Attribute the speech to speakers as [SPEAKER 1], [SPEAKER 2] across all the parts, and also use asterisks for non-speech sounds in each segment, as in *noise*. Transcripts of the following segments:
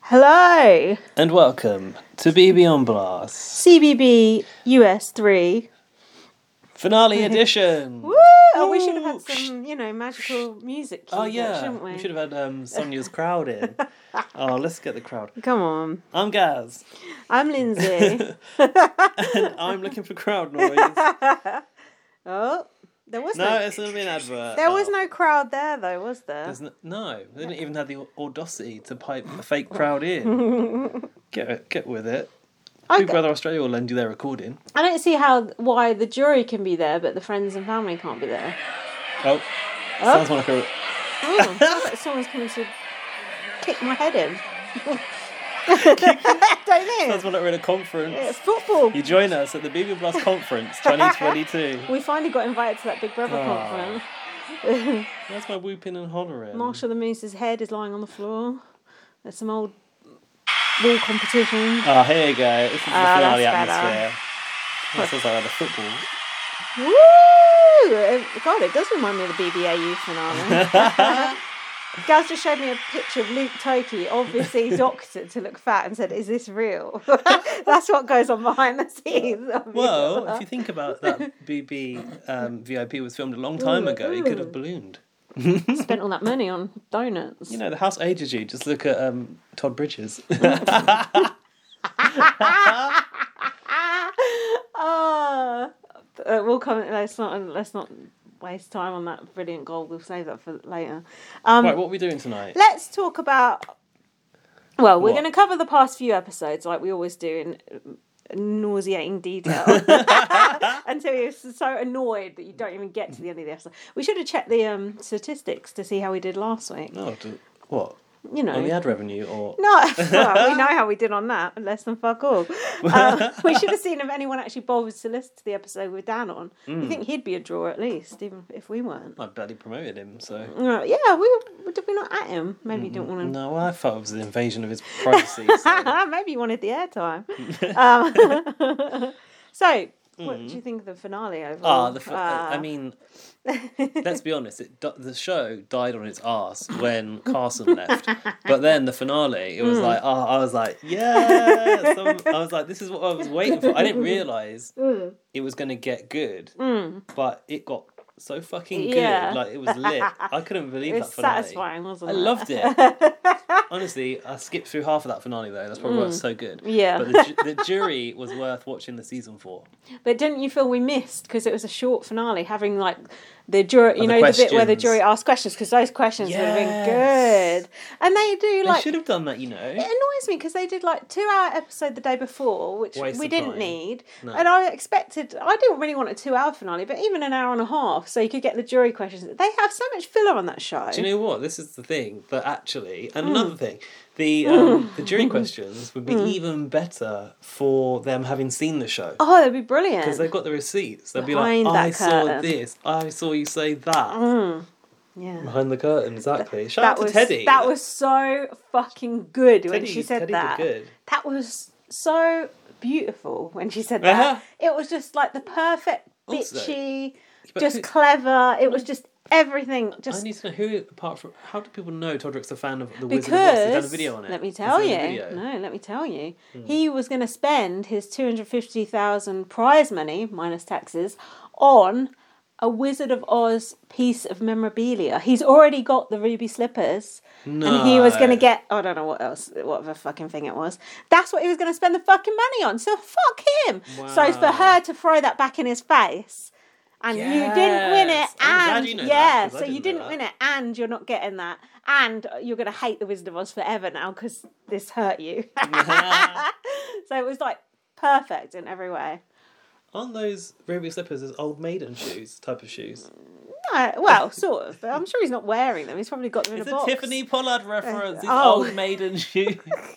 [SPEAKER 1] Hello,
[SPEAKER 2] And welcome to BB on Blast
[SPEAKER 1] CBB US three. *laughs*
[SPEAKER 2] Finale Edition.
[SPEAKER 1] Woo! Oh, we should have had some, you know, magical music.
[SPEAKER 2] oh
[SPEAKER 1] cues,
[SPEAKER 2] yeah,
[SPEAKER 1] shouldn't we?
[SPEAKER 2] we should have had
[SPEAKER 1] *laughs*
[SPEAKER 2] um, Sonia's crowd in. oh, let's get the crowd.
[SPEAKER 1] Come on, *laughs*
[SPEAKER 2] I'm Gaz,
[SPEAKER 1] I'm
[SPEAKER 2] *laughs*
[SPEAKER 1] Lindsay.
[SPEAKER 2] and I'm looking for
[SPEAKER 1] *laughs*
[SPEAKER 2] crowd noise.
[SPEAKER 1] oh, there was no,
[SPEAKER 2] No, it's gonna be an advert.
[SPEAKER 1] there was
[SPEAKER 2] Oh,
[SPEAKER 1] no crowd there though, was there?
[SPEAKER 2] there's no. No, they didn't even have the audacity to pipe a fake crowd in.
[SPEAKER 1] *laughs*
[SPEAKER 2] get it, get with it.
[SPEAKER 1] I,
[SPEAKER 2] Big Brother Australia will lend you their recording.
[SPEAKER 1] I don't see how why the jury can be there, but the friends and family can't be there.
[SPEAKER 2] Oh, sounds like a. *laughs*
[SPEAKER 1] Oh, sounds like someone's coming to kick my head in. don't
[SPEAKER 2] Sounds
[SPEAKER 1] *laughs* know.
[SPEAKER 2] like we're in a conference.
[SPEAKER 1] It's football.
[SPEAKER 2] You join us at the BB Blast
[SPEAKER 1] *laughs*
[SPEAKER 2] conference 2022.
[SPEAKER 1] We finally got invited to that Big Brother
[SPEAKER 2] Oh.
[SPEAKER 1] conference.
[SPEAKER 2] That's my whooping and hollering.
[SPEAKER 1] Marshall the Moose's head is lying on the floor. There's some old wall competition.
[SPEAKER 2] Oh, here you go. This is the
[SPEAKER 1] Ah,
[SPEAKER 2] finale
[SPEAKER 1] that's better.
[SPEAKER 2] atmosphere. This is like the football.
[SPEAKER 1] Woo! Eh, God, it does remind me of the BBAU finale. *laughs* Gaz just showed me a picture of Luke Toki, obviously doctored to look fat, and said, "Is this real?" *laughs* That's what goes on behind the scenes. *laughs*
[SPEAKER 2] Well, if you think about that, BB um, VIP was filmed a long time ago. It could have ballooned.
[SPEAKER 1] spent all that money on donuts.
[SPEAKER 2] You know, the house ages you. Just look at um,
[SPEAKER 1] *laughs*
[SPEAKER 2] Todd Bridges. *laughs*
[SPEAKER 1] Ah, uh, we'll come. Let's not. Let's not waste time on that brilliant goal. We'll save that for later. Um,
[SPEAKER 2] right, what are we doing tonight?
[SPEAKER 1] let's talk about. Well, we're
[SPEAKER 2] What?
[SPEAKER 1] going to cover the past few episodes like we always do in nauseating detail *laughs* until you're so annoyed that you don't even get to the end of the episode. We should have checked the um, statistics to see how we did last week.
[SPEAKER 2] Oh, do, what?
[SPEAKER 1] You know,
[SPEAKER 2] On the ad revenue or.
[SPEAKER 1] no, well, we know how we did on that. Less than fuck all. Um, we should have seen if anyone actually bothers to listen to the episode with Dan on. You think he'd be a draw at least, even if we weren't.
[SPEAKER 2] I bloody promoted him, so.
[SPEAKER 1] Uh, yeah, we were- did. We not at him. Maybe you didn't want to.
[SPEAKER 2] No, I thought it was an invasion of his privacy.
[SPEAKER 1] *laughs*
[SPEAKER 2] so-
[SPEAKER 1] Maybe you wanted the
[SPEAKER 2] *laughs*
[SPEAKER 1] airtime. um, *laughs* so, what do you think of the finale overall?
[SPEAKER 2] Mm. Ah, the f-
[SPEAKER 1] *laughs*
[SPEAKER 2] I mean, let's be honest. It di- the show died on its ass when Carson left, but then the finale, it was
[SPEAKER 1] Hmm.
[SPEAKER 2] like, oh, I was like, yeah, some, I was like, this is what I was waiting for.
[SPEAKER 1] *laughs*
[SPEAKER 2] I didn't
[SPEAKER 1] Hmm.
[SPEAKER 2] realize it was gonna get good, but it got so fucking good.
[SPEAKER 1] Yeah.
[SPEAKER 2] Like it was lit.
[SPEAKER 1] *laughs*
[SPEAKER 2] I couldn't believe
[SPEAKER 1] it
[SPEAKER 2] that
[SPEAKER 1] was
[SPEAKER 2] finale.
[SPEAKER 1] satisfying, wasn't
[SPEAKER 2] I
[SPEAKER 1] it?
[SPEAKER 2] loved it.
[SPEAKER 1] *laughs*
[SPEAKER 2] Honestly, I skipped through half of that finale though. That's probably why it was so good.
[SPEAKER 1] Hmm. Yeah.
[SPEAKER 2] But the, ju- the jury was worth watching the season for.
[SPEAKER 1] But didn't you feel we missed because it was a short finale, having like the jury, you
[SPEAKER 2] the
[SPEAKER 1] know, the bit where the
[SPEAKER 2] questions.
[SPEAKER 1] jury asked questions because those questions would have been
[SPEAKER 2] Yes.
[SPEAKER 1] good, and they do
[SPEAKER 2] They
[SPEAKER 1] *laughs* like.
[SPEAKER 2] should have done that, you know.
[SPEAKER 1] it annoys me because they did like two hour episode the day before, which
[SPEAKER 2] Waste
[SPEAKER 1] we
[SPEAKER 2] of
[SPEAKER 1] didn't
[SPEAKER 2] time.
[SPEAKER 1] need,
[SPEAKER 2] No.
[SPEAKER 1] and I expected I didn't really want a two hour finale, but even an hour and a half, so you could get the jury questions. They have so much filler on that show.
[SPEAKER 2] Do you know what? This is the thing that actually, and
[SPEAKER 1] Hmm.
[SPEAKER 2] another thing, the um,
[SPEAKER 1] *laughs*
[SPEAKER 2] the jury questions would be even better for them having seen the show
[SPEAKER 1] oh, that'd be brilliant.
[SPEAKER 2] because they've got the receipts. They'll be
[SPEAKER 1] Behind
[SPEAKER 2] like,
[SPEAKER 1] that
[SPEAKER 2] "I saw
[SPEAKER 1] curtain."
[SPEAKER 2] this. I saw you say that
[SPEAKER 1] yeah.
[SPEAKER 2] behind the curtain." Exactly. Shout
[SPEAKER 1] That
[SPEAKER 2] out to
[SPEAKER 1] was
[SPEAKER 2] Teddy.
[SPEAKER 1] that was so fucking good when she
[SPEAKER 2] Teddy-
[SPEAKER 1] said
[SPEAKER 2] Teddy did
[SPEAKER 1] that.
[SPEAKER 2] good.
[SPEAKER 1] That was so beautiful when she said that.
[SPEAKER 2] Uh-huh.
[SPEAKER 1] It was just like the perfect
[SPEAKER 2] Also,
[SPEAKER 1] bitchy,
[SPEAKER 2] but
[SPEAKER 1] just
[SPEAKER 2] who-
[SPEAKER 1] clever. It was just everything.
[SPEAKER 2] I
[SPEAKER 1] Just
[SPEAKER 2] need to know who, apart from how do people know Todrick's a fan of the Wizard of Oz? He's done a
[SPEAKER 1] because
[SPEAKER 2] video on it.
[SPEAKER 1] let me
[SPEAKER 2] He's
[SPEAKER 1] tell
[SPEAKER 2] done a
[SPEAKER 1] you,
[SPEAKER 2] video. *laughs* Hmm.
[SPEAKER 1] no, let me tell you, he was going to spend his two hundred fifty thousand prize money minus taxes on a Wizard of Oz piece of memorabilia. He's already got the ruby slippers, and he was going to
[SPEAKER 2] No.
[SPEAKER 1] get I don't know what else, whatever fucking thing it was. That's what he was going to spend the fucking money on. So fuck him. So for
[SPEAKER 2] Wow.
[SPEAKER 1] her to throw that back in his face. And you didn't win it,
[SPEAKER 2] Yes. I'm glad
[SPEAKER 1] and
[SPEAKER 2] you know that,
[SPEAKER 1] yeah,
[SPEAKER 2] 'cause I
[SPEAKER 1] so you
[SPEAKER 2] didn't
[SPEAKER 1] didn't
[SPEAKER 2] know that.
[SPEAKER 1] win it it, and you're not getting that and you're going to hate the wizard of oz forever now because this hurt you *laughs* so it was like perfect in every way
[SPEAKER 2] Aren't those ruby slippers as old maiden shoes type of shoes?
[SPEAKER 1] no, well sort of but i'm sure he's not wearing them he's probably got them in
[SPEAKER 2] It's
[SPEAKER 1] a
[SPEAKER 2] a
[SPEAKER 1] box
[SPEAKER 2] Tiffany Pollard reference. These
[SPEAKER 1] Oh.
[SPEAKER 2] old maiden shoes.
[SPEAKER 1] *laughs*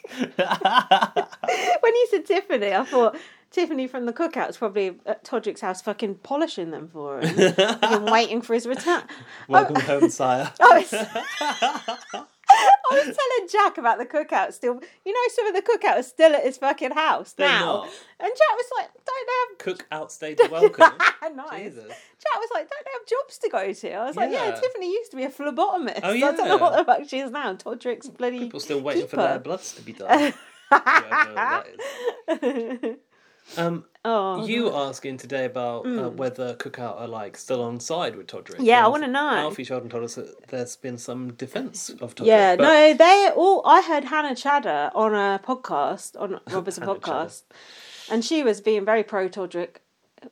[SPEAKER 1] when you said tiffany i thought tiffany from the cookout's probably at todrick's house fucking polishing them for
[SPEAKER 2] *laughs*
[SPEAKER 1] him Fucking waiting for his return
[SPEAKER 2] *laughs* Welcome home, sire.
[SPEAKER 1] Oh, it's... *laughs* I was telling Jack about the cookout still. You know, some of the cookout is still at his fucking house
[SPEAKER 2] They're
[SPEAKER 1] now.
[SPEAKER 2] not.
[SPEAKER 1] And Jack was like, don't they
[SPEAKER 2] Cook outstayed the *laughs* welcome.
[SPEAKER 1] have. *laughs* Ah, nice.
[SPEAKER 2] Jesus.
[SPEAKER 1] Jack was like, don't they have jobs to go to? I was like, yeah,
[SPEAKER 2] Yeah.
[SPEAKER 1] Tiffany used to be a phlebotomist.
[SPEAKER 2] Oh,
[SPEAKER 1] I don't know
[SPEAKER 2] yeah.
[SPEAKER 1] what the fuck she is now. Todrick's bloody.
[SPEAKER 2] People still waiting for
[SPEAKER 1] Keeper.
[SPEAKER 2] their bloods
[SPEAKER 1] *laughs*
[SPEAKER 2] to be done. Whatever that Um,
[SPEAKER 1] oh.
[SPEAKER 2] you asking today about uh, whether Cookout are like still on side with Todrick.
[SPEAKER 1] Mm. Yeah, I
[SPEAKER 2] and
[SPEAKER 1] wanna know.
[SPEAKER 2] Alfie Sheldon told us that there's been some defence of Todrick.
[SPEAKER 1] Yeah,
[SPEAKER 2] but
[SPEAKER 1] no, they all. I heard Hannah Chadder on a podcast,
[SPEAKER 2] *laughs*
[SPEAKER 1] on Robert's
[SPEAKER 2] Hannah
[SPEAKER 1] podcast, and she was being very pro Todrick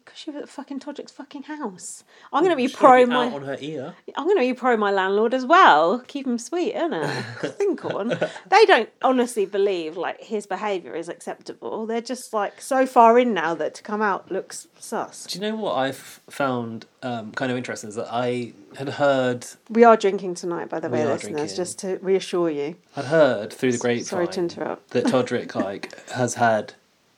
[SPEAKER 1] because she was at fucking Todrick's fucking house. I'm going to be
[SPEAKER 2] she's gotta
[SPEAKER 1] pro
[SPEAKER 2] Oh, be
[SPEAKER 1] my.
[SPEAKER 2] out on her ear.
[SPEAKER 1] I'm going to be pro my landlord as well. Keep him sweet, isn't it?
[SPEAKER 2] *laughs*
[SPEAKER 1] Think on. They don't honestly believe like his behaviour is acceptable. They're just like so far in now that to come out looks sus.
[SPEAKER 2] Do you know what I've found um, kind of interesting is that I had heard
[SPEAKER 1] We are drinking tonight, by the way,
[SPEAKER 2] are
[SPEAKER 1] listeners,
[SPEAKER 2] drinking.
[SPEAKER 1] just to reassure you.
[SPEAKER 2] I'd heard through the grapevine
[SPEAKER 1] Sorry to interrupt. *laughs*
[SPEAKER 2] that Todrick like has had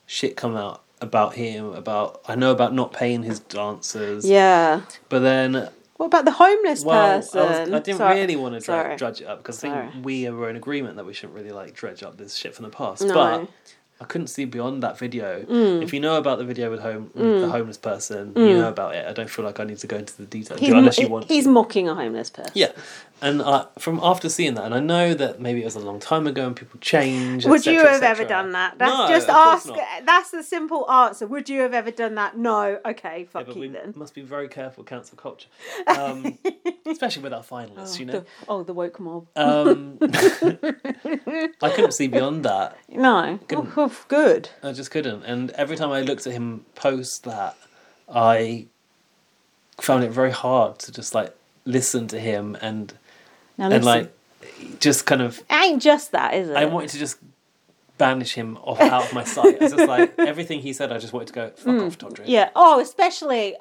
[SPEAKER 2] shit come out about him about I know about not paying his dancers,
[SPEAKER 1] Yeah.
[SPEAKER 2] but then
[SPEAKER 1] What about the homeless
[SPEAKER 2] well,
[SPEAKER 1] person?
[SPEAKER 2] I, was, I didn't
[SPEAKER 1] Sorry.
[SPEAKER 2] really want to
[SPEAKER 1] Sorry.
[SPEAKER 2] dra- dredge it up because I
[SPEAKER 1] Sorry.
[SPEAKER 2] think we were in agreement that we shouldn't really like dredge up this shit from the past.
[SPEAKER 1] No. Mm.
[SPEAKER 2] But I couldn't see beyond that video. If you know about the video with home the homeless person, you know about it. I don't feel like I need to go into the detail
[SPEAKER 1] He's,
[SPEAKER 2] unless you
[SPEAKER 1] mo-
[SPEAKER 2] want.
[SPEAKER 1] he's mocking a homeless person.
[SPEAKER 2] Yeah, and uh, from after seeing that, and I know that maybe it was a long time ago, and people change.
[SPEAKER 1] Would
[SPEAKER 2] etc.,
[SPEAKER 1] you have
[SPEAKER 2] etc.
[SPEAKER 1] ever done that? That's
[SPEAKER 2] No,
[SPEAKER 1] just
[SPEAKER 2] of course
[SPEAKER 1] ask.
[SPEAKER 2] not.
[SPEAKER 1] That's the simple answer. Would you have ever done that? No. Okay,
[SPEAKER 2] Yeah,
[SPEAKER 1] fuck
[SPEAKER 2] but
[SPEAKER 1] you
[SPEAKER 2] we
[SPEAKER 1] then.
[SPEAKER 2] must be very careful with cancel
[SPEAKER 1] *laughs*
[SPEAKER 2] culture, um, especially with our finalists. you know,
[SPEAKER 1] The, oh, the woke mob.
[SPEAKER 2] um,
[SPEAKER 1] *laughs*
[SPEAKER 2] *laughs* I couldn't see beyond that.
[SPEAKER 1] No. Good. good.
[SPEAKER 2] I just couldn't. And every time I looked at him post that, I found it very hard to just like listen to him and
[SPEAKER 1] Now
[SPEAKER 2] and
[SPEAKER 1] listen.
[SPEAKER 2] like just kind of
[SPEAKER 1] it ain't just that, is it?
[SPEAKER 2] I wanted to just banish him off out of my sight. It's
[SPEAKER 1] *laughs*
[SPEAKER 2] just like everything he said, I just wanted to go fuck off, Todrick.
[SPEAKER 1] Hmm. yeah. Oh, especially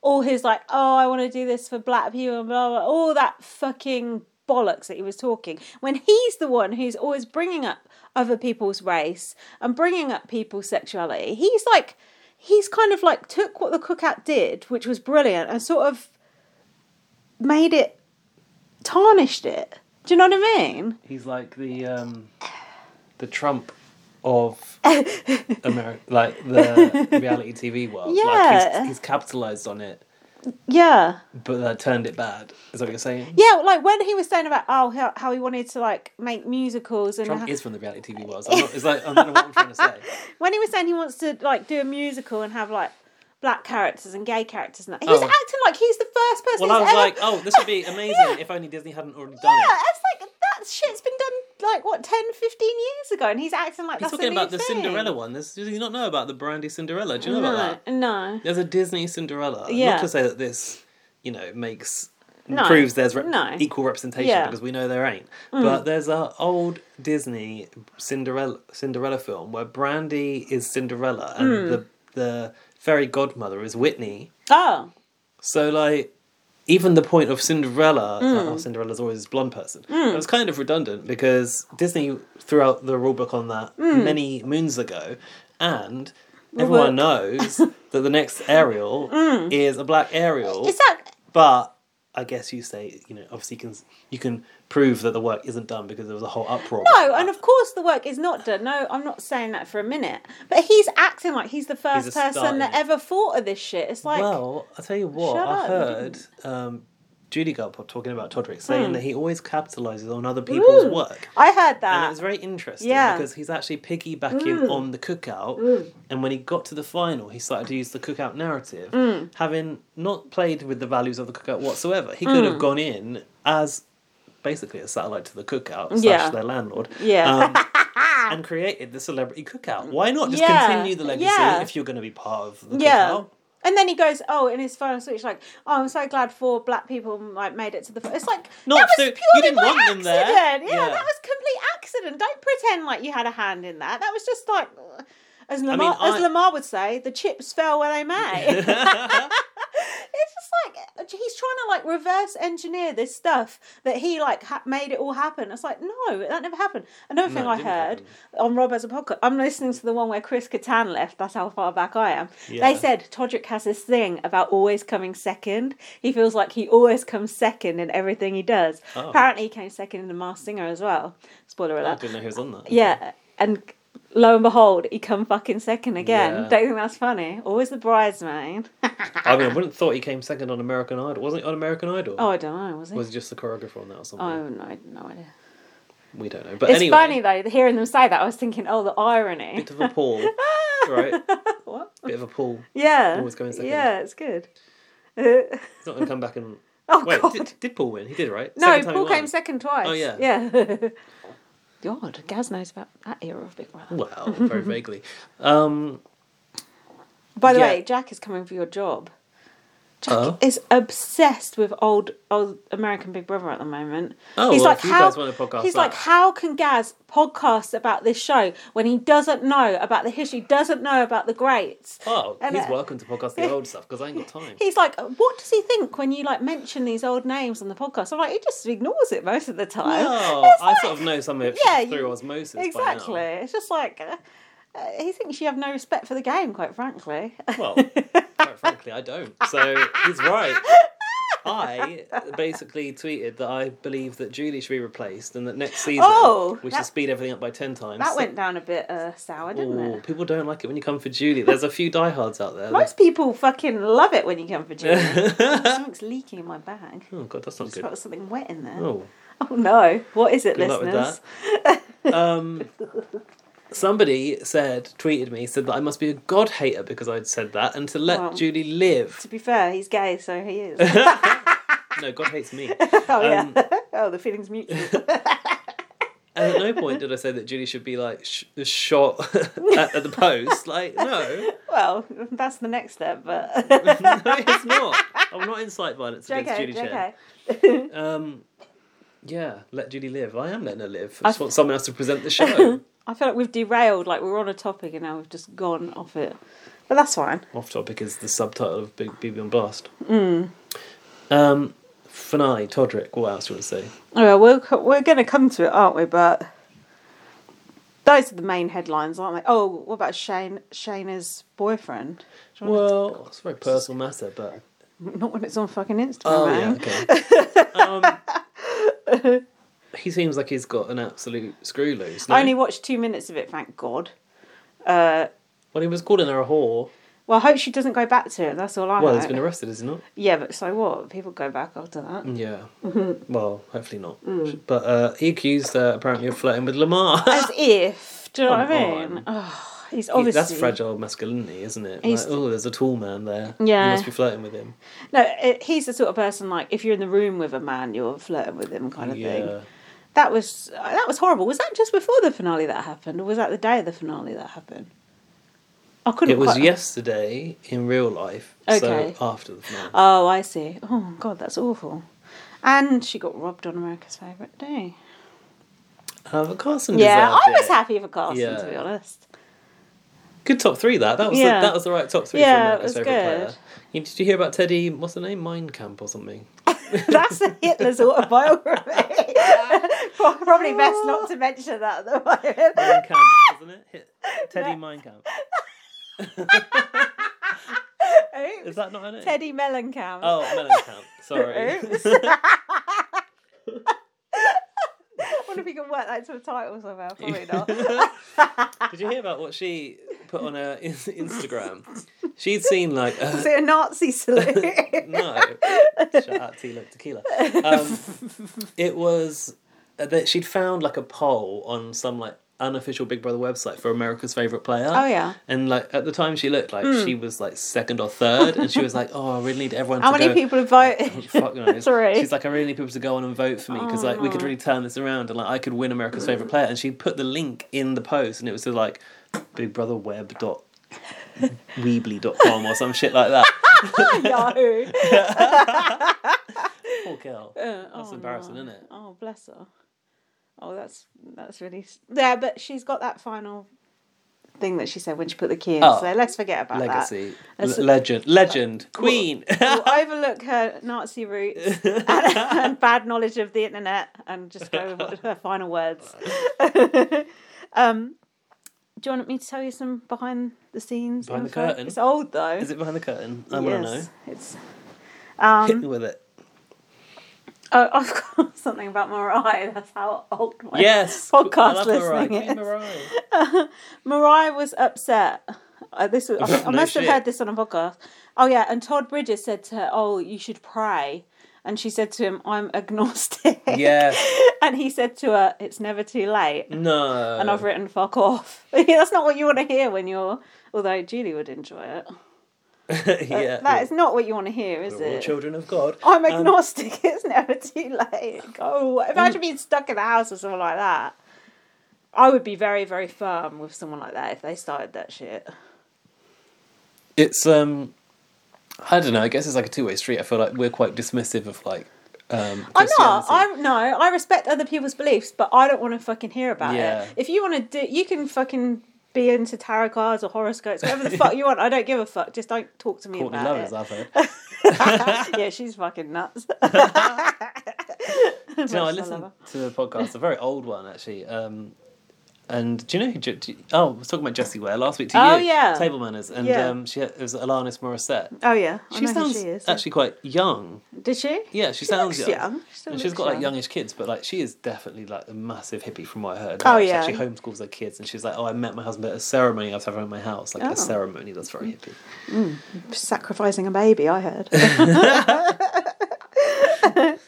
[SPEAKER 1] all his like, oh, I want to do this for black people and blah, blah, blah, all that fucking bollocks that he was talking. When he's the one who's always bringing up other people's race and bringing up people's sexuality, he's like, he's kind of like took what the cookout did, which was brilliant, and sort of made it, tarnished it. Do you know what I mean?
[SPEAKER 2] He's like the um, the Trump
[SPEAKER 1] *laughs*
[SPEAKER 2] of America, like the reality TV world. Like
[SPEAKER 1] Yeah.
[SPEAKER 2] he's, he's capitalized on it,
[SPEAKER 1] Yeah.
[SPEAKER 2] but uh, turned it bad. Is that what you're saying?
[SPEAKER 1] Yeah, like when he was saying about oh how, how he wanted to like make musicals and how-
[SPEAKER 2] Trump is from the reality TV world. So I'm not, it's like I don't know what I'm trying
[SPEAKER 1] *laughs*
[SPEAKER 2] to say.
[SPEAKER 1] when he was saying he wants to like do a musical and have like black characters and gay characters and that, he was
[SPEAKER 2] Oh.
[SPEAKER 1] acting like he's the first person.
[SPEAKER 2] Well, I
[SPEAKER 1] who's
[SPEAKER 2] was
[SPEAKER 1] ever...
[SPEAKER 2] like, oh, this would be amazing
[SPEAKER 1] Yeah.
[SPEAKER 2] if only Disney hadn't already done
[SPEAKER 1] yeah,
[SPEAKER 2] it.
[SPEAKER 1] it's like that shit's been done like what 10, 15 years ago, and he's acting like
[SPEAKER 2] He's
[SPEAKER 1] that's a
[SPEAKER 2] talking
[SPEAKER 1] new
[SPEAKER 2] about the
[SPEAKER 1] thing.
[SPEAKER 2] Cinderella one. This, do you not know about the Brandy Cinderella? Do you know
[SPEAKER 1] no,
[SPEAKER 2] about that?
[SPEAKER 1] no.
[SPEAKER 2] There's a Disney Cinderella.
[SPEAKER 1] Yeah.
[SPEAKER 2] Not to say that this, you know, makes
[SPEAKER 1] No.
[SPEAKER 2] proves there's rep-
[SPEAKER 1] No.
[SPEAKER 2] equal representation
[SPEAKER 1] Yeah. Mm.
[SPEAKER 2] because we know there ain't. But there's a old Disney Cinderella Cinderella film where Brandy is Cinderella and
[SPEAKER 1] Mm.
[SPEAKER 2] the the fairy godmother is Whitney.
[SPEAKER 1] Oh,
[SPEAKER 2] So like, even the point of Cinderella,
[SPEAKER 1] Hmm.
[SPEAKER 2] oh, Cinderella's always this blonde person. It was kind of redundant because Disney threw out the rulebook on that
[SPEAKER 1] Hmm.
[SPEAKER 2] many moons ago, and
[SPEAKER 1] *laughs*
[SPEAKER 2] everyone knows that the next Ariel is a black Ariel.
[SPEAKER 1] Hmm. is that
[SPEAKER 2] But I guess you say you know obviously you can you can prove that the work isn't done because there was a whole uproar. about
[SPEAKER 1] no?
[SPEAKER 2] that.
[SPEAKER 1] And of course, the work is not done. No, I'm not saying that for a minute. But he's acting like he's the first
[SPEAKER 2] a star
[SPEAKER 1] person
[SPEAKER 2] in
[SPEAKER 1] that
[SPEAKER 2] it.
[SPEAKER 1] ever thought of this shit. It's like
[SPEAKER 2] well, I'll tell you what,
[SPEAKER 1] Shut
[SPEAKER 2] I
[SPEAKER 1] up, you
[SPEAKER 2] heard um, Judy Garpop talking about Todrick saying that he always capitalises on other people's
[SPEAKER 1] Hmm. Ooh.
[SPEAKER 2] work.
[SPEAKER 1] I heard
[SPEAKER 2] And it
[SPEAKER 1] that.
[SPEAKER 2] was very interesting
[SPEAKER 1] Yeah. Mm.
[SPEAKER 2] because he's actually piggybacking on the cookout. And when he got to the final, he started to use the cookout narrative,
[SPEAKER 1] Mm.
[SPEAKER 2] having not played with the values of the cookout whatsoever. He
[SPEAKER 1] Mm.
[SPEAKER 2] could have gone in as basically a satellite to the cookout slash
[SPEAKER 1] Yeah.
[SPEAKER 2] their landlord.
[SPEAKER 1] Yeah. *laughs*
[SPEAKER 2] Um, and created the celebrity cookout. Why not just
[SPEAKER 1] Yeah.
[SPEAKER 2] continue the legacy
[SPEAKER 1] Yeah.
[SPEAKER 2] if you're going to be part of the
[SPEAKER 1] Yeah.
[SPEAKER 2] cookout?
[SPEAKER 1] And then he goes, oh, in his final speech, like, oh, I'm so glad four black people like made it to the. F-. It's like
[SPEAKER 2] No,
[SPEAKER 1] that was
[SPEAKER 2] so you
[SPEAKER 1] purely
[SPEAKER 2] didn't
[SPEAKER 1] by
[SPEAKER 2] want them
[SPEAKER 1] accident.
[SPEAKER 2] there.
[SPEAKER 1] Yeah,
[SPEAKER 2] Yeah.
[SPEAKER 1] that was complete accident. Don't pretend like you had a hand in that. That was just like, uh, as Lamar,
[SPEAKER 2] mean, I- *laughs*
[SPEAKER 1] as Lamar would say, the chips fell where they may. it's *laughs* it's just like he's trying to like reverse engineer this stuff that he like ha- made it all happen. It's like no, that never happened. Another
[SPEAKER 2] No,
[SPEAKER 1] thing
[SPEAKER 2] it
[SPEAKER 1] I
[SPEAKER 2] didn't
[SPEAKER 1] heard
[SPEAKER 2] happen.
[SPEAKER 1] on Rob as a podcast, I'm listening to the one where Chris Kattan left. That's how far back I am.
[SPEAKER 2] Yeah.
[SPEAKER 1] They said Todrick has this thing about always coming second. He feels like he always comes second in everything he does.
[SPEAKER 2] Oh.
[SPEAKER 1] Apparently, he came second in The Masked Singer as well. Spoiler
[SPEAKER 2] I
[SPEAKER 1] alert.
[SPEAKER 2] didn't know who was on that.
[SPEAKER 1] Yeah, and lo and behold, he come fucking second again.
[SPEAKER 2] Yeah.
[SPEAKER 1] Don't you think that's funny. Always the bridesmaid.
[SPEAKER 2] I mean, I wouldn't have thought he came second on American Idol. Wasn't he on American Idol?
[SPEAKER 1] Oh, I don't know. Was he?
[SPEAKER 2] Was it just the choreographer on that or something?
[SPEAKER 1] oh no, I had no idea.
[SPEAKER 2] we don't know. But
[SPEAKER 1] it's
[SPEAKER 2] anyway,
[SPEAKER 1] funny though. Hearing them say that, I was thinking, oh, the irony.
[SPEAKER 2] bit of
[SPEAKER 1] *laughs*
[SPEAKER 2] a pull, right?
[SPEAKER 1] what?
[SPEAKER 2] Bit of a pull.
[SPEAKER 1] Yeah.
[SPEAKER 2] Always going second.
[SPEAKER 1] Yeah, it's good. Uh,
[SPEAKER 2] He's not going to come back and.
[SPEAKER 1] *laughs* oh
[SPEAKER 2] Wait,
[SPEAKER 1] god.
[SPEAKER 2] did, did Paul win? He did, right?
[SPEAKER 1] no,
[SPEAKER 2] Second time he
[SPEAKER 1] Paul
[SPEAKER 2] won.
[SPEAKER 1] came second twice.
[SPEAKER 2] Oh, yeah.
[SPEAKER 1] Yeah. *laughs* God, Gaz knows about that era of Big Brother.
[SPEAKER 2] Well,
[SPEAKER 1] *laughs*
[SPEAKER 2] very vaguely. Um,
[SPEAKER 1] By the
[SPEAKER 2] Yeah.
[SPEAKER 1] way, Jack is coming for your job. Jack
[SPEAKER 2] Oh.
[SPEAKER 1] is obsessed with old old American Big Brother at the moment.
[SPEAKER 2] Oh,
[SPEAKER 1] he's
[SPEAKER 2] well,
[SPEAKER 1] like
[SPEAKER 2] if you
[SPEAKER 1] how
[SPEAKER 2] guys want to podcast
[SPEAKER 1] he's
[SPEAKER 2] that."
[SPEAKER 1] like how can Gaz podcast about this show when he doesn't know about the history, doesn't know about the greats?
[SPEAKER 2] oh,
[SPEAKER 1] And,
[SPEAKER 2] he's
[SPEAKER 1] uh,
[SPEAKER 2] welcome to podcast the old stuff because I ain't got time.
[SPEAKER 1] He's like, what does *laughs* he think when you like mention these old names on the podcast? I'm like, he just ignores it most of the time.
[SPEAKER 2] Oh, I sort of know some of it
[SPEAKER 1] Yeah, you-
[SPEAKER 2] through osmosis. by now.
[SPEAKER 1] exactly. It's just like uh, uh, he thinks you have no respect for the game, quite frankly. *laughs*
[SPEAKER 2] Well, quite frankly, I don't. So
[SPEAKER 1] *laughs*
[SPEAKER 2] he's right. I basically tweeted that I believe that Julie should be replaced and that next season
[SPEAKER 1] Oh,
[SPEAKER 2] we should
[SPEAKER 1] that-
[SPEAKER 2] speed everything up by 10 times.
[SPEAKER 1] That went down a bit uh, sour, didn't
[SPEAKER 2] Ooh,
[SPEAKER 1] it?
[SPEAKER 2] people don't like it when you come for Julie. There's a few diehards out there.
[SPEAKER 1] Most people fucking love it when you
[SPEAKER 2] *laughs*
[SPEAKER 1] come for Julie.
[SPEAKER 2] oh,
[SPEAKER 1] Something's leaking in my bag.
[SPEAKER 2] God, that's not
[SPEAKER 1] It's
[SPEAKER 2] good.
[SPEAKER 1] got something wet in there. *laughs* Oh,
[SPEAKER 2] Oh,
[SPEAKER 1] no! What is it,
[SPEAKER 2] good luck with
[SPEAKER 1] listeners?
[SPEAKER 2] that. Um, somebody said, tweeted me, said that I must be a God hater because I'd said that and to let
[SPEAKER 1] Well.
[SPEAKER 2] Julie live.
[SPEAKER 1] To be fair, he's gay, so he is.
[SPEAKER 2] *laughs* No, God hates me.
[SPEAKER 1] oh
[SPEAKER 2] Um,
[SPEAKER 1] yeah. *laughs* oh, the feeling's
[SPEAKER 2] *laughs*
[SPEAKER 1] mutual.
[SPEAKER 2] And at no point did I say that Julie should be like sh- shot *laughs* at, at the post. Like, no, *laughs*
[SPEAKER 1] well, that's the next step, but *laughs*
[SPEAKER 2] no, it's not. I'm not incite violence against
[SPEAKER 1] JK,
[SPEAKER 2] Julie Chen.
[SPEAKER 1] JK.
[SPEAKER 2] Um, yeah, let Julie live. I am letting her live. I just want someone else to present the show.
[SPEAKER 1] I feel like we've derailed. Like we were on a topic, and now we've just gone off it. But that's fine.
[SPEAKER 2] Off topic is the subtitle of Big BB on Blast. Um, finale, Todrick. What else do you want to say?
[SPEAKER 1] Oh, well, we'll co- we're going to come to it, aren't we? But those are the main headlines, aren't they? Oh, what about Shane? Shana's boyfriend? *laughs* Do you wanna-
[SPEAKER 2] Well, it's a very personal matter, but
[SPEAKER 1] not when it's on fucking Instagram.
[SPEAKER 2] oh
[SPEAKER 1] eh?
[SPEAKER 2] yeah, okay. um, he seems like he's got an absolute screw loose. No?
[SPEAKER 1] I only watched two minutes of it. Thank God. Uh,
[SPEAKER 2] Well, he was calling her a whore.
[SPEAKER 1] well, I hope she doesn't go back to it. That's all I
[SPEAKER 2] Well,
[SPEAKER 1] know.
[SPEAKER 2] he's been arrested, is he not?
[SPEAKER 1] Yeah, but so what? People go back after that.
[SPEAKER 2] Yeah.
[SPEAKER 1] Mm-hmm.
[SPEAKER 2] well, hopefully not.
[SPEAKER 1] Mm.
[SPEAKER 2] But uh, he accused her apparently of flirting with Lamar. *laughs*
[SPEAKER 1] As if. Do you know what
[SPEAKER 2] Come
[SPEAKER 1] I mean?
[SPEAKER 2] on.
[SPEAKER 1] Oh, he's obviously
[SPEAKER 2] That's fragile masculinity, isn't it? Like,
[SPEAKER 1] He's-
[SPEAKER 2] oh, there's a tall man there.
[SPEAKER 1] Yeah.
[SPEAKER 2] You must be flirting with him.
[SPEAKER 1] No, it, he's the sort of person like if you're in the room with a man, you're flirting with him, kind of thing.
[SPEAKER 2] Yeah.
[SPEAKER 1] That was uh, that was horrible. Was that just before the finale that happened, or was that the day of the finale that happened? I couldn't.
[SPEAKER 2] It was
[SPEAKER 1] quite-
[SPEAKER 2] yesterday in real life.
[SPEAKER 1] Okay.
[SPEAKER 2] So after the finale.
[SPEAKER 1] Oh, I see. Oh God, that's awful. And she got robbed on America's Favorite Day.
[SPEAKER 2] Uh, Carson
[SPEAKER 1] Yeah,
[SPEAKER 2] deserved
[SPEAKER 1] I was
[SPEAKER 2] it.
[SPEAKER 1] happy for Carson to
[SPEAKER 2] Yeah.
[SPEAKER 1] be honest. *laughs*
[SPEAKER 2] Good top three, that. That was,
[SPEAKER 1] Yeah.
[SPEAKER 2] the, that was the right top three
[SPEAKER 1] Yeah,
[SPEAKER 2] for
[SPEAKER 1] it
[SPEAKER 2] America's
[SPEAKER 1] was
[SPEAKER 2] favourite
[SPEAKER 1] good.
[SPEAKER 2] player. You- Did you hear about Teddy, what's the name? Mind Camp or something?
[SPEAKER 1] That's a Hitler's autobiography. *laughs* Pro- Probably best not to mention that at the moment.
[SPEAKER 2] *laughs* Mind Camp, isn't it? Hit-
[SPEAKER 1] *laughs*
[SPEAKER 2] Teddy Mind Camp. Is
[SPEAKER 1] Oops.
[SPEAKER 2] that not in it?
[SPEAKER 1] Teddy Mellencamp.
[SPEAKER 2] Oh, Mellencamp. Sorry. *laughs*
[SPEAKER 1] Oops. I wonder if we can work that into a title somehow.
[SPEAKER 2] *laughs*
[SPEAKER 1] Probably not. *laughs*
[SPEAKER 2] Did you hear about what she put on her in- Instagram? She'd seen like
[SPEAKER 1] *laughs* Is
[SPEAKER 2] uh,
[SPEAKER 1] it a Nazi
[SPEAKER 2] *laughs*
[SPEAKER 1] salute? *laughs*
[SPEAKER 2] no. Shout out to Love Tequila. Um, it was uh, that she'd found like a poll on some like unofficial Big Brother website for America's favorite player.
[SPEAKER 1] Oh, yeah. Hmm.
[SPEAKER 2] And like at the time she looked like she was like second or third, and she was like, "Oh, I really need everyone."
[SPEAKER 1] How
[SPEAKER 2] to
[SPEAKER 1] many
[SPEAKER 2] go-
[SPEAKER 1] people have voted? *laughs*
[SPEAKER 2] *laughs* Fuck knows.
[SPEAKER 1] Sorry. Oh.
[SPEAKER 2] She's like, I really need people to go on and vote for me because like we could really turn this around and like I could win America's favorite player. And she put the link in the post and it was to like Big Brother Web dot Weebly.com or some shit like that.
[SPEAKER 1] no.
[SPEAKER 2] Poor girl.
[SPEAKER 1] Uh,
[SPEAKER 2] That's embarrassing, isn't it?
[SPEAKER 1] Oh, bless her. Oh, that's that's really s- yeah. But she's got that final thing that she said when she put the key in.
[SPEAKER 2] Oh.
[SPEAKER 1] so let's forget about that.
[SPEAKER 2] Legacy,
[SPEAKER 1] That's-
[SPEAKER 2] L- legend, legend, queen.
[SPEAKER 1] *laughs*
[SPEAKER 2] *laughs*
[SPEAKER 1] We'll overlook her Nazi roots and, and bad knowledge of the internet and just go with what-
[SPEAKER 2] *laughs*
[SPEAKER 1] her final words. um, do you want me to tell you some behind the scenes?
[SPEAKER 2] Behind the
[SPEAKER 1] info?
[SPEAKER 2] curtain?
[SPEAKER 1] It's old though.
[SPEAKER 2] Is it behind the curtain? I want to know.
[SPEAKER 1] It's.
[SPEAKER 2] Hit
[SPEAKER 1] Um,
[SPEAKER 2] me with it.
[SPEAKER 1] oh, *laughs* I've got something about Mariah. That's how old my
[SPEAKER 2] *laughs* Yes, I
[SPEAKER 1] podcast
[SPEAKER 2] love Mariah.
[SPEAKER 1] listening
[SPEAKER 2] Queen
[SPEAKER 1] is.
[SPEAKER 2] Mariah.
[SPEAKER 1] *laughs* Mariah was upset. Uh, this was, I, think, I
[SPEAKER 2] *laughs* No
[SPEAKER 1] must
[SPEAKER 2] shit.
[SPEAKER 1] have heard this on a podcast. Oh yeah, and Todd Bridges said to her, "Oh, you should pray," and she said to him, "I'm *laughs* agnostic."
[SPEAKER 2] Yes.
[SPEAKER 1] *laughs* and he said to her, "It's never too late."
[SPEAKER 2] No.
[SPEAKER 1] And
[SPEAKER 2] *laughs*
[SPEAKER 1] I've written "fuck off." *laughs* That's not what you want to hear when you're. Although Julie would enjoy it.
[SPEAKER 2] yeah.
[SPEAKER 1] uh, That is not what you want to hear, is
[SPEAKER 2] We're all
[SPEAKER 1] it? Oh,
[SPEAKER 2] children Um, of God.
[SPEAKER 1] I'm agnostic. *laughs* it's never too late. Oh, imagine
[SPEAKER 2] Mm.
[SPEAKER 1] being stuck in the house with someone like that. I would be very, very firm with someone like that if they started that shit.
[SPEAKER 2] It's um, I don't know. I guess it's like a two way street. I feel like we're quite dismissive of like. Um,
[SPEAKER 1] I'm not.
[SPEAKER 2] Christianity.
[SPEAKER 1] I'm no. I respect other people's beliefs, but I don't want to fucking hear about
[SPEAKER 2] Yeah.
[SPEAKER 1] it. If you want to do, you can fucking be into tarot cards or horoscopes, whatever the
[SPEAKER 2] *laughs*
[SPEAKER 1] fuck you want. I don't give a fuck. Just don't talk to me
[SPEAKER 2] Courtney
[SPEAKER 1] about
[SPEAKER 2] Love
[SPEAKER 1] it.
[SPEAKER 2] is I've
[SPEAKER 1] *laughs*
[SPEAKER 2] heard.
[SPEAKER 1] yeah, she's fucking
[SPEAKER 2] *laughs*
[SPEAKER 1] nuts. *laughs*
[SPEAKER 2] Do you know, I listened to a podcast, a very old one actually. Um, and do you know who? Je- do you- oh, I was talking about Jessie Ware last week to
[SPEAKER 1] Oh,
[SPEAKER 2] you.
[SPEAKER 1] yeah.
[SPEAKER 2] Table Manners, and
[SPEAKER 1] Yeah.
[SPEAKER 2] um, she it was Alanis Morissette.
[SPEAKER 1] Oh yeah, I
[SPEAKER 2] She
[SPEAKER 1] know
[SPEAKER 2] sounds
[SPEAKER 1] who she is.
[SPEAKER 2] actually quite young.
[SPEAKER 1] Did she?
[SPEAKER 2] Yeah, she, sounds
[SPEAKER 1] looks
[SPEAKER 2] young.
[SPEAKER 1] young. She still
[SPEAKER 2] and she's
[SPEAKER 1] looks
[SPEAKER 2] got like
[SPEAKER 1] young.
[SPEAKER 2] youngish kids, but like she is definitely like a massive hippie from what I heard.
[SPEAKER 1] Oh,
[SPEAKER 2] Like,
[SPEAKER 1] yeah.
[SPEAKER 2] She actually homeschools her kids, and she's like, "Oh, I met my husband at a ceremony I was having at my house, like
[SPEAKER 1] Oh.
[SPEAKER 2] a ceremony that's very hippie."
[SPEAKER 1] sacrificing a baby. I heard.
[SPEAKER 2] *laughs*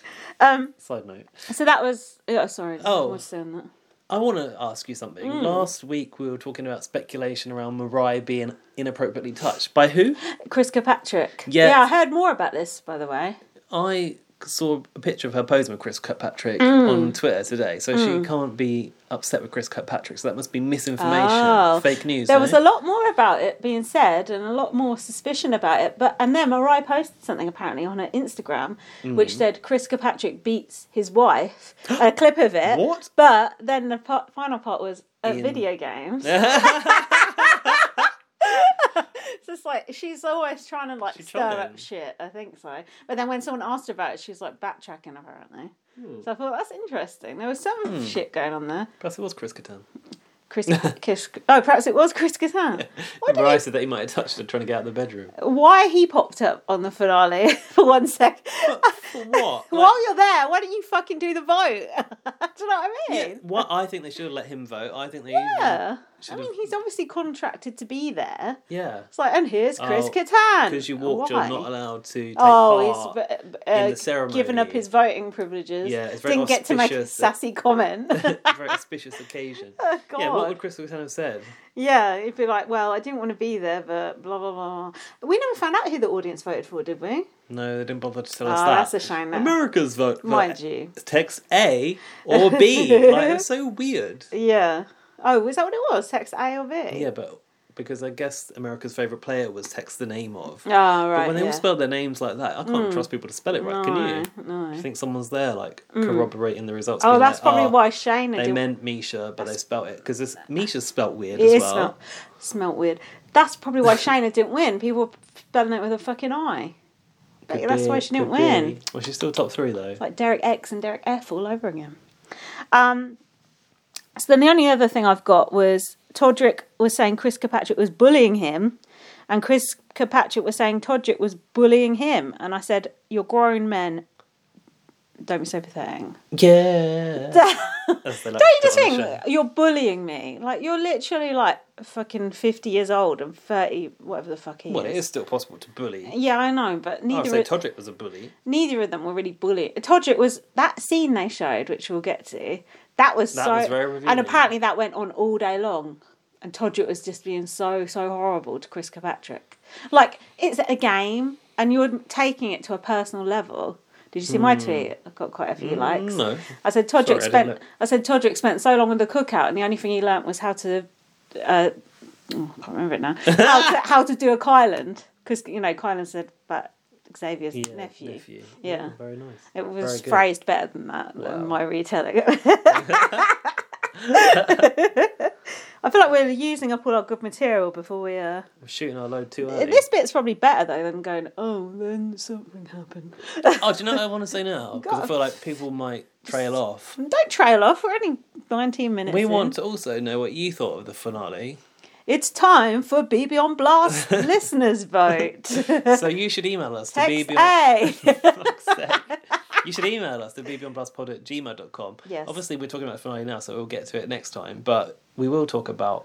[SPEAKER 2] Side note.
[SPEAKER 1] so that was. Yeah, sorry.
[SPEAKER 2] Oh.
[SPEAKER 1] I was saying that.
[SPEAKER 2] I want to ask you something.
[SPEAKER 1] Hmm.
[SPEAKER 2] Last week we were talking about speculation around Mariah being inappropriately touched. By who?
[SPEAKER 1] Chris Kirkpatrick.
[SPEAKER 2] Yeah.
[SPEAKER 1] Yeah, I heard more about this by the way.
[SPEAKER 2] I saw a picture of her posing with Chris Kirkpatrick
[SPEAKER 1] Mm.
[SPEAKER 2] on Twitter today, so she can't be upset with Chris Kirkpatrick. So that must be misinformation,
[SPEAKER 1] Oh.
[SPEAKER 2] fake news. eh?
[SPEAKER 1] There
[SPEAKER 2] no?
[SPEAKER 1] was a lot more about it being said and a lot more suspicion about it. But and then Mariah posted something apparently on her Instagram which said Chris Kirkpatrick beats his wife. a clip of it.
[SPEAKER 2] What?
[SPEAKER 1] But then the part, final part was at
[SPEAKER 2] In-
[SPEAKER 1] video games. *laughs* It's just like she's always trying to like
[SPEAKER 2] She's
[SPEAKER 1] stir
[SPEAKER 2] trolling.
[SPEAKER 1] up shit. I think so. But then when someone asked her about it, she was like backtracking apparently. So I thought that's interesting. There was some shit going on there.
[SPEAKER 2] Perhaps it was Chris Catan.
[SPEAKER 1] Chris, Chris oh, perhaps it was Chris Kazan. What
[SPEAKER 2] Mariah said that he might have touched her trying to get out of
[SPEAKER 1] *laughs*
[SPEAKER 2] the bedroom.
[SPEAKER 1] why he popped up on the finale *laughs* for one sec.
[SPEAKER 2] For what? Like,
[SPEAKER 1] *laughs* While you're there, why don't you fucking do the vote? *laughs* do you know what I mean?
[SPEAKER 2] yeah, what? I think they should have let him vote. I think they.
[SPEAKER 1] Yeah. I
[SPEAKER 2] Should've-
[SPEAKER 1] mean, he's obviously contracted to be there.
[SPEAKER 2] Yeah.
[SPEAKER 1] It's like, and here's Chris
[SPEAKER 2] Oh,
[SPEAKER 1] Catan.
[SPEAKER 2] Because you walked,
[SPEAKER 1] Why?
[SPEAKER 2] you're not allowed to take
[SPEAKER 1] Oh,
[SPEAKER 2] *laughs* part.
[SPEAKER 1] he's b- uh,
[SPEAKER 2] in the ceremony.
[SPEAKER 1] given up his voting privileges.
[SPEAKER 2] Yeah, it's very
[SPEAKER 1] Didn't get to make a
[SPEAKER 2] auspicious.
[SPEAKER 1] sassy
[SPEAKER 2] *laughs*
[SPEAKER 1] comment. *laughs*
[SPEAKER 2] very auspicious occasion.
[SPEAKER 1] Oh,
[SPEAKER 2] Yeah, what
[SPEAKER 1] God.
[SPEAKER 2] would Chris Catan have said?
[SPEAKER 1] yeah, he'd be like, well, I didn't want to be there, but blah, blah, blah. blah. We never found out who the audience voted for, did we?
[SPEAKER 2] No, they didn't bother to tell us
[SPEAKER 1] Oh,
[SPEAKER 2] that.
[SPEAKER 1] that's a shame. That.
[SPEAKER 2] America's vote. for
[SPEAKER 1] Mind you.
[SPEAKER 2] Text A or
[SPEAKER 1] *laughs*
[SPEAKER 2] B. like, it's so weird.
[SPEAKER 1] Yeah. Oh, was that what it was? Sex A or B?
[SPEAKER 2] Yeah, but because I guess America's favourite player was text the name of.
[SPEAKER 1] Oh, right.
[SPEAKER 2] but when they
[SPEAKER 1] yeah. Hmm.
[SPEAKER 2] all spell their names like that, I can't trust people to spell it right, can you?
[SPEAKER 1] No. Hmm.
[SPEAKER 2] Do you think someone's there, like, corroborating the results?
[SPEAKER 1] Oh,
[SPEAKER 2] being
[SPEAKER 1] that's
[SPEAKER 2] like,
[SPEAKER 1] probably
[SPEAKER 2] "Oh,
[SPEAKER 1] why Shana
[SPEAKER 2] They
[SPEAKER 1] did.
[SPEAKER 2] meant Misha, but they spelt it because this Misha's spelt weird
[SPEAKER 1] it
[SPEAKER 2] as well.
[SPEAKER 1] smelt, smelt weird. That's probably
[SPEAKER 2] *laughs*
[SPEAKER 1] why Shana didn't win. People were spelling it with a fucking eye. Bet you
[SPEAKER 2] Could
[SPEAKER 1] that's
[SPEAKER 2] be,
[SPEAKER 1] why she didn't
[SPEAKER 2] could be.
[SPEAKER 1] win.
[SPEAKER 2] Well, she's still top
[SPEAKER 1] *laughs*
[SPEAKER 2] three though.
[SPEAKER 1] Like Derek X and Derek F all over again. Um, so then the only other thing I've got was Todrick was saying Chris Kirkpatrick was bullying him, and Chris Kirkpatrick was saying Todrick was bullying him. And I said, You're grown men. Don't be so pathetic.
[SPEAKER 2] Yeah. As they like
[SPEAKER 1] Don't you just
[SPEAKER 2] put on
[SPEAKER 1] think
[SPEAKER 2] the show.
[SPEAKER 1] you're bullying me? Like you're literally like fucking fifty years old and thirty, whatever the fuck he
[SPEAKER 2] Well, it
[SPEAKER 1] is.
[SPEAKER 2] is Oh, still possible to bully.
[SPEAKER 1] Yeah, I know, but
[SPEAKER 2] I would
[SPEAKER 1] neither
[SPEAKER 2] say
[SPEAKER 1] of,
[SPEAKER 2] Todrick was a bully.
[SPEAKER 1] neither of them were really bullying. Todrick was that scene they showed, which we'll get to. That was
[SPEAKER 2] That
[SPEAKER 1] so,
[SPEAKER 2] was very revealing.
[SPEAKER 1] and apparently that went on all day long, and Todrick was just being so so horrible to Chris Kirkpatrick. Like it's a game, and you're taking it to a personal level. Did you see
[SPEAKER 2] Hmm.
[SPEAKER 1] my tweet? I got quite a few likes.
[SPEAKER 2] No.
[SPEAKER 1] I said Todrick
[SPEAKER 2] Sorry, I didn't
[SPEAKER 1] spent.
[SPEAKER 2] look.
[SPEAKER 1] I, said Todrick spent so long on the cookout, and the only thing he learnt was how to. Uh, oh, I can't remember it now. how,
[SPEAKER 2] *laughs*
[SPEAKER 1] to, how to do a Kylan because you know Kylan said about Xavier's
[SPEAKER 2] Yeah,
[SPEAKER 1] nephew.
[SPEAKER 2] Yeah.
[SPEAKER 1] Yeah.
[SPEAKER 2] Very nice.
[SPEAKER 1] It was
[SPEAKER 2] Very good.
[SPEAKER 1] phrased better than that
[SPEAKER 2] *laughs* Wow.
[SPEAKER 1] than my retelling. I feel like we're using up all our good material before we. Uh...
[SPEAKER 2] We're shooting our load too early.
[SPEAKER 1] This bit's probably better though than going. Oh, then something happened. *laughs*
[SPEAKER 2] Oh, do you know what I want to say now? Because I feel like people might trail off.
[SPEAKER 1] Don't trail off. We're only nineteen minutes.
[SPEAKER 2] We
[SPEAKER 1] in.
[SPEAKER 2] want to also know what you thought of
[SPEAKER 1] *laughs*
[SPEAKER 2] the finale.
[SPEAKER 1] It's time for BB on
[SPEAKER 2] *laughs*
[SPEAKER 1] Blast listeners vote.
[SPEAKER 2] So you should email us to
[SPEAKER 1] Text
[SPEAKER 2] bbon.
[SPEAKER 1] A.
[SPEAKER 2] fuck's sake. *laughs* You should email us to bbonblastpod at gmail.com.
[SPEAKER 1] Yes.
[SPEAKER 2] Obviously, we're talking about the finale now, so we'll get to it next time. But we will talk about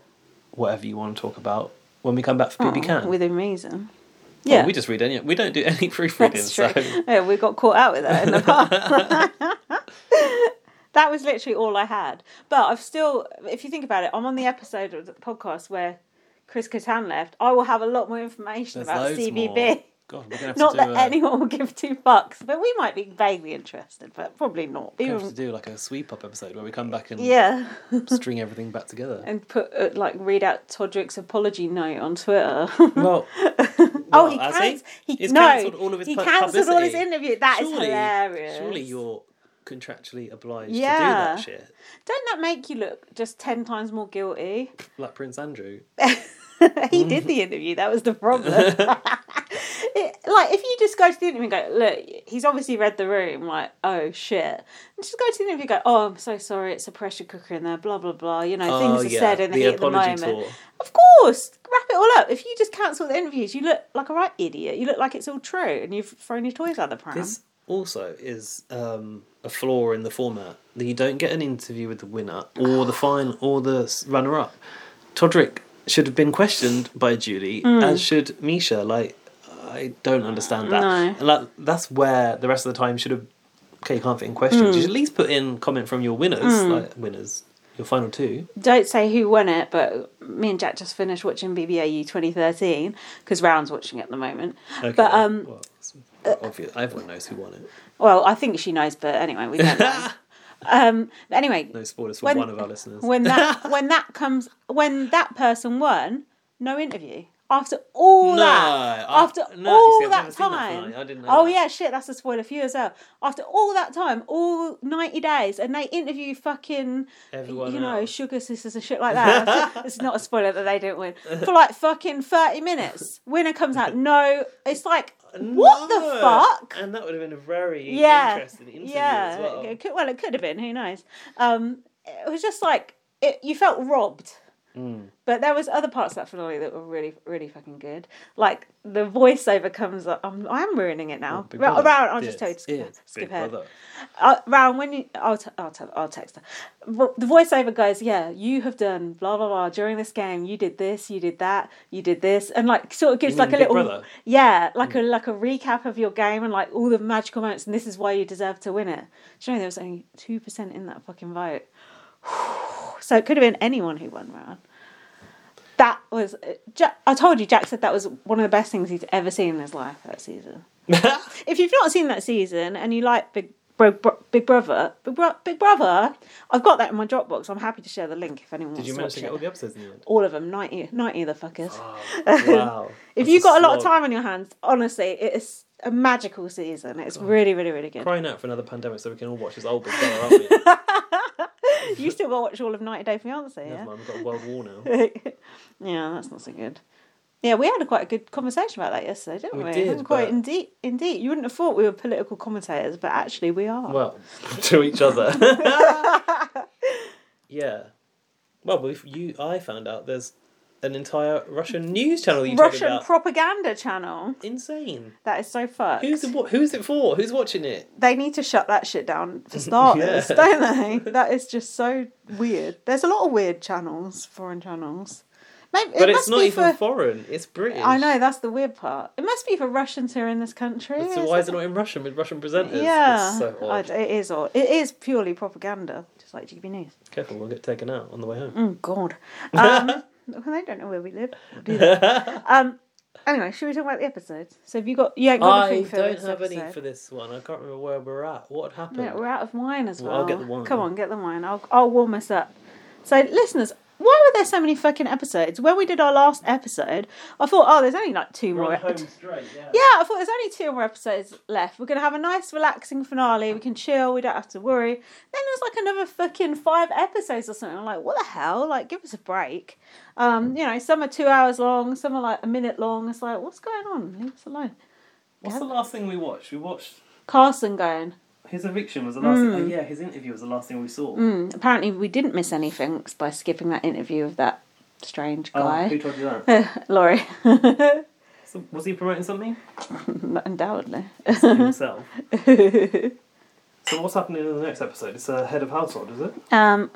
[SPEAKER 2] whatever you want to talk about when we come back for BB Can.
[SPEAKER 1] Within reason.
[SPEAKER 2] Well,
[SPEAKER 1] Mm, Yeah.
[SPEAKER 2] Oh, we just read any. We don't do any *laughs* proofreading,
[SPEAKER 1] That's
[SPEAKER 2] so
[SPEAKER 1] true. Yeah, we got caught out with that
[SPEAKER 2] *laughs*
[SPEAKER 1] in the past. *laughs* that was literally all I had. But I've still, if you think about it, I'm on the episode of the podcast where Chris Catan left. I will have a lot more information
[SPEAKER 2] there's
[SPEAKER 1] about
[SPEAKER 2] loads
[SPEAKER 1] CBB. *laughs*
[SPEAKER 2] more. God, we're gonna have
[SPEAKER 1] Not
[SPEAKER 2] to
[SPEAKER 1] that
[SPEAKER 2] do uh, a,
[SPEAKER 1] anyone will give two fucks, but we might be vaguely interested, but probably not.
[SPEAKER 2] we have to
[SPEAKER 1] Even,
[SPEAKER 2] do like a sweep up episode where we come back and
[SPEAKER 1] yeah.
[SPEAKER 2] string everything
[SPEAKER 1] *laughs*
[SPEAKER 2] back together.
[SPEAKER 1] and put uh, like read out Todrick's apology note on Twitter. *laughs*
[SPEAKER 2] Well,
[SPEAKER 1] oh, he
[SPEAKER 2] has he?
[SPEAKER 1] canc- he,
[SPEAKER 2] He's
[SPEAKER 1] no,
[SPEAKER 2] cancelled all of his
[SPEAKER 1] he
[SPEAKER 2] pu-
[SPEAKER 1] cancelled all his
[SPEAKER 2] publicity.
[SPEAKER 1] interview. That is
[SPEAKER 2] surely,
[SPEAKER 1] hilarious.
[SPEAKER 2] surely you're contractually obliged
[SPEAKER 1] Yeah.
[SPEAKER 2] to do that shit,
[SPEAKER 1] Don't that make you look just ten times more guilty? *laughs*
[SPEAKER 2] like Prince Andrew.
[SPEAKER 1] he did
[SPEAKER 2] Mm.
[SPEAKER 1] the interview. That was the
[SPEAKER 2] *laughs*
[SPEAKER 1] problem. *laughs* It- like if you just go to the interview and go, look, he's obviously read the room. Like, oh shit, and just go to the interview and go, oh, I'm so sorry, it's a pressure cooker in there. Blah blah blah. You know,
[SPEAKER 2] Oh,
[SPEAKER 1] things are
[SPEAKER 2] yeah,
[SPEAKER 1] said in the,
[SPEAKER 2] the
[SPEAKER 1] heat of the
[SPEAKER 2] apology
[SPEAKER 1] moment.
[SPEAKER 2] tour.
[SPEAKER 1] Of course, wrap it all up. If you just cancel the interviews, you look like a right idiot. You look like it's all true, and you've thrown your toys out the pram.
[SPEAKER 2] This also is um, a flaw in the format that you don't get an interview with the winner or the final or the runner up. Todrick should have been questioned by Julie,
[SPEAKER 1] Hmm.
[SPEAKER 2] as should Misha. Like, I don't understand that.
[SPEAKER 1] No.
[SPEAKER 2] And that, that's where the rest of the time should have. Okay, you can't fit in questions.
[SPEAKER 1] Hmm.
[SPEAKER 2] You should at least put in comment from your winners, like winners, your final two.
[SPEAKER 1] don't say who won it, but me and Jack just finished watching BBAU 2013 because Round's watching it at the moment.
[SPEAKER 2] Okay,
[SPEAKER 1] But um,
[SPEAKER 2] well, it's quite obvious. Everyone knows who won it.
[SPEAKER 1] well, I think she knows, but anyway, we don't
[SPEAKER 2] *laughs*
[SPEAKER 1] know. um, but anyway,
[SPEAKER 2] No spoilers for
[SPEAKER 1] When-
[SPEAKER 2] one of our listeners.
[SPEAKER 1] when
[SPEAKER 2] *laughs*
[SPEAKER 1] that when that comes when that person won, no interview. After all
[SPEAKER 2] No,
[SPEAKER 1] that,
[SPEAKER 2] I-
[SPEAKER 1] after
[SPEAKER 2] no, you
[SPEAKER 1] all
[SPEAKER 2] see, I've never
[SPEAKER 1] that
[SPEAKER 2] seen that
[SPEAKER 1] time,
[SPEAKER 2] finale. I didn't know
[SPEAKER 1] oh
[SPEAKER 2] that.
[SPEAKER 1] yeah, shit, that's a spoiler for you as well. After all that time, all ninety days, and they interview fucking,
[SPEAKER 2] Everyone
[SPEAKER 1] you know,
[SPEAKER 2] else.
[SPEAKER 1] sugar sisters and shit like that. it's not a spoiler that they didn't win for like fucking thirty minutes. Winner comes out, no, it's like what the
[SPEAKER 2] No!
[SPEAKER 1] fuck?
[SPEAKER 2] And that would have been a very
[SPEAKER 1] yeah,
[SPEAKER 2] interesting interview
[SPEAKER 1] yeah.
[SPEAKER 2] as well.
[SPEAKER 1] It could, well, it could have been. Who knows? Um, it was just like it, you felt robbed.
[SPEAKER 2] Mm.
[SPEAKER 1] But there was other parts of that finale that were really, really fucking good. Like the voiceover comes up. I'm, I'm ruining it now.
[SPEAKER 2] Big
[SPEAKER 1] Ra-
[SPEAKER 2] Brother.
[SPEAKER 1] Rowan, I'll just
[SPEAKER 2] Oh, Yes,
[SPEAKER 1] tell you to skip,
[SPEAKER 2] yes,
[SPEAKER 1] skip
[SPEAKER 2] Big
[SPEAKER 1] ahead.
[SPEAKER 2] Brother.
[SPEAKER 1] Uh, Rowan, when you, I'll, t- I'll, tell, I'll text her. Ro- The voiceover goes, yeah, you have done blah blah blah during this game. You did this, you did that, you did this, and like sort of gives
[SPEAKER 2] mean
[SPEAKER 1] like a
[SPEAKER 2] Big
[SPEAKER 1] little,
[SPEAKER 2] Brother? Mm.
[SPEAKER 1] yeah, like a like a recap of your game and like all the magical moments, and this is why you deserve to win it. Do you know there was only two percent in that fucking vote, *sighs* so it could have been anyone who won Rowan. That was, Jack, I told you, Jack said that was one of the best things he's ever seen in his life that
[SPEAKER 2] *laughs*
[SPEAKER 1] season if you've not seen that season and you like Big Bro, Bro- Big Brother, Big, Bro, Big Brother, I've got that in my Dropbox. I'm happy to share the link if anyone
[SPEAKER 2] Did
[SPEAKER 1] wants
[SPEAKER 2] you
[SPEAKER 1] to
[SPEAKER 2] manage
[SPEAKER 1] watch
[SPEAKER 2] to get all
[SPEAKER 1] it.
[SPEAKER 2] the episodes in the end?
[SPEAKER 1] All of them, 90, 90 of the fuckers.
[SPEAKER 2] wow.
[SPEAKER 1] *laughs* if
[SPEAKER 2] That's
[SPEAKER 1] you've got a lot of
[SPEAKER 2] slog.
[SPEAKER 1] time on your hands, honestly, it is a magical season. It's really, really, really good.
[SPEAKER 2] Crying out for another pandemic so we can all watch this old big brother, aren't we? Never
[SPEAKER 1] You still got to watch all of 90 Day Fiancé, *laughs* yeah?
[SPEAKER 2] mind, we've got a world war now.
[SPEAKER 1] *laughs* yeah, that's not so good. Yeah, we had a quite a good conversation about that yesterday, didn't we?
[SPEAKER 2] We did,
[SPEAKER 1] Wasn't quite
[SPEAKER 2] but-
[SPEAKER 1] indeed, indeed. You wouldn't have thought we were political commentators, but actually we are.
[SPEAKER 2] Well, *laughs* to
[SPEAKER 1] *laughs*
[SPEAKER 2] each other. yeah. Well, we've, you, I found out there's an entire Russian news channel that you talk
[SPEAKER 1] Russian
[SPEAKER 2] about.
[SPEAKER 1] propaganda channel.
[SPEAKER 2] Insane.
[SPEAKER 1] That is so fucked.
[SPEAKER 2] Who's the, what, who's it for? Who's watching it?
[SPEAKER 1] They need to shut that shit down for starters,
[SPEAKER 2] *laughs* Yeah.
[SPEAKER 1] don't they? That is just so weird. There's a lot of weird channels, foreign channels. Maybe, it
[SPEAKER 2] But it's
[SPEAKER 1] must
[SPEAKER 2] not
[SPEAKER 1] be
[SPEAKER 2] even
[SPEAKER 1] for,
[SPEAKER 2] foreign. It's British.
[SPEAKER 1] I know that's the weird part. It must be for Russians who are in this country.
[SPEAKER 2] So why is it not in Russian with Russian presenters?
[SPEAKER 1] Yeah,
[SPEAKER 2] It's so odd.
[SPEAKER 1] I d- it is odd. It is purely propaganda, just like GB News.
[SPEAKER 2] Careful, we'll get taken out on the way home.
[SPEAKER 1] Oh
[SPEAKER 2] *laughs*
[SPEAKER 1] God, um, well, they don't know where we live. Do they? um, anyway, should we talk about the episodes? So have you got? You ain't got
[SPEAKER 2] I
[SPEAKER 1] anything for
[SPEAKER 2] don't
[SPEAKER 1] this
[SPEAKER 2] have
[SPEAKER 1] episode?
[SPEAKER 2] any for this one. I can't remember where we're at. What happened?
[SPEAKER 1] Yeah, we're out of wine as well.
[SPEAKER 2] Well, I'll get the wine.
[SPEAKER 1] Come on, get the wine. I'll, I'll warm us up. So, listeners, why were there so many fucking episodes? When we did our last episode, I thought, oh, there's only like 2
[SPEAKER 2] We're
[SPEAKER 1] more
[SPEAKER 2] on home
[SPEAKER 1] episodes.
[SPEAKER 2] straight, yeah.
[SPEAKER 1] Yeah, I thought there's only two more episodes left. We're gonna have a nice, relaxing finale. We can chill. We don't have to worry. Then there's like another fucking five episodes or something. I'm like, what the hell? Like, give us a break. Um, you know, some are two hours long. Some are like a minute long. It's like, what's going on? Leave us alone.
[SPEAKER 2] What's the last thing we watched? We watched
[SPEAKER 1] Carson going.
[SPEAKER 2] his eviction was the last.
[SPEAKER 1] Hmm.
[SPEAKER 2] Thing, oh yeah, his interview was the last thing we saw.
[SPEAKER 1] Mm, apparently, we didn't miss anything by skipping that interview of that strange
[SPEAKER 2] Oh,
[SPEAKER 1] guy,
[SPEAKER 2] who told you that?
[SPEAKER 1] *laughs* Laurie. *laughs*
[SPEAKER 2] So- was he promoting something
[SPEAKER 1] Undoubtedly. *laughs*
[SPEAKER 2] himself? so what's happening in the next episode? It's a head of household, is it?
[SPEAKER 1] Um,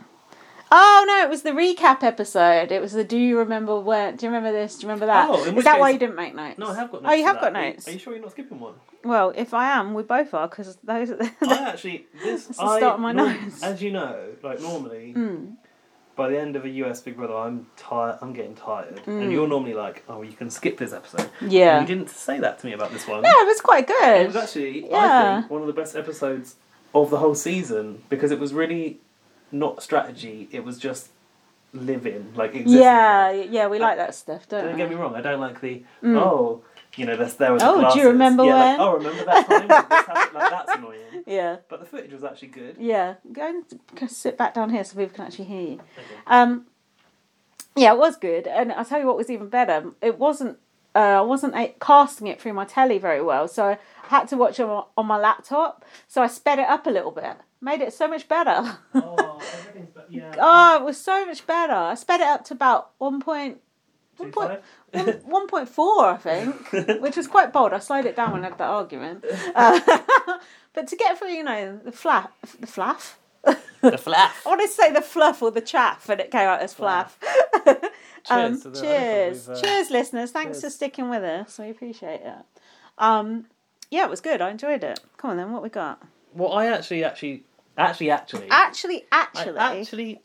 [SPEAKER 1] oh no, it was the recap episode. It was the Do you remember when? Do you remember this? Do you remember that?
[SPEAKER 2] Oh, in
[SPEAKER 1] Is
[SPEAKER 2] which
[SPEAKER 1] that why
[SPEAKER 2] case-
[SPEAKER 1] you didn't make notes?
[SPEAKER 2] No, I have got.
[SPEAKER 1] Oh,
[SPEAKER 2] notes
[SPEAKER 1] you
[SPEAKER 2] for
[SPEAKER 1] have got
[SPEAKER 2] that. Are you-
[SPEAKER 1] notes.
[SPEAKER 2] Are you sure you're not
[SPEAKER 1] *laughs*
[SPEAKER 2] skipping one?
[SPEAKER 1] Well, if I am, we both are because those.
[SPEAKER 2] I actually this
[SPEAKER 1] That's the
[SPEAKER 2] I
[SPEAKER 1] start of my
[SPEAKER 2] norm-
[SPEAKER 1] notes. Mm.
[SPEAKER 2] as you know, like normally by the end of a US Big Brother I'm tired I'm getting tired. And you're normally like, Oh you can skip this episode.
[SPEAKER 1] Mm. Yeah.
[SPEAKER 2] And you didn't say that to me about this
[SPEAKER 1] *laughs*
[SPEAKER 2] one.
[SPEAKER 1] yeah, it was quite
[SPEAKER 2] It
[SPEAKER 1] good.
[SPEAKER 2] was actually I
[SPEAKER 1] Yeah.
[SPEAKER 2] think one of the best episodes of the whole season because it was really not strategy, it was just living, like existing.
[SPEAKER 1] yeah, yeah, we like that stuff, don't,
[SPEAKER 2] Don't
[SPEAKER 1] we?
[SPEAKER 2] get me wrong, I don't like the oh you know, that's there was
[SPEAKER 1] Oh, do you
[SPEAKER 2] glasses.
[SPEAKER 1] remember when?
[SPEAKER 2] yeah, Like, oh, remember that time? when this happened?" like, that's annoying.
[SPEAKER 1] Yeah.
[SPEAKER 2] But the footage was actually good.
[SPEAKER 1] Yeah, go and go sit back down here so people can actually hear you.
[SPEAKER 2] Okay.
[SPEAKER 1] Um, yeah, it was good, and I'll tell you what was even better. It wasn't. Uh, I wasn't uh, casting it through my telly very well, so I had to watch it on, on my laptop. So I sped it up a little bit, made it so much better. *laughs*
[SPEAKER 2] Oh, everything's but yeah.
[SPEAKER 1] oh, it was so much better. I sped it up to about one point
[SPEAKER 2] Two
[SPEAKER 1] point-
[SPEAKER 2] five?
[SPEAKER 1] one
[SPEAKER 2] *laughs*
[SPEAKER 1] one point four, I think, which was quite bold. I slowed it down when I had that
[SPEAKER 2] *laughs*
[SPEAKER 1] argument. Uh, *laughs* but to get through, you know, the flaff, the flaff.
[SPEAKER 2] the flaff.
[SPEAKER 1] I want to say the fluff or the chaff, and it came out as flaff. um,
[SPEAKER 2] Cheers to the- I don't think
[SPEAKER 1] cheers,
[SPEAKER 2] we've, uh,
[SPEAKER 1] cheers, listeners. Thanks for
[SPEAKER 2] cheers.
[SPEAKER 1] sticking with us. We appreciate it. Um, yeah, it was good. I enjoyed it. Come on, then, what we got?
[SPEAKER 2] Well, I actually, actually, actually, actually.
[SPEAKER 1] Actually,
[SPEAKER 2] I
[SPEAKER 1] actually,
[SPEAKER 2] actually,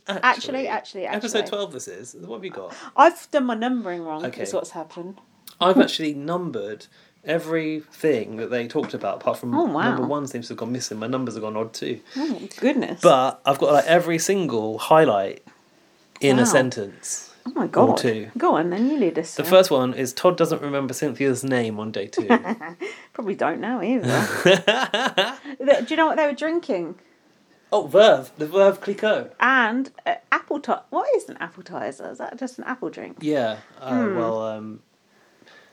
[SPEAKER 1] Actually,
[SPEAKER 2] actually,
[SPEAKER 1] actually,
[SPEAKER 2] Episode
[SPEAKER 1] actually.
[SPEAKER 2] 12, this is. What have you got?
[SPEAKER 1] I've done my numbering wrong.
[SPEAKER 2] Okay.
[SPEAKER 1] Is what's happened.
[SPEAKER 2] I've actually numbered everything that they talked about, apart from
[SPEAKER 1] Oh, wow.
[SPEAKER 2] number one seems to have gone missing. My numbers have gone odd too.
[SPEAKER 1] Oh, goodness.
[SPEAKER 2] But I've got like every single highlight in
[SPEAKER 1] Wow.
[SPEAKER 2] a sentence.
[SPEAKER 1] oh my god.
[SPEAKER 2] two.
[SPEAKER 1] Go on, then you lead us.
[SPEAKER 2] The
[SPEAKER 1] through.
[SPEAKER 2] first one is Todd doesn't remember Cynthia's name on day
[SPEAKER 1] *laughs*
[SPEAKER 2] two.
[SPEAKER 1] Probably don't know
[SPEAKER 2] *laughs*
[SPEAKER 1] either. The- Do you know what they were drinking?
[SPEAKER 2] oh, Verve, the Verve Clicquot.
[SPEAKER 1] And uh, apple tart. What is an appetizer? Is that just an apple drink?
[SPEAKER 2] Yeah. Uh,
[SPEAKER 1] Hmm.
[SPEAKER 2] Well, um,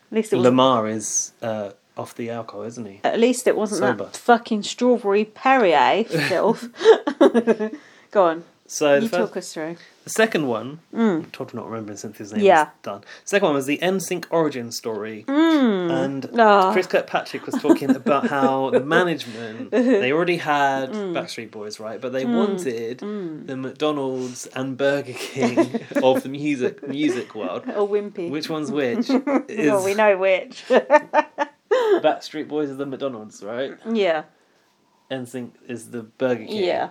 [SPEAKER 1] At least it was
[SPEAKER 2] Lamar is uh, off the alcohol, isn't he?
[SPEAKER 1] At least it wasn't
[SPEAKER 2] Sober.
[SPEAKER 1] that fucking strawberry Perrier
[SPEAKER 2] *laughs*
[SPEAKER 1] filth. *laughs* Go on,
[SPEAKER 2] So Uh, the,
[SPEAKER 1] you
[SPEAKER 2] first,
[SPEAKER 1] talk us through.
[SPEAKER 2] the second one, Todd not remembering Cynthia's name.
[SPEAKER 1] Mm. Yeah.
[SPEAKER 2] Yeah, done. Second one was the NSYNC origin story, and
[SPEAKER 1] Ah.
[SPEAKER 2] Chris Kirkpatrick was
[SPEAKER 1] *laughs*
[SPEAKER 2] talking about how the management they already had
[SPEAKER 1] Mm.
[SPEAKER 2] Backstreet Boys, right? But they wanted the McDonald's and Burger
[SPEAKER 1] *laughs*
[SPEAKER 2] King of the music music world.
[SPEAKER 1] Or wimpy.
[SPEAKER 2] Which one's which?
[SPEAKER 1] *laughs*
[SPEAKER 2] Is
[SPEAKER 1] well, we know which. *laughs*
[SPEAKER 2] Backstreet Boys is the McDonald's, right?
[SPEAKER 1] yeah,
[SPEAKER 2] NSYNC is the Burger King.
[SPEAKER 1] yeah,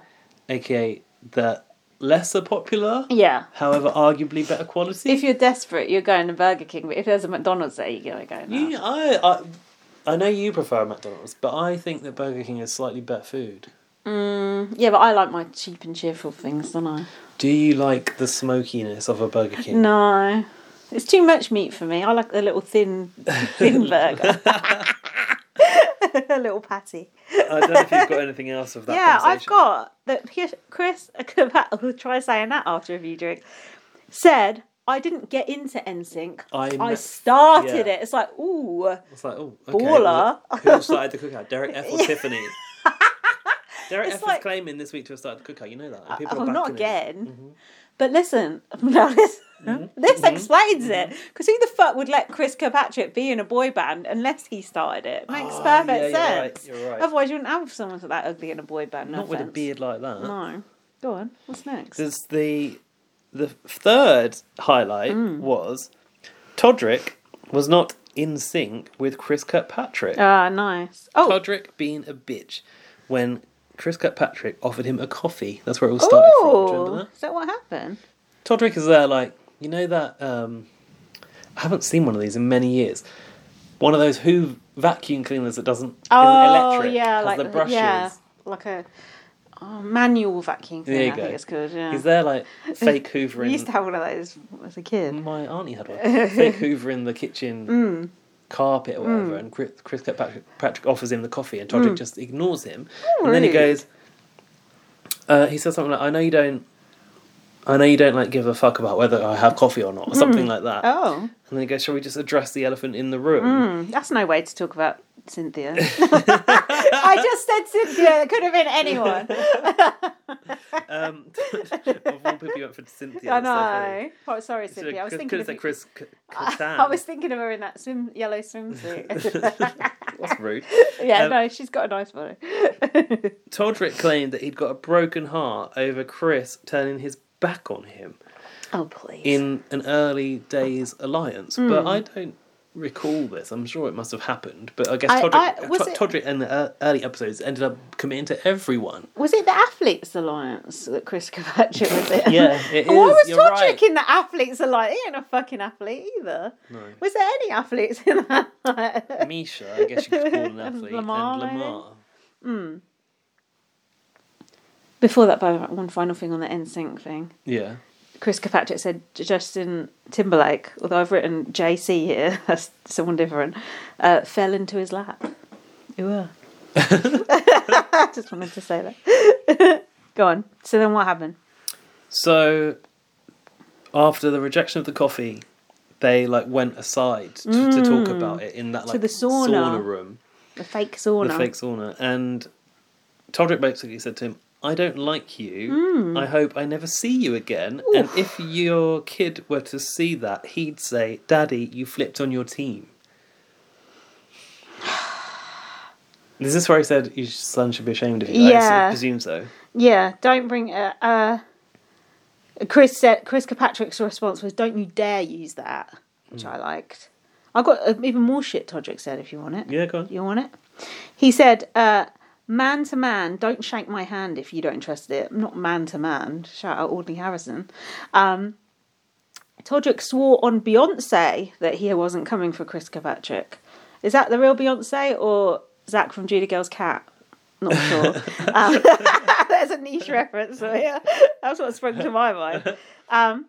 [SPEAKER 2] aka the lesser popular,
[SPEAKER 1] yeah.
[SPEAKER 2] however arguably better quality.
[SPEAKER 1] If you're desperate, you're going to Burger King. But if there's a McDonald's there, you're gonna go.
[SPEAKER 2] you,
[SPEAKER 1] Now.
[SPEAKER 2] I, I, I know you prefer McDonald's, but I think that Burger King is slightly better food.
[SPEAKER 1] Mm, yeah, but I like my cheap and cheerful things, don't I?
[SPEAKER 2] Do you like the smokiness of a Burger King?
[SPEAKER 1] No, it's too much meat for me. I like the little thin,
[SPEAKER 2] *laughs*
[SPEAKER 1] thin burger. *laughs* a little patty.
[SPEAKER 2] I don't know if you've got anything else of that.
[SPEAKER 1] yeah, I've
[SPEAKER 2] conversation.
[SPEAKER 1] got that. Chris- Chris, *laughs* I'll try saying that after a few drinks. Said I didn't get into NSYNC.
[SPEAKER 2] I
[SPEAKER 1] I,
[SPEAKER 2] kn-
[SPEAKER 1] started
[SPEAKER 2] yeah.
[SPEAKER 1] it. It's like ooh,
[SPEAKER 2] It's like, oh, okay.
[SPEAKER 1] Baller.
[SPEAKER 2] well, Who started the
[SPEAKER 1] *laughs*
[SPEAKER 2] cookout? Derek F or Tiffany? *laughs* Derek
[SPEAKER 1] It's
[SPEAKER 2] F
[SPEAKER 1] like-
[SPEAKER 2] is claiming this week to have started the cookout. You know that. And people
[SPEAKER 1] oh
[SPEAKER 2] are Mm-hmm.
[SPEAKER 1] not
[SPEAKER 2] backing him.
[SPEAKER 1] again. But listen, *laughs* now this
[SPEAKER 2] Mm-hmm.
[SPEAKER 1] this explains it because who the fuck would let Chris Kirkpatrick be in a boy band unless he started it? Makes
[SPEAKER 2] Oh,
[SPEAKER 1] perfect
[SPEAKER 2] yeah, you're right,
[SPEAKER 1] sense.
[SPEAKER 2] you're right.
[SPEAKER 1] Otherwise, you wouldn't have someone that ugly in a boy band. No
[SPEAKER 2] Not with a
[SPEAKER 1] offense.
[SPEAKER 2] beard like that.
[SPEAKER 1] No. Go on. What's next?
[SPEAKER 2] There's the the third highlight
[SPEAKER 1] Mm.
[SPEAKER 2] was Todrick was not in sync with Chris Kirkpatrick.
[SPEAKER 1] Ah, nice. Oh,
[SPEAKER 2] Todrick being a bitch when Chris Kirkpatrick offered him a coffee. That's where it all started from. Do you remember
[SPEAKER 1] Ooh, Is that what happened?
[SPEAKER 2] that? Todrick is there like you know that um, I haven't seen one of these in many years. One of those
[SPEAKER 1] Oh,
[SPEAKER 2] who vacuum cleaners that doesn't isn't electric has the brushes.
[SPEAKER 1] Yeah, like a. oh, manual vacuum
[SPEAKER 2] There
[SPEAKER 1] cleaner.
[SPEAKER 2] you
[SPEAKER 1] I think
[SPEAKER 2] go.
[SPEAKER 1] it's called. Yeah.
[SPEAKER 2] He's
[SPEAKER 1] *laughs*
[SPEAKER 2] there like fake
[SPEAKER 1] we used
[SPEAKER 2] hoovering.
[SPEAKER 1] to have one of those as a kid.
[SPEAKER 2] My auntie
[SPEAKER 1] *laughs*
[SPEAKER 2] had one. Fake hoovering the kitchen
[SPEAKER 1] Mm.
[SPEAKER 2] carpet or whatever, and Chris, Chris Kirkpatrick Patrick offers him the coffee, and
[SPEAKER 1] Mm.
[SPEAKER 2] Todrick just ignores him. and then he
[SPEAKER 1] rude.
[SPEAKER 2] goes, uh, he says something like, "I know you don't." I know you don't like give a fuck about whether I have coffee or not, or something like that.
[SPEAKER 1] Mm. Oh,
[SPEAKER 2] And then he goes, "Shall we just address the elephant in the room?"
[SPEAKER 1] hmm, that's no way to talk about
[SPEAKER 2] *laughs*
[SPEAKER 1] Cynthia. I just said Cynthia. It could have been
[SPEAKER 2] *laughs*
[SPEAKER 1] anyone.
[SPEAKER 2] Um, *laughs* of all people, you went for Cynthia.
[SPEAKER 1] I
[SPEAKER 2] that's so funny.
[SPEAKER 1] know. Oh, sorry,
[SPEAKER 2] Should've-
[SPEAKER 1] Cynthia. I was
[SPEAKER 2] could-
[SPEAKER 1] thinking
[SPEAKER 2] could've
[SPEAKER 1] of
[SPEAKER 2] said
[SPEAKER 1] you- *laughs*
[SPEAKER 2] Chris C- Catan.
[SPEAKER 1] I was thinking of her in that swim yellow
[SPEAKER 2] *laughs*
[SPEAKER 1] swimsuit. *laughs*
[SPEAKER 2] That's rude.
[SPEAKER 1] yeah,
[SPEAKER 2] Um,
[SPEAKER 1] no, she's got a nice body.
[SPEAKER 2] Todrick claimed that he'd got a broken heart over Chris turning his back on him
[SPEAKER 1] oh please.
[SPEAKER 2] in an early days alliance,
[SPEAKER 1] Hmm.
[SPEAKER 2] but I don't recall this. I'm sure it must have happened, but I guess
[SPEAKER 1] I-
[SPEAKER 2] Todrick, uh,
[SPEAKER 1] I- was
[SPEAKER 2] Tod-
[SPEAKER 1] it-
[SPEAKER 2] Todrick in the ear- early episodes ended up committing to everyone.
[SPEAKER 1] was it the Athletes Alliance that Chris Cavaccio was in?
[SPEAKER 2] Yeah, it
[SPEAKER 1] *laughs* Why
[SPEAKER 2] is,
[SPEAKER 1] was
[SPEAKER 2] you're
[SPEAKER 1] Todrick
[SPEAKER 2] right.
[SPEAKER 1] in the Athletes Alliance? He ain't a fucking athlete either.
[SPEAKER 2] No.
[SPEAKER 1] Was there any athletes in that?
[SPEAKER 2] Misha, I guess you could
[SPEAKER 1] *laughs*
[SPEAKER 2] call an
[SPEAKER 1] And
[SPEAKER 2] athlete,
[SPEAKER 1] Lamar,
[SPEAKER 2] and
[SPEAKER 1] maybe?
[SPEAKER 2] Lamar.
[SPEAKER 1] Before that, by the way, one final thing on the NSYNC thing.
[SPEAKER 2] Yeah.
[SPEAKER 1] Chris Kirkpatrick said J- Justin Timberlake, although I've written JC here, *laughs* that's someone different, uh, fell into his lap. Ooh. *laughs* Just wanted to say that. *laughs* Go on. So then what happened?
[SPEAKER 2] So after the rejection of the coffee, they like went aside to, to talk about it in that like
[SPEAKER 1] Hmm. the sauna.
[SPEAKER 2] room,
[SPEAKER 1] The fake sauna.
[SPEAKER 2] the fake sauna, and Todrick basically said to him, "I don't like you.
[SPEAKER 1] Hmm.
[SPEAKER 2] I hope I never see you again. And if your kid were to see that, he'd say, "Daddy, you flipped on your team." *sighs* Is this where he said your son should be ashamed of you? I
[SPEAKER 1] Yeah.
[SPEAKER 2] presume so.
[SPEAKER 1] Yeah, don't bring. Uh, uh, Chris said Chris Kirkpatrick's response was, "Don't you dare use that," which
[SPEAKER 2] Hmm.
[SPEAKER 1] I liked. I got uh, even more shit. Todrick said, "If you want it,
[SPEAKER 2] Yeah, go on.
[SPEAKER 1] you want it." He said, uh, "Man to man, don't shake my hand if you don't trust it." Not man to man. Shout out Audley Harrison. Um, Todrick swore on Beyonce that he wasn't coming for Chris Kirkpatrick. Is that the real Beyonce or Zach from Judy Girl's Cat? Not
[SPEAKER 2] *laughs*
[SPEAKER 1] sure. um, there's a niche reference for you. That's what sprung to my
[SPEAKER 2] *laughs*
[SPEAKER 1] mind. Um,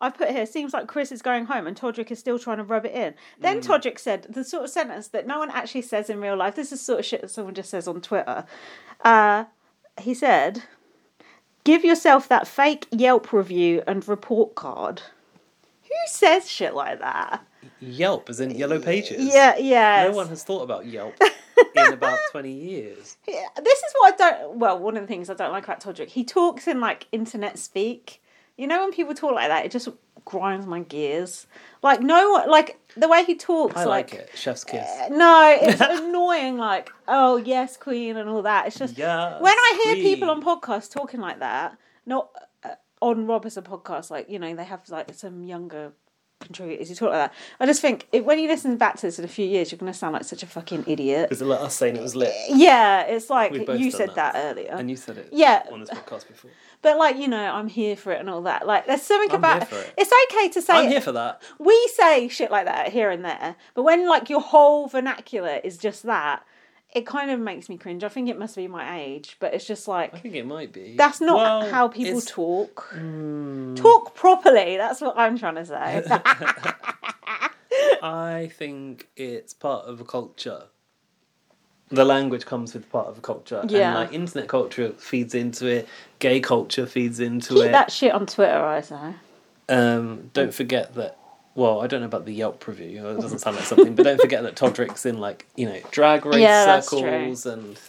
[SPEAKER 1] I put here, seems like Chris is going home and Todrick is still trying to rub it in.
[SPEAKER 2] Mm.
[SPEAKER 1] Then Todrick said the sort of sentence that no one actually says in real life. This is sort of shit that someone just says on Twitter. Uh, he said, Give yourself that fake Yelp review and report card. Who says shit like that?
[SPEAKER 2] Yelp, as in Yellow Pages.
[SPEAKER 1] Yeah, yeah.
[SPEAKER 2] No
[SPEAKER 1] it's-
[SPEAKER 2] one has thought
[SPEAKER 1] *laughs*
[SPEAKER 2] about Yelp in about 20 years.
[SPEAKER 1] Yeah, this is what I don't. Well, one of the things I don't like about Todrick, he talks in like internet speak. You know, when people talk like that, it just grinds my gears. Like no one, like the way he talks. eh,
[SPEAKER 2] I like, it. Chef's kiss.
[SPEAKER 1] No,
[SPEAKER 2] *laughs*
[SPEAKER 1] it's annoying. Like, oh yes, queen, and all that. It's just
[SPEAKER 2] Yes,
[SPEAKER 1] when I hear people on
[SPEAKER 2] queen.
[SPEAKER 1] podcasts talking like that, not uh, on Rob as a podcast, like you know they have like some younger contributors who talk like that. I just think it, when you listen back to this in a few years, you're going to sound like such a fucking idiot.
[SPEAKER 2] Is it like us saying it was lit?
[SPEAKER 1] Yeah, it's like
[SPEAKER 2] We've both
[SPEAKER 1] you
[SPEAKER 2] done
[SPEAKER 1] said
[SPEAKER 2] that.
[SPEAKER 1] that, earlier.
[SPEAKER 2] And you said it
[SPEAKER 1] Yeah.
[SPEAKER 2] on this podcast before.
[SPEAKER 1] But like, you know, I'm here for it and all that. Like there's something
[SPEAKER 2] I'm
[SPEAKER 1] about
[SPEAKER 2] here for it.
[SPEAKER 1] it's okay to say
[SPEAKER 2] I'm
[SPEAKER 1] it.
[SPEAKER 2] here for that.
[SPEAKER 1] we say shit like that here and there, but when like your whole vernacular is just that, it kind of makes me cringe. I think it must be my age, but it's just like
[SPEAKER 2] I think it might be.
[SPEAKER 1] that's not
[SPEAKER 2] Well,
[SPEAKER 1] how people
[SPEAKER 2] it's- Mm.
[SPEAKER 1] talk. Talk properly. That's what I'm trying to
[SPEAKER 2] *laughs*
[SPEAKER 1] say.
[SPEAKER 2] I think it's part of a culture. The language comes with part of a culture.
[SPEAKER 1] Yeah.
[SPEAKER 2] And like internet culture feeds into it, gay culture feeds into
[SPEAKER 1] Keep
[SPEAKER 2] it.
[SPEAKER 1] that shit on Twitter, I say.
[SPEAKER 2] Um, don't forget that. Well, I don't know about the Yelp review. It doesn't sound like something, but don't forget that Todrick's in like you know drag race
[SPEAKER 1] Yeah, that's true.
[SPEAKER 2] circles and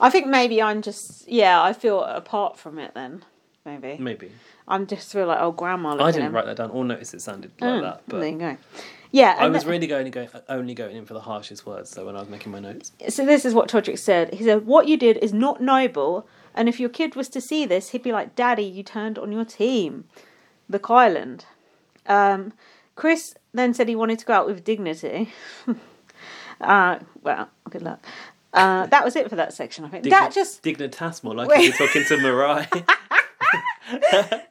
[SPEAKER 1] I think maybe I'm just yeah. I feel apart from it then. Maybe
[SPEAKER 2] maybe
[SPEAKER 1] I'm just feel like oh grandma. Look
[SPEAKER 2] I
[SPEAKER 1] at
[SPEAKER 2] didn't
[SPEAKER 1] him. Mm,
[SPEAKER 2] write that down or notice it sounded like that. But
[SPEAKER 1] there you go. Yeah,
[SPEAKER 2] I
[SPEAKER 1] and
[SPEAKER 2] was
[SPEAKER 1] th-
[SPEAKER 2] really going to go only going in for the harshest words though when I was making my notes.
[SPEAKER 1] so this is what Todrick said. He said, "What you did is not noble, and if your kid was to see this, he'd be like, "Daddy, you turned on your team, the Kyland." Um, Chris then said he wanted to go out with dignity. *laughs* uh, well, good luck. Uh, that was it for that section. I think
[SPEAKER 2] Digni-
[SPEAKER 1] that just *laughs*
[SPEAKER 2] dignitas more like if you're talking to Mariah.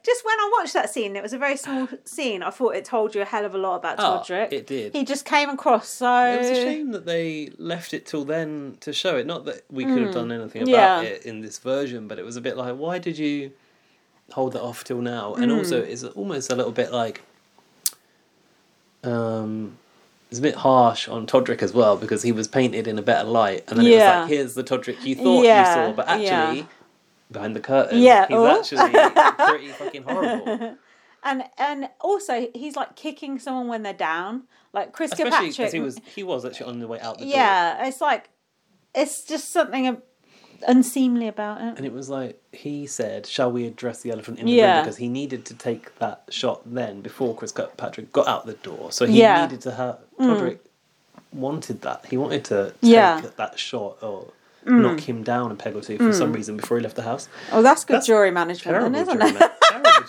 [SPEAKER 1] Just when I watched that scene, it was a very small scene. I thought it told you a hell of a lot about
[SPEAKER 2] Oh,
[SPEAKER 1] Todrick.
[SPEAKER 2] it did.
[SPEAKER 1] He just came across so.
[SPEAKER 2] It was a shame that they left it till then to show it. Not that we could have done anything about
[SPEAKER 1] Hmm. Yeah.
[SPEAKER 2] it in this version, but it was a bit like, why did you hold that off till now?
[SPEAKER 1] Hmm.
[SPEAKER 2] And also, it's almost a little bit like, um, it's a bit harsh on Todrick as well because he was painted in a better light, and then it was
[SPEAKER 1] Yeah.
[SPEAKER 2] like, here's the Todrick you thought
[SPEAKER 1] Yeah,
[SPEAKER 2] you saw, but actually.
[SPEAKER 1] yeah.
[SPEAKER 2] Behind the curtain,
[SPEAKER 1] Yeah,
[SPEAKER 2] he's
[SPEAKER 1] oh.
[SPEAKER 2] actually pretty fucking
[SPEAKER 1] *laughs*
[SPEAKER 2] horrible.
[SPEAKER 1] And and also he's like kicking someone when they're down, like Chris
[SPEAKER 2] Especially
[SPEAKER 1] Kirkpatrick.
[SPEAKER 2] because he was he was actually on the way out the door.
[SPEAKER 1] yeah, it's like it's just something uh, unseemly about
[SPEAKER 2] And
[SPEAKER 1] it.
[SPEAKER 2] it was like he said, "Shall we address the elephant in the
[SPEAKER 1] Yeah.
[SPEAKER 2] room?" Because he needed to take that shot then before Chris Kirkpatrick got out the door. So he
[SPEAKER 1] Yeah. Mm.
[SPEAKER 2] needed to have Roderick wanted that. He wanted to take
[SPEAKER 1] Yeah. Mm.
[SPEAKER 2] that shot or knock him down a peg or two for some reason before he left the house.
[SPEAKER 1] Oh, that's good
[SPEAKER 2] That's
[SPEAKER 1] jury management,
[SPEAKER 2] Terrible
[SPEAKER 1] Mm. then, isn't
[SPEAKER 2] jury
[SPEAKER 1] it?
[SPEAKER 2] man- terrible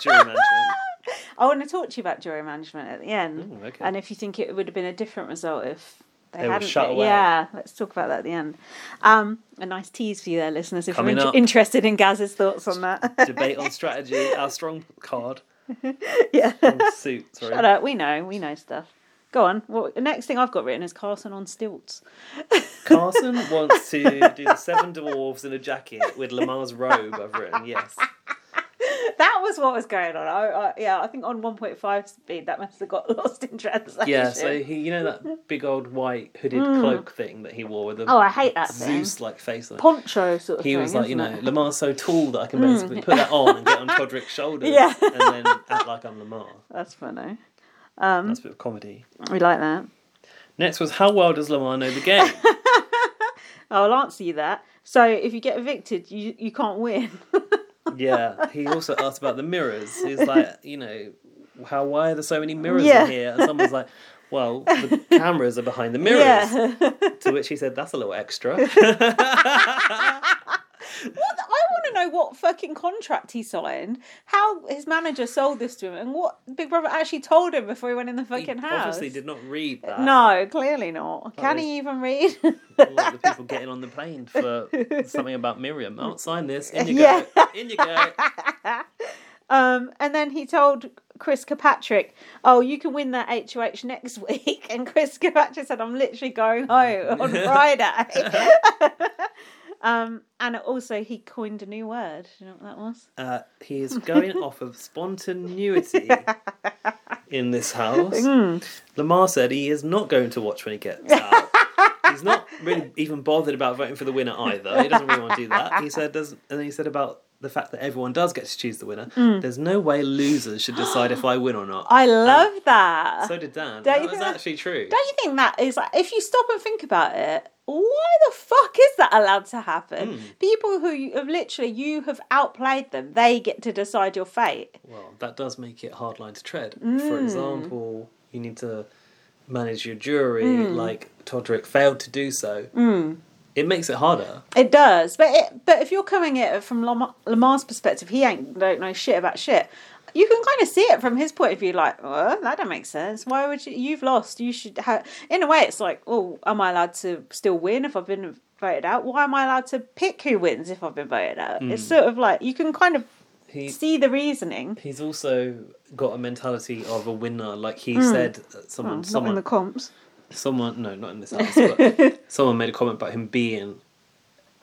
[SPEAKER 1] *laughs*
[SPEAKER 2] jury management.
[SPEAKER 1] I want to talk to you about jury management at the end,
[SPEAKER 2] Ooh, okay.
[SPEAKER 1] and if you think it would have been a different result if they,
[SPEAKER 2] They were
[SPEAKER 1] hadn't.
[SPEAKER 2] shut
[SPEAKER 1] been-
[SPEAKER 2] away.
[SPEAKER 1] Yeah, let's talk about that at the end. Um, a nice tease for you there, listeners, if
[SPEAKER 2] Coming
[SPEAKER 1] you're
[SPEAKER 2] up.
[SPEAKER 1] in- interested in Gaz's thoughts on that. *laughs*
[SPEAKER 2] Debate on strategy. Our strong card.
[SPEAKER 1] yeah,
[SPEAKER 2] Strong suit. Sorry.
[SPEAKER 1] shut up. We know, we know stuff. Go on. Well, the next thing I've got written is Carson on stilts.
[SPEAKER 2] Carson wants to do the seven dwarves in a jacket with Lamar's robe. I've written yes.
[SPEAKER 1] That was what was going on. I, I, yeah, I think on 1.5 speed that must have got *laughs* lost in translation.
[SPEAKER 2] Yeah, so he, you
[SPEAKER 1] *laughs*
[SPEAKER 2] know that big old white hooded cloak thing that he wore with a
[SPEAKER 1] Hmm. Oh, I hate that thing.
[SPEAKER 2] Zeus-like face. on it?
[SPEAKER 1] poncho sort of
[SPEAKER 2] He
[SPEAKER 1] thing.
[SPEAKER 2] was like, you
[SPEAKER 1] isn't
[SPEAKER 2] know,
[SPEAKER 1] it? Hmm.
[SPEAKER 2] Lamar's so tall that I can basically put that on and get
[SPEAKER 1] *laughs*
[SPEAKER 2] on Todrick's shoulders
[SPEAKER 1] Yeah.
[SPEAKER 2] and then act like I'm Lamar.
[SPEAKER 1] that's funny. Um.
[SPEAKER 2] That's a bit of comedy.
[SPEAKER 1] We like that.
[SPEAKER 2] Next was how well does Lamar know
[SPEAKER 1] *laughs*
[SPEAKER 2] the game?
[SPEAKER 1] I'll answer you that. So if you get evicted, you you can't win.
[SPEAKER 2] yeah, he also asked about the mirrors.
[SPEAKER 1] *laughs*
[SPEAKER 2] He's like, you know, how why are there so many mirrors
[SPEAKER 1] Yeah.
[SPEAKER 2] in here? And someone's like,
[SPEAKER 1] *laughs*
[SPEAKER 2] well, the cameras are behind the mirrors.
[SPEAKER 1] Yeah. *laughs* what the-
[SPEAKER 2] To which he said, that's a
[SPEAKER 1] *laughs*
[SPEAKER 2] little extra. *laughs*
[SPEAKER 1] I want to know what fucking contract he signed, how his manager sold this to him, and what Big Brother actually told him before he went in the
[SPEAKER 2] he
[SPEAKER 1] fucking house.
[SPEAKER 2] obviously did not read that.
[SPEAKER 1] No, clearly not. Can
[SPEAKER 2] is-
[SPEAKER 1] he even read? *laughs*
[SPEAKER 2] all the people getting on the plane for something about Miriam. Oh, sign this. In you
[SPEAKER 1] Yeah.
[SPEAKER 2] go. In you go.
[SPEAKER 1] um, and then he told Chris Kirkpatrick, "Oh, you can win that HOH next *laughs* week." And Chris Kirkpatrick said, "I'm literally going home on Friday." *laughs* um, and also he coined a new word. Do you know what that was?
[SPEAKER 2] Uh, he is going off of spontaneity in this house.
[SPEAKER 1] Hmm.
[SPEAKER 2] Lamar said he is not going to watch when he gets out. He's not really even bothered about voting for the winner either. He doesn't really want to do that. He said, does, and then he said about the fact that everyone does get to choose the winner.
[SPEAKER 1] Hmm.
[SPEAKER 2] There's no way losers
[SPEAKER 1] *gasps*
[SPEAKER 2] should decide if I win or not.
[SPEAKER 1] I love that.
[SPEAKER 2] so did Dan.
[SPEAKER 1] Don't you
[SPEAKER 2] that was
[SPEAKER 1] think that-
[SPEAKER 2] actually true.
[SPEAKER 1] Don't you think that is like if you stop and think about it, why the fuck is that allowed to happen? People who you have literally you have outplayed them, they get to decide your fate.
[SPEAKER 2] Well, that does make it a hard line to tread. For
[SPEAKER 1] Mm.
[SPEAKER 2] example, you need to manage your jury
[SPEAKER 1] Mm.
[SPEAKER 2] like Todrick failed to do so. It makes it harder.
[SPEAKER 1] It does, but it, but if you're coming at it from Lam- Lamar's perspective, he ain't don't know shit about shit. You can kind of see it from his point of view, like, oh, that don't make sense. Why would you? You've lost. You should have. In a way, it's like, oh, am I allowed to still win if I've been voted out? Why am I allowed to pick who wins if I've been voted out? It's sort of like you can kind of
[SPEAKER 2] He
[SPEAKER 1] see the reasoning.
[SPEAKER 2] he's also got a mentality of a winner. Like he said, that
[SPEAKER 1] Mm. Oh,
[SPEAKER 2] someone
[SPEAKER 1] Not in
[SPEAKER 2] someone
[SPEAKER 1] the comps.
[SPEAKER 2] someone no not in this house,
[SPEAKER 1] *laughs*
[SPEAKER 2] but someone made a comment about him being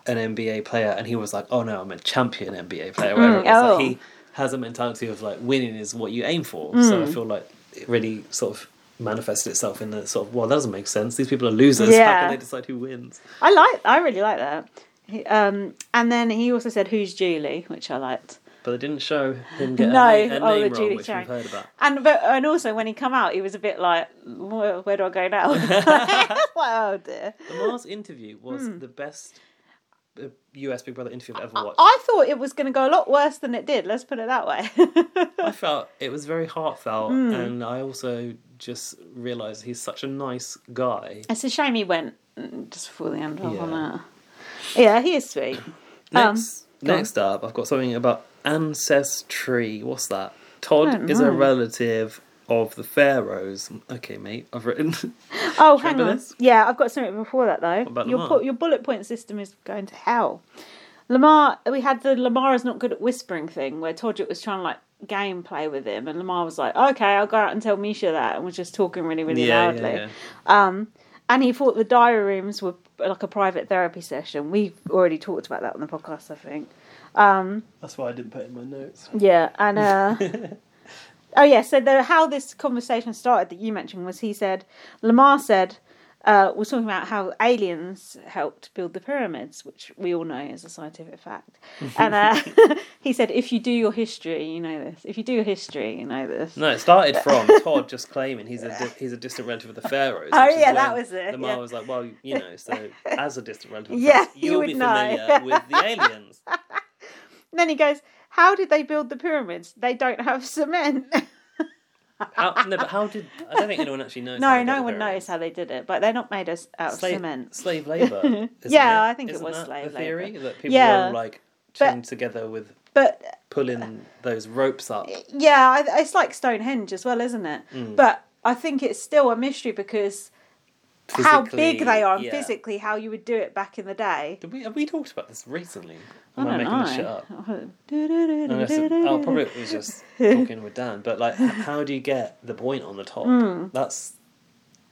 [SPEAKER 2] an NBA player, and he was like, "Oh no, I'm a champion NBA player." Whatever. it was.
[SPEAKER 1] oh.
[SPEAKER 2] Like, he has a mentality of like winning is what you aim for. So I
[SPEAKER 1] Mm.
[SPEAKER 2] feel like it really sort of manifests itself in the sort of well, that doesn't make sense. These people are losers. How
[SPEAKER 1] Yeah.
[SPEAKER 2] can they decide who wins?
[SPEAKER 1] I like. I really like that. He- Um, and then he also said, "Who's Julie?" which I liked.
[SPEAKER 2] But they didn't show him get
[SPEAKER 1] No,
[SPEAKER 2] a, na- a
[SPEAKER 1] oh, the
[SPEAKER 2] name wrong,
[SPEAKER 1] Julie
[SPEAKER 2] which
[SPEAKER 1] Chang.
[SPEAKER 2] we've heard about.
[SPEAKER 1] And but and also when he come out, he was a bit like, where, where do I go now? *laughs* Like, oh dear. *gasps*
[SPEAKER 2] The Mars interview was
[SPEAKER 1] Hmm.
[SPEAKER 2] the best uh, US Big Brother interview I've ever watched.
[SPEAKER 1] I thought it was going to go a lot worse than it did. Let's put it that way. *laughs*
[SPEAKER 2] I felt it was very heartfelt,
[SPEAKER 1] Hmm.
[SPEAKER 2] and I also just realised he's such a nice guy.
[SPEAKER 1] it's a shame he went mm, just before the end of
[SPEAKER 2] Yeah.
[SPEAKER 1] on that. Yeah, he is sweet. Um,
[SPEAKER 2] Next, next up, I've got something about ancestry. What's that? Todd
[SPEAKER 1] don't
[SPEAKER 2] is a relative of the pharaohs. Okay, mate, I've written.
[SPEAKER 1] Oh, hang
[SPEAKER 2] remember
[SPEAKER 1] on.
[SPEAKER 2] this?
[SPEAKER 1] Yeah, I've got something before that though.
[SPEAKER 2] about
[SPEAKER 1] your
[SPEAKER 2] Lamar?
[SPEAKER 1] pu- your bullet point system is going to hell. Lamar, we had the Lamar is not good at whispering thing where Todrick was trying to like gameplay with him, and Lamar was like, "Okay, I'll go out and tell Misha that," and was just talking really, *laughs* really
[SPEAKER 2] Yeah,
[SPEAKER 1] loudly.
[SPEAKER 2] yeah, yeah.
[SPEAKER 1] Um, and he thought the diary rooms were like a private therapy session. We've already talked about that on the podcast, I think. Um,
[SPEAKER 2] That's why I didn't put it in my notes.
[SPEAKER 1] yeah, and uh, oh yeah, so the, how this conversation started that you mentioned was he said Lamar said uh, was talking about how aliens helped build the pyramids, which we all know is a scientific fact. And uh, *laughs* he said, if you do your history, you know this. If you do your history, you know this.
[SPEAKER 2] No, it started
[SPEAKER 1] *laughs*
[SPEAKER 2] from Todd just claiming he's a di- he's a distant relative of the Pharaohs.
[SPEAKER 1] Oh,
[SPEAKER 2] which is
[SPEAKER 1] yeah, that
[SPEAKER 2] when
[SPEAKER 1] was it,
[SPEAKER 2] Lamar
[SPEAKER 1] yeah.
[SPEAKER 2] was like, well, you
[SPEAKER 1] *laughs*
[SPEAKER 2] know, so as a distant relative, of the
[SPEAKER 1] Yeah,
[SPEAKER 2] Pharaohs,
[SPEAKER 1] you
[SPEAKER 2] you'll
[SPEAKER 1] would
[SPEAKER 2] be
[SPEAKER 1] know.
[SPEAKER 2] familiar with
[SPEAKER 1] *laughs*
[SPEAKER 2] the aliens.
[SPEAKER 1] And then he goes, how did they build the pyramids? They don't have *laughs* cement.
[SPEAKER 2] How, no, but how did I don't think anyone actually knows. how
[SPEAKER 1] no,
[SPEAKER 2] they built
[SPEAKER 1] no
[SPEAKER 2] the
[SPEAKER 1] one
[SPEAKER 2] pyramids.
[SPEAKER 1] knows how they did it, but they're not made us out of
[SPEAKER 2] Slave,
[SPEAKER 1] cement. *laughs*
[SPEAKER 2] slave labor. isn't
[SPEAKER 1] Yeah, I think it
[SPEAKER 2] Isn't
[SPEAKER 1] was
[SPEAKER 2] that
[SPEAKER 1] slave
[SPEAKER 2] the theory
[SPEAKER 1] labour.
[SPEAKER 2] that people
[SPEAKER 1] Yeah.
[SPEAKER 2] were all like
[SPEAKER 1] But-
[SPEAKER 2] chained together with
[SPEAKER 1] But
[SPEAKER 2] pulling those ropes up.
[SPEAKER 1] Yeah, I, it's like Stonehenge as well, isn't it?
[SPEAKER 2] Mm.
[SPEAKER 1] But I think it's still a mystery because how big
[SPEAKER 2] physically,
[SPEAKER 1] they are and
[SPEAKER 2] yeah.
[SPEAKER 1] physically how you would do it back in the day.
[SPEAKER 2] Did we have we talked about this recently?
[SPEAKER 1] I
[SPEAKER 2] Am I,
[SPEAKER 1] don't
[SPEAKER 2] making
[SPEAKER 1] know.
[SPEAKER 2] this shit up?
[SPEAKER 1] *laughs*
[SPEAKER 2] Unless it, oh, probably it was just talking with Dan. But like, h- how do you get the point on the top?
[SPEAKER 1] Hmm.
[SPEAKER 2] That's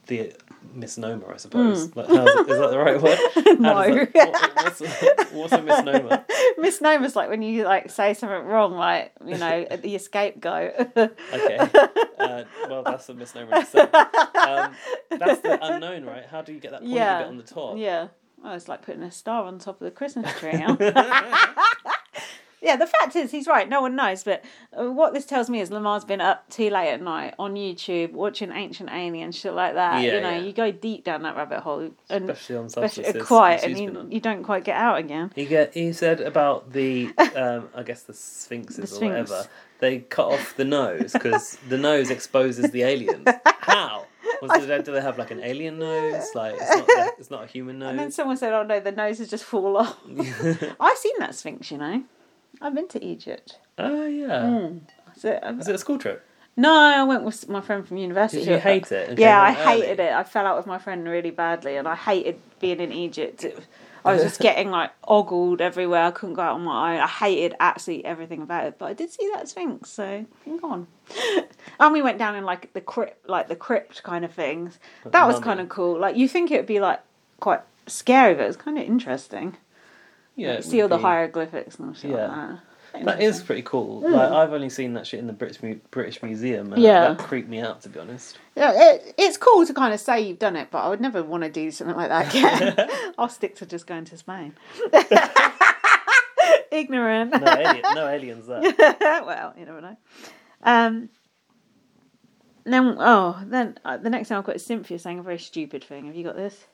[SPEAKER 2] the misnomer, I suppose. Like, how's, is that the
[SPEAKER 1] *laughs*
[SPEAKER 2] right word? How does
[SPEAKER 1] Hmm. No.
[SPEAKER 2] that- what- what's, a, what's a misnomer?
[SPEAKER 1] Misnomers like when you like say something wrong, like you know *laughs* the escape goat. *laughs*
[SPEAKER 2] *laughs* Okay. Uh, well, that's a misnomer in itself. Um, that's the unknown, right? How do you get that point
[SPEAKER 1] Yeah.
[SPEAKER 2] bit on the top?
[SPEAKER 1] yeah, well, it's like putting a star on top of the Christmas tree.
[SPEAKER 2] *laughs*
[SPEAKER 1] huh? *laughs* Yeah, the fact is, he's right. No one knows. But uh, what this tells me is Lamar's been up too late at night on YouTube watching Ancient Alien shit like that.
[SPEAKER 2] Yeah,
[SPEAKER 1] you know,
[SPEAKER 2] yeah.
[SPEAKER 1] you go deep down that rabbit hole and
[SPEAKER 2] Especially on
[SPEAKER 1] especially
[SPEAKER 2] substances.
[SPEAKER 1] quiet, and
[SPEAKER 2] which he's been
[SPEAKER 1] you,
[SPEAKER 2] on.
[SPEAKER 1] you don't quite get out again.
[SPEAKER 2] He get he said
[SPEAKER 1] *laughs*
[SPEAKER 2] about the um, I guess the sphinxes
[SPEAKER 1] The
[SPEAKER 2] or whatever.
[SPEAKER 1] sphinx.
[SPEAKER 2] They cut off the nose because the nose exposes
[SPEAKER 1] *laughs*
[SPEAKER 2] the aliens. How? Was it, do they have like an alien nose? Like it's not, their- it's not a human
[SPEAKER 1] *laughs* And then
[SPEAKER 2] nose.
[SPEAKER 1] someone said, "Oh no, the noses just fall
[SPEAKER 2] *laughs*
[SPEAKER 1] off." I've seen that sphinx. You know, I've been to Egypt.
[SPEAKER 2] oh yeah.
[SPEAKER 1] So, um,
[SPEAKER 2] Was it a school trip?
[SPEAKER 1] no, I went with my friend from university.
[SPEAKER 2] Did you
[SPEAKER 1] who-
[SPEAKER 2] hate it? and came
[SPEAKER 1] Yeah, I
[SPEAKER 2] home early?
[SPEAKER 1] hated it. I fell out with my friend really badly, and I hated being in Egypt. It- I was just getting like ogled everywhere. I couldn't go out on my own. I hated absolutely everything about it. But I did see that sphinx, so hang on. *laughs* and we went down in like the crypt, like the crypt kind of things. That was
[SPEAKER 2] mummy.
[SPEAKER 1] kind of cool. Like you think it would be like quite scary, but it was kind of interesting.
[SPEAKER 2] Yeah, it
[SPEAKER 1] see all
[SPEAKER 2] would
[SPEAKER 1] the
[SPEAKER 2] be-
[SPEAKER 1] hieroglyphics and all shit
[SPEAKER 2] Yeah.
[SPEAKER 1] like that.
[SPEAKER 2] That is pretty cool. Like I've only seen that shit in the British Mu- British Museum, and
[SPEAKER 1] Hmm. Yeah.
[SPEAKER 2] that creeped me out to be honest.
[SPEAKER 1] Yeah, it, it's cool to kind of say you've done it, but I would never want to do something like that again. I'll stick to just going to Spain. Ignorant.
[SPEAKER 2] No, alien, no aliens there.
[SPEAKER 1] *laughs* well, you never know. Um, then, oh, then uh, the next thing I've got is Cynthia saying a very stupid thing. Have you got this?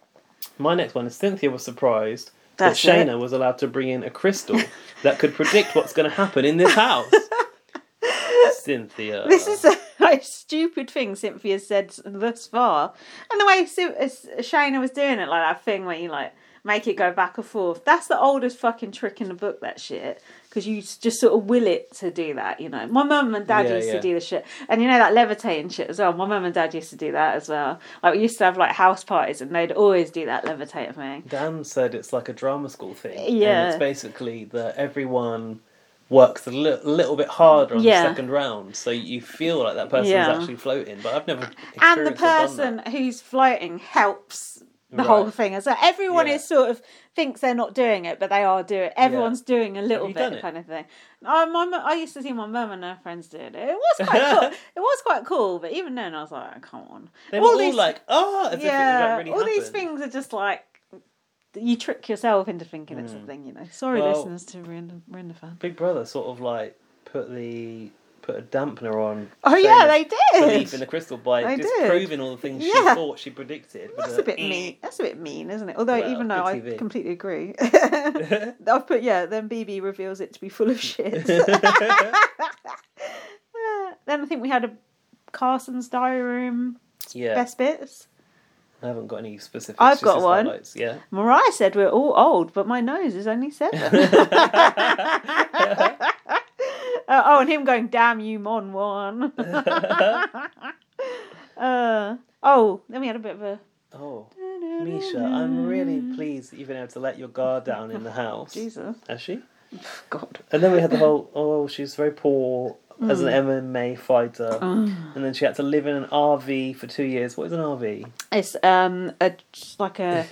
[SPEAKER 2] My next one is Cynthia was surprised
[SPEAKER 1] That's
[SPEAKER 2] that Shayna was allowed to bring in a crystal that could predict what's going to happen in
[SPEAKER 1] *laughs*
[SPEAKER 2] this house. Cynthia.
[SPEAKER 1] This is *laughs* the most stupid thing Cynthia's said thus far. And the way Sy- uh, Shayna was doing it, like that thing where you like make it go back and forth, that's the oldest fucking trick in the book, that shit. Because you s- just sort of will it to do that, you know. My mum and dad
[SPEAKER 2] Yeah,
[SPEAKER 1] used to
[SPEAKER 2] yeah.
[SPEAKER 1] do the shit. And you know that levitating shit as well. My mum and dad used to do that as well. Like we used to have like house parties and they'd always do that levitating thing.
[SPEAKER 2] Dan said it's like a drama school thing. And
[SPEAKER 1] Yeah.
[SPEAKER 2] it's basically that everyone works a li- little bit harder on
[SPEAKER 1] Yeah.
[SPEAKER 2] the second round, so you feel like that person's
[SPEAKER 1] Yeah.
[SPEAKER 2] actually floating. But I've never experienced
[SPEAKER 1] And the
[SPEAKER 2] or done
[SPEAKER 1] person
[SPEAKER 2] that.
[SPEAKER 1] who's floating helps the
[SPEAKER 2] Right.
[SPEAKER 1] whole thing. So everyone
[SPEAKER 2] Yeah.
[SPEAKER 1] is sort of thinks they're not doing it, but they are doing it. Everyone's doing a little
[SPEAKER 2] you
[SPEAKER 1] bit
[SPEAKER 2] done it?
[SPEAKER 1] kind of thing. I, my, mu- I used to see my mum and her friends doing it. It was quite
[SPEAKER 2] *laughs*
[SPEAKER 1] cool. It was quite cool, but even then I was like, oh, come on.
[SPEAKER 2] They were all, like, oh, as
[SPEAKER 1] yeah,
[SPEAKER 2] if it was like really
[SPEAKER 1] all these
[SPEAKER 2] happened.
[SPEAKER 1] things are just like you trick yourself into thinking it's a thing, you know. Sorry,
[SPEAKER 2] Hmm. Well-
[SPEAKER 1] listeners, to ruin the, ruin the fan.
[SPEAKER 2] Big Brother sort of like put the put a dampener on.
[SPEAKER 1] Oh yeah,
[SPEAKER 2] Shayna's
[SPEAKER 1] they *laughs*
[SPEAKER 2] belief in
[SPEAKER 1] did.
[SPEAKER 2] the crystal by
[SPEAKER 1] I
[SPEAKER 2] disproving all the things
[SPEAKER 1] Yeah.
[SPEAKER 2] she thought she predicted. with *laughs* E.
[SPEAKER 1] That's a bit mean. That's a bit mean, isn't it? Although,
[SPEAKER 2] Well,
[SPEAKER 1] even though
[SPEAKER 2] good
[SPEAKER 1] I
[SPEAKER 2] TV.
[SPEAKER 1] completely
[SPEAKER 2] *laughs*
[SPEAKER 1] agree, I've put yeah. Then BB reveals it to be full of
[SPEAKER 2] *laughs*
[SPEAKER 1] shit. Uh, then I think we had a Carson's diary room
[SPEAKER 2] yeah,
[SPEAKER 1] best bits.
[SPEAKER 2] I haven't got any specifics.
[SPEAKER 1] I've
[SPEAKER 2] just
[SPEAKER 1] got
[SPEAKER 2] as
[SPEAKER 1] one.
[SPEAKER 2] highlights, Yeah,
[SPEAKER 1] Mariah said we're all old, but my nose is only
[SPEAKER 2] *laughs*
[SPEAKER 1] seven. *laughs* Uh, oh, and him going, "Damn you, Mon One." *laughs* uh, oh, then we had a bit of a
[SPEAKER 2] oh, Misha, I'm really pleased that you've been able to let your guard down in the house.
[SPEAKER 1] Jesus.
[SPEAKER 2] Has she?
[SPEAKER 1] God.
[SPEAKER 2] And then we had the whole, oh, she's very poor as
[SPEAKER 1] Mm.
[SPEAKER 2] an MMA fighter.
[SPEAKER 1] Oh.
[SPEAKER 2] And then she had to live in an RV for two years. What is an RV?
[SPEAKER 1] It's um a it's like
[SPEAKER 2] *laughs*
[SPEAKER 1] a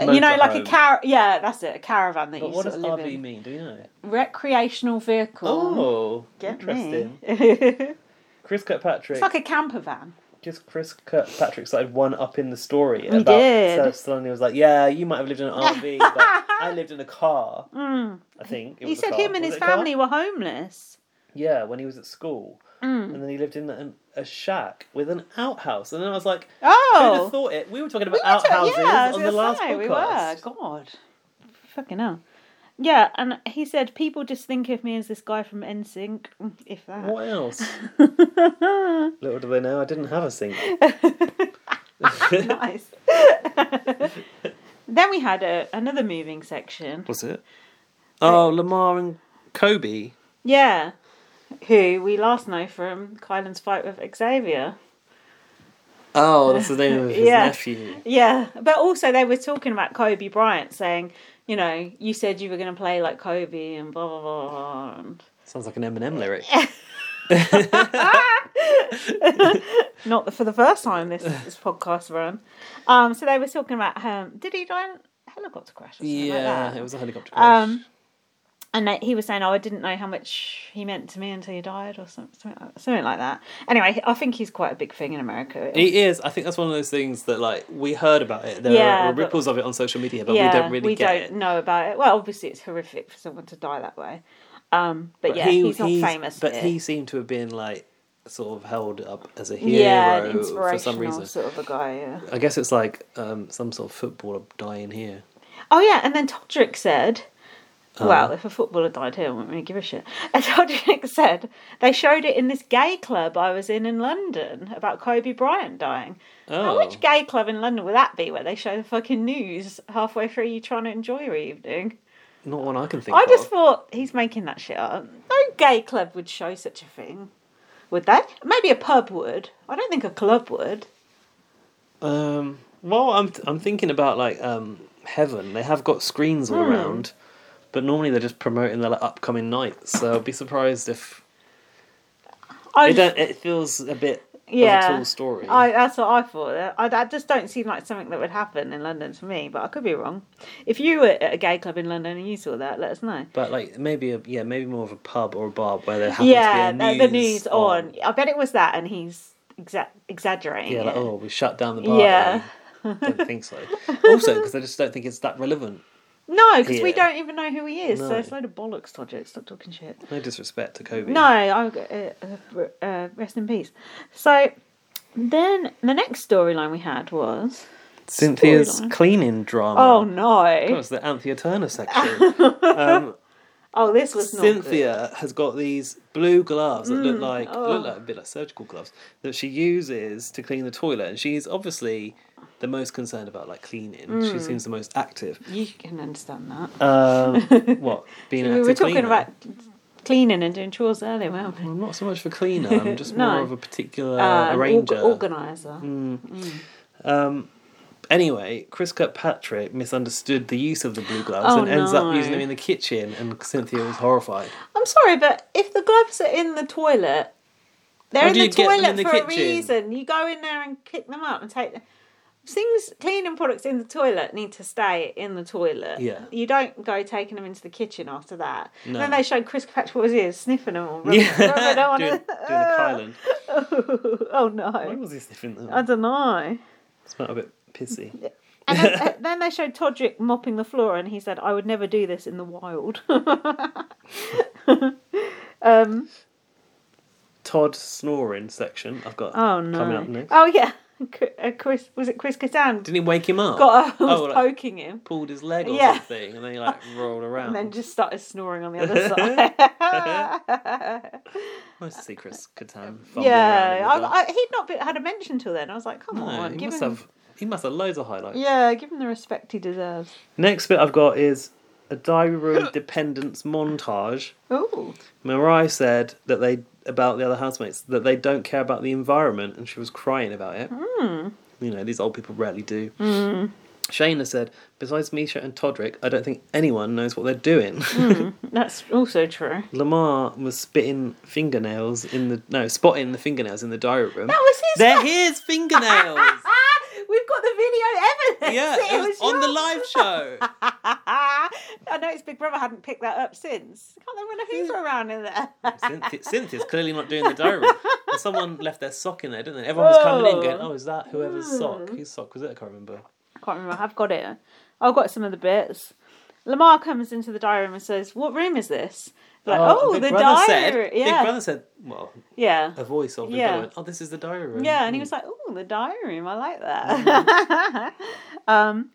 [SPEAKER 1] you know like a
[SPEAKER 2] Motorhome.
[SPEAKER 1] car yeah that's it a caravan that
[SPEAKER 2] But
[SPEAKER 1] you
[SPEAKER 2] what
[SPEAKER 1] sort
[SPEAKER 2] does
[SPEAKER 1] of live
[SPEAKER 2] RV
[SPEAKER 1] in
[SPEAKER 2] mean? Do you know?
[SPEAKER 1] recreational vehicle.
[SPEAKER 2] Oh,
[SPEAKER 1] Get me.
[SPEAKER 2] interesting.
[SPEAKER 1] *laughs* it's
[SPEAKER 2] Chris Kirkpatrick.
[SPEAKER 1] like a camper van.
[SPEAKER 2] Just Chris Kirkpatrick started one up in the story
[SPEAKER 1] He
[SPEAKER 2] about
[SPEAKER 1] did.
[SPEAKER 2] Sylvester Stallone. He was like, "Yeah, you might have lived in
[SPEAKER 1] *laughs*
[SPEAKER 2] an RV, but I lived in a car." I think it
[SPEAKER 1] Mm. He
[SPEAKER 2] was a
[SPEAKER 1] said
[SPEAKER 2] car.
[SPEAKER 1] him and
[SPEAKER 2] Was
[SPEAKER 1] his
[SPEAKER 2] it a car?
[SPEAKER 1] family were homeless. Mm.
[SPEAKER 2] Yeah, when he was at school, and then he lived in an, a shack with an outhouse. And then I was like, "Who'd have
[SPEAKER 1] Oh,
[SPEAKER 2] thought it?" We were talking about
[SPEAKER 1] We were ta-
[SPEAKER 2] outhouses
[SPEAKER 1] yeah, I was
[SPEAKER 2] on the
[SPEAKER 1] gonna
[SPEAKER 2] last
[SPEAKER 1] say,
[SPEAKER 2] podcast.
[SPEAKER 1] We were. God, fucking hell. Yeah, and he said people just think of me as this guy from NSYNC, if that. *laughs*
[SPEAKER 2] What else? Little do they know, I didn't have
[SPEAKER 1] *laughs*
[SPEAKER 2] a sink.
[SPEAKER 1] nice. then we had a, another moving section.
[SPEAKER 2] Was it? Oh, Lamar and Kobe.
[SPEAKER 1] Yeah, who we last know from Kylan's fight with Xavier.
[SPEAKER 2] Oh, that's the name of his
[SPEAKER 1] Uh, Yeah.
[SPEAKER 2] nephew.
[SPEAKER 1] Yeah, but also they were talking about Kobe Bryant saying, you know, you said you were going to play like Kobe and blah blah blah. blah and
[SPEAKER 2] Sounds like an Eminem lyric.
[SPEAKER 1] not the, for the first time
[SPEAKER 2] *laughs*
[SPEAKER 1] this, this podcast run. Um, so they were talking about him. Did he die in a helicopter crash? Or something
[SPEAKER 2] yeah,
[SPEAKER 1] like
[SPEAKER 2] it
[SPEAKER 1] that?
[SPEAKER 2] was a helicopter crash.
[SPEAKER 1] Um, and they, he was saying, "Oh, I didn't know how much he meant to me until he died, or something, something like- something like that." Anyway, I think he's quite a big thing in America.
[SPEAKER 2] It is. I think that's one of those things that like we heard about it. There
[SPEAKER 1] Yeah,
[SPEAKER 2] are
[SPEAKER 1] but-
[SPEAKER 2] ripples of it on social media, but
[SPEAKER 1] yeah,
[SPEAKER 2] we don't really get
[SPEAKER 1] don't
[SPEAKER 2] it.
[SPEAKER 1] know about it. Well, obviously, it's horrific for someone to die that way. Um, but, yeah, he's not famous.
[SPEAKER 2] But
[SPEAKER 1] here.
[SPEAKER 2] he seemed to have been like sort of held up as a hero
[SPEAKER 1] yeah, an
[SPEAKER 2] for some
[SPEAKER 1] inspirational
[SPEAKER 2] reason.
[SPEAKER 1] sort of a guy. Yeah.
[SPEAKER 2] I guess it's like um, some sort of footballer dying here.
[SPEAKER 1] Oh yeah, and then Todrick said,
[SPEAKER 2] Uh-huh.
[SPEAKER 1] "Well, if a footballer died here, I wouldn't really give a shit." *laughs* And Todrick said they showed it in this gay club I was in in London about Kobe Bryant dying. Now,
[SPEAKER 2] Oh.
[SPEAKER 1] which gay club in London would that be where they show the fucking news halfway through you trying to enjoy your evening?
[SPEAKER 2] Not one I can think
[SPEAKER 1] I
[SPEAKER 2] of.
[SPEAKER 1] just thought he's making that shit up. No gay club would show such a thing, would they? Maybe a pub would. I don't think a club would.
[SPEAKER 2] Um, well, I'm I'm thinking about like um, Heaven. They have got screens all
[SPEAKER 1] Hmm.
[SPEAKER 2] around, but normally they're just promoting their like, upcoming nights. So I'd be surprised if
[SPEAKER 1] I
[SPEAKER 2] it don't. It feels a bit
[SPEAKER 1] yeah,
[SPEAKER 2] of a tall story.
[SPEAKER 1] I, that's what I thought. I, that just don't seem like something that would happen in London to me, but I could be wrong. If you were at a gay club in London and you saw that, let us know.
[SPEAKER 2] But like maybe a, yeah, maybe more of a pub or a bar where there happens
[SPEAKER 1] Yeah,
[SPEAKER 2] to be
[SPEAKER 1] the
[SPEAKER 2] a news
[SPEAKER 1] the news on. I bet it was that, and he's exa- exaggerating.
[SPEAKER 2] Yeah,
[SPEAKER 1] it.
[SPEAKER 2] like oh, we shut down the bar.
[SPEAKER 1] Yeah.
[SPEAKER 2] I don't
[SPEAKER 1] *laughs*
[SPEAKER 2] think so. Also, because I just don't think it's that relevant.
[SPEAKER 1] no, because we
[SPEAKER 2] yeah.
[SPEAKER 1] don't even know who he is. So
[SPEAKER 2] No.
[SPEAKER 1] it's a load of bollocks, Todrick. Stop talking shit.
[SPEAKER 2] No disrespect to Kobe.
[SPEAKER 1] No, I uh, uh, uh, rest in peace. So then the next storyline we had was
[SPEAKER 2] Cynthia's
[SPEAKER 1] Storyline.
[SPEAKER 2] cleaning drama.
[SPEAKER 1] oh no,
[SPEAKER 2] That was the Anthea
[SPEAKER 1] *laughs*
[SPEAKER 2] Turner section. um,
[SPEAKER 1] oh this was not good.
[SPEAKER 2] Cynthia has got these blue gloves that look like
[SPEAKER 1] oh.
[SPEAKER 2] look like a bit like surgical gloves that she uses to clean the toilet, and she's obviously the most concerned about like cleaning. She
[SPEAKER 1] Mm.
[SPEAKER 2] seems the most
[SPEAKER 1] *laughs*
[SPEAKER 2] active.
[SPEAKER 1] You can understand that.
[SPEAKER 2] Um, what being an
[SPEAKER 1] we
[SPEAKER 2] active
[SPEAKER 1] were talking
[SPEAKER 2] cleaner?
[SPEAKER 1] about cleaning and doing chores earlier, weren't we?
[SPEAKER 2] Well, I'm not so much for cleaner.
[SPEAKER 1] *laughs*
[SPEAKER 2] I'm just
[SPEAKER 1] No.
[SPEAKER 2] more of a particular
[SPEAKER 1] Uh, an
[SPEAKER 2] arranger. Mm.
[SPEAKER 1] org- organizer.
[SPEAKER 2] Um, anyway, Chris Kirkpatrick misunderstood the use of the blue gloves
[SPEAKER 1] Oh,
[SPEAKER 2] and ends up
[SPEAKER 1] no.
[SPEAKER 2] using them in the kitchen, and Cynthia was horrified.
[SPEAKER 1] *laughs* I'm sorry, but if the gloves are in the toilet, they're
[SPEAKER 2] How
[SPEAKER 1] in
[SPEAKER 2] do
[SPEAKER 1] the
[SPEAKER 2] you get them
[SPEAKER 1] toilet
[SPEAKER 2] in the
[SPEAKER 1] for
[SPEAKER 2] kitchen?
[SPEAKER 1] a reason. You go in there and pick them up and take them. Things, cleaning products in the toilet need to stay in the toilet.
[SPEAKER 2] Yeah.
[SPEAKER 1] You don't go taking them into the kitchen after that. And then
[SPEAKER 2] No.
[SPEAKER 1] they showed Chris Patch what was his sniffing them all. rubbing- rubbing
[SPEAKER 2] *laughs* Yeah,
[SPEAKER 1] on
[SPEAKER 2] doing, doing
[SPEAKER 1] it.
[SPEAKER 2] the
[SPEAKER 1] *laughs*
[SPEAKER 2] Kylan.
[SPEAKER 1] oh
[SPEAKER 2] Why
[SPEAKER 1] no.
[SPEAKER 2] was he sniffing them?
[SPEAKER 1] I don't know.
[SPEAKER 2] Smelled a bit pissy.
[SPEAKER 1] And
[SPEAKER 2] *laughs*
[SPEAKER 1] then, uh, then they showed Todrick mopping the floor, and he said, "I would never do this in the wild." *laughs* Oh, um,
[SPEAKER 2] Todd snoring section. I've got
[SPEAKER 1] oh no!
[SPEAKER 2] coming up next.
[SPEAKER 1] Oh yeah, C- uh, Chris was it Chris Kattan
[SPEAKER 2] Didn't he wake him up?
[SPEAKER 1] got a, was
[SPEAKER 2] like-
[SPEAKER 1] poking him,
[SPEAKER 2] Pulled his leg or
[SPEAKER 1] Yeah.
[SPEAKER 2] something, and then he
[SPEAKER 1] *laughs*
[SPEAKER 2] like rolled around.
[SPEAKER 1] and then just started snoring on the
[SPEAKER 2] *laughs*
[SPEAKER 1] other *laughs* side.
[SPEAKER 2] nice to see Chris Catan.
[SPEAKER 1] yeah, I, I, he'd not been, had a mention till then. I was like, "Come
[SPEAKER 2] no,
[SPEAKER 1] on,
[SPEAKER 2] he
[SPEAKER 1] give
[SPEAKER 2] must
[SPEAKER 1] him."
[SPEAKER 2] have. uh, He must have loads of highlights.
[SPEAKER 1] Yeah, give him the respect he deserves.
[SPEAKER 2] Next bit I've got is a
[SPEAKER 1] *laughs*
[SPEAKER 2] diary room dependence montage.
[SPEAKER 1] Oh,
[SPEAKER 2] Mariah said that they about the other housemates that they don't care
[SPEAKER 1] Hmm.
[SPEAKER 2] about the environment, and she was crying about it. You know, these old people rarely do. Shayna said, besides Misha and Todrick, I don't think anyone knows what they're doing.
[SPEAKER 1] Hmm. That's also true.
[SPEAKER 2] Lamar was spitting fingernails in the no, spotting the fingernails in the diary room.
[SPEAKER 1] That was his. *laughs*
[SPEAKER 2] They're his fingernails.
[SPEAKER 1] We've got the video evidence.
[SPEAKER 2] yeah, it was on
[SPEAKER 1] *laughs*
[SPEAKER 2] the live show.
[SPEAKER 1] I noticed Big Brother hadn't picked that up since. I can't remember who's around in
[SPEAKER 2] *laughs*
[SPEAKER 1] there.
[SPEAKER 2] Cynthia, Cynthia's clearly not doing the diary room. And someone left their sock in there, didn't they? Everyone was coming in going,
[SPEAKER 1] Whoa.
[SPEAKER 2] "Oh, is that whoever's sock? Whose sock was it? I can't remember."
[SPEAKER 1] can't remember. I've got it. I've got some of the bits. Lamar comes into the diary room and says, "What room is this?" Like, oh,
[SPEAKER 2] Big
[SPEAKER 1] the
[SPEAKER 2] Brother
[SPEAKER 1] diary.
[SPEAKER 2] Said,
[SPEAKER 1] yeah,
[SPEAKER 2] Big Brother said, "Well,
[SPEAKER 1] yeah,
[SPEAKER 2] a voice of Big
[SPEAKER 1] Yeah.
[SPEAKER 2] Brother went, oh, this is the diary room." Hmm.
[SPEAKER 1] yeah. And he was like, "Oh, the diary room. I like
[SPEAKER 2] Mm-hmm.
[SPEAKER 1] that." um,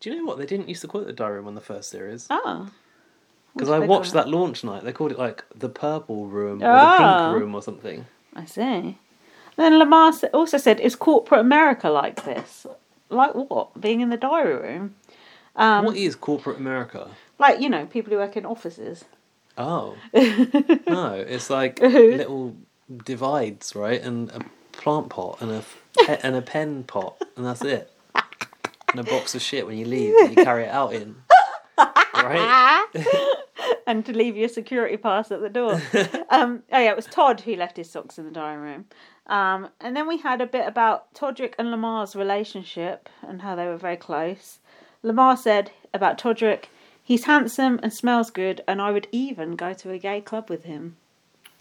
[SPEAKER 2] Do you know what? They didn't used to call it the diary room on the first series.
[SPEAKER 1] *laughs* oh,
[SPEAKER 2] Because
[SPEAKER 1] What
[SPEAKER 2] I
[SPEAKER 1] did they call
[SPEAKER 2] watched
[SPEAKER 1] it?
[SPEAKER 2] that launch night. They called it like the purple room or the
[SPEAKER 1] Ah.
[SPEAKER 2] pink room or something.
[SPEAKER 1] I see. Then Lamar s- also said, "Is corporate America like this? Like what? Being in the diary room? Um,
[SPEAKER 2] what is corporate America?
[SPEAKER 1] like you know, people who work in offices."
[SPEAKER 2] *laughs* Oh. no, it's like little divides, right? And a plant pot and a pe- and a pen pot and that's it. And a box of shit when you leave that you carry it out in. Right?
[SPEAKER 1] and to leave your security pass at the
[SPEAKER 2] *laughs*
[SPEAKER 1] door. um, oh yeah, it was Todd who left his socks in the dining room. Um, and then we had a bit about Todrick and Lamar's relationship and how they were very close. Lamar said about Todrick, he's handsome and smells good, and I would even go to a gay club with him.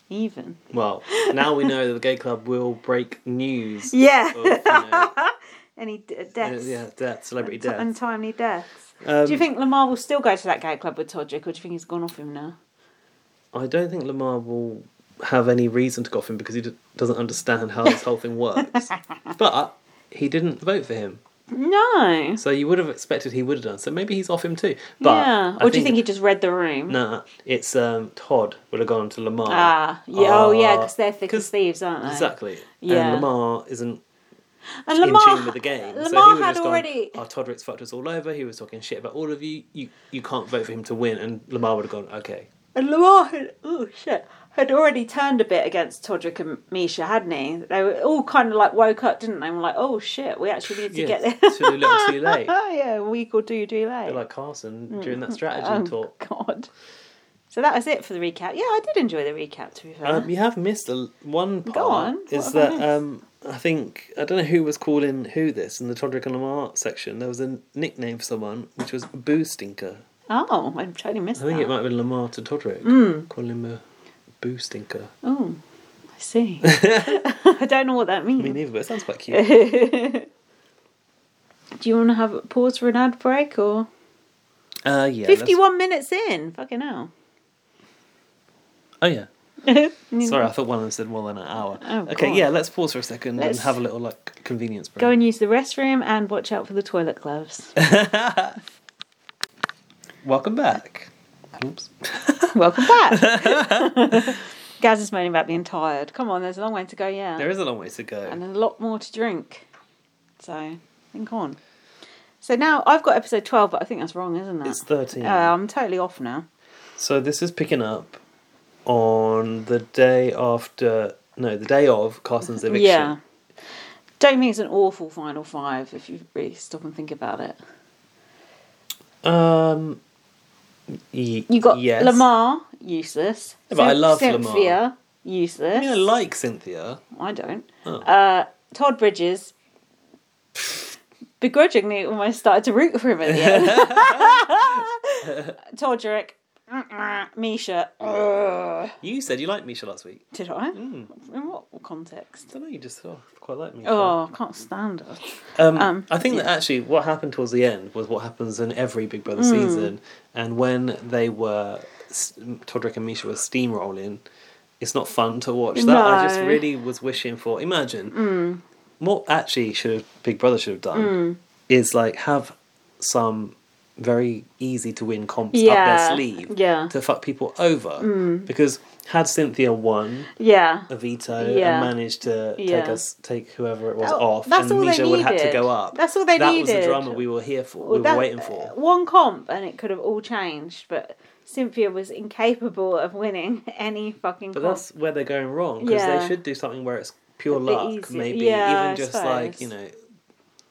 [SPEAKER 1] Even.
[SPEAKER 2] Well, now we know that the gay club will break *laughs* news.
[SPEAKER 1] Yeah.
[SPEAKER 2] Of, you know,
[SPEAKER 1] *laughs* Any d-
[SPEAKER 2] uh,
[SPEAKER 1] deaths.
[SPEAKER 2] yeah, death, celebrity death.
[SPEAKER 1] Untimely deaths.
[SPEAKER 2] Um,
[SPEAKER 1] do you think Lamar will still go to that gay club with Todrick, or do you think he's gone off him now?
[SPEAKER 2] I don't think Lamar will have any reason to go off him because he d- doesn't understand how this whole thing *laughs* works. but he didn't vote for him,
[SPEAKER 1] No.
[SPEAKER 2] so you would have expected he would have done. So maybe he's off him too. But
[SPEAKER 1] yeah.
[SPEAKER 2] I
[SPEAKER 1] Or do you think he just read the room?
[SPEAKER 2] Nah, it's um, Todd would have gone to Lamar.
[SPEAKER 1] Ah, yeah, oh yeah, because they're thick
[SPEAKER 2] Ah, 'cause-
[SPEAKER 1] as thieves, aren't they?
[SPEAKER 2] exactly.
[SPEAKER 1] Yeah.
[SPEAKER 2] And Lamar isn't
[SPEAKER 1] And
[SPEAKER 2] in
[SPEAKER 1] Lamar,
[SPEAKER 2] tune with the game. so he
[SPEAKER 1] Lamar
[SPEAKER 2] would have
[SPEAKER 1] had
[SPEAKER 2] just gone,
[SPEAKER 1] already.
[SPEAKER 2] Oh, Todrick's fucked us all over. He was talking shit about all of you. You you can't vote for him to win. And Lamar would have gone, okay.
[SPEAKER 1] And Lamar had. Oh shit. Had already turned a bit against Todrick and Misha, hadn't he? They were all kind of like woke up, didn't they? And were like, oh shit, we actually need to
[SPEAKER 2] Yeah,
[SPEAKER 1] get there.
[SPEAKER 2] it's too little,
[SPEAKER 1] *laughs*
[SPEAKER 2] too late.
[SPEAKER 1] oh yeah, a week or two too late.
[SPEAKER 2] Like Carson during that strategy
[SPEAKER 1] oh
[SPEAKER 2] talk.
[SPEAKER 1] god. So that was it for the recap. Yeah, I did enjoy the recap. To be fair,
[SPEAKER 2] Um, you have missed a, one part.
[SPEAKER 1] on, what
[SPEAKER 2] Is
[SPEAKER 1] have I
[SPEAKER 2] that
[SPEAKER 1] missed?
[SPEAKER 2] um, I think I don't know who was calling who this in the Todrick and Lamar section. There was a nickname for someone which was Boo Stinker.
[SPEAKER 1] oh, I totally missed
[SPEAKER 2] I think
[SPEAKER 1] that.
[SPEAKER 2] it might have been Lamar to Todrick
[SPEAKER 1] Hmm.
[SPEAKER 2] calling him a Boo Stinker.
[SPEAKER 1] Oh, I
[SPEAKER 2] *laughs*
[SPEAKER 1] see. *laughs* I don't know what that means.
[SPEAKER 2] Me neither, but it sounds
[SPEAKER 1] *laughs*
[SPEAKER 2] quite cute.
[SPEAKER 1] Do you want to have a pause for an ad break or
[SPEAKER 2] Uh, yeah. let's-
[SPEAKER 1] 51 minutes in? Fucking hell. *laughs*
[SPEAKER 2] Oh yeah. Sorry, I thought one of them said more than an hour.
[SPEAKER 1] Oh,
[SPEAKER 2] okay,
[SPEAKER 1] God.
[SPEAKER 2] yeah. Let's pause for a 2nd
[SPEAKER 1] Let's-
[SPEAKER 2] and have a little like convenience break.
[SPEAKER 1] Go and use the restroom and watch out for the toilet gloves. *laughs*
[SPEAKER 2] Welcome back.
[SPEAKER 1] *laughs*
[SPEAKER 2] Oops.
[SPEAKER 1] Welcome back.
[SPEAKER 2] *laughs*
[SPEAKER 1] Gaz is moaning about being tired. Come on, there's a long way to go, yeah.
[SPEAKER 2] There is a long way to go.
[SPEAKER 1] and a lot more to drink. So, think on. So now I've got episode 12, but I think that's wrong, isn't it?
[SPEAKER 2] It's thirteen.
[SPEAKER 1] Uh, I'm totally off now.
[SPEAKER 2] So this is picking up on the day after, no, the day of Carson's eviction.
[SPEAKER 1] Yeah. Don't think it's an awful final five if you really stop and think about it.
[SPEAKER 2] Um. y-
[SPEAKER 1] You got
[SPEAKER 2] yes.
[SPEAKER 1] Lamar, useless.
[SPEAKER 2] Yeah, but I love Lamar.
[SPEAKER 1] Cynthia,
[SPEAKER 2] I
[SPEAKER 1] useless.
[SPEAKER 2] mean, I like Cynthia.
[SPEAKER 1] I don't.
[SPEAKER 2] Oh.
[SPEAKER 1] Uh, Todd Bridges. Begrudgingly, almost started to root for him at the
[SPEAKER 2] *laughs*
[SPEAKER 1] end. Todrick, Misha. ugh.
[SPEAKER 2] You said you liked Misha last week.
[SPEAKER 1] Did I?
[SPEAKER 2] Hmm.
[SPEAKER 1] In what context?
[SPEAKER 2] I don't know. You just oh, I quite like Misha.
[SPEAKER 1] Oh, I can't stand her.
[SPEAKER 2] um,
[SPEAKER 1] um,
[SPEAKER 2] I think that actually what happened towards the end was what happens in every Big
[SPEAKER 1] Hmm.
[SPEAKER 2] Brother season. And when they were s- Todrick and Misha were steamrolling, it's not fun to watch that. I just
[SPEAKER 1] No. Hmm.
[SPEAKER 2] really was wishing for. Imagine what actually should have Big Brother should have done is like have some very easy to win comps up
[SPEAKER 1] Yeah,
[SPEAKER 2] their sleeve
[SPEAKER 1] yeah. Hmm.
[SPEAKER 2] to fuck people over because had Cynthia won
[SPEAKER 1] Yeah.
[SPEAKER 2] a veto
[SPEAKER 1] Yeah.
[SPEAKER 2] and managed to take
[SPEAKER 1] Yeah.
[SPEAKER 2] us take whoever it was
[SPEAKER 1] That-
[SPEAKER 2] off
[SPEAKER 1] that's
[SPEAKER 2] and
[SPEAKER 1] all they
[SPEAKER 2] Misha would have to
[SPEAKER 1] needed.
[SPEAKER 2] go up.
[SPEAKER 1] That's all they
[SPEAKER 2] that was
[SPEAKER 1] needed.
[SPEAKER 2] the drama we were here for. we
[SPEAKER 1] Well,
[SPEAKER 2] were
[SPEAKER 1] that- uh,
[SPEAKER 2] waiting for.
[SPEAKER 1] One comp and it could have all changed, but Cynthia was incapable of winning *laughs* any fucking
[SPEAKER 2] But
[SPEAKER 1] comp.
[SPEAKER 2] that's where they're going wrong because they
[SPEAKER 1] Yeah.
[SPEAKER 2] should do something where it's pure
[SPEAKER 1] bit
[SPEAKER 2] luck,
[SPEAKER 1] easier.
[SPEAKER 2] maybe
[SPEAKER 1] Yeah, I
[SPEAKER 2] even just like you
[SPEAKER 1] suppose. Mm.
[SPEAKER 2] know,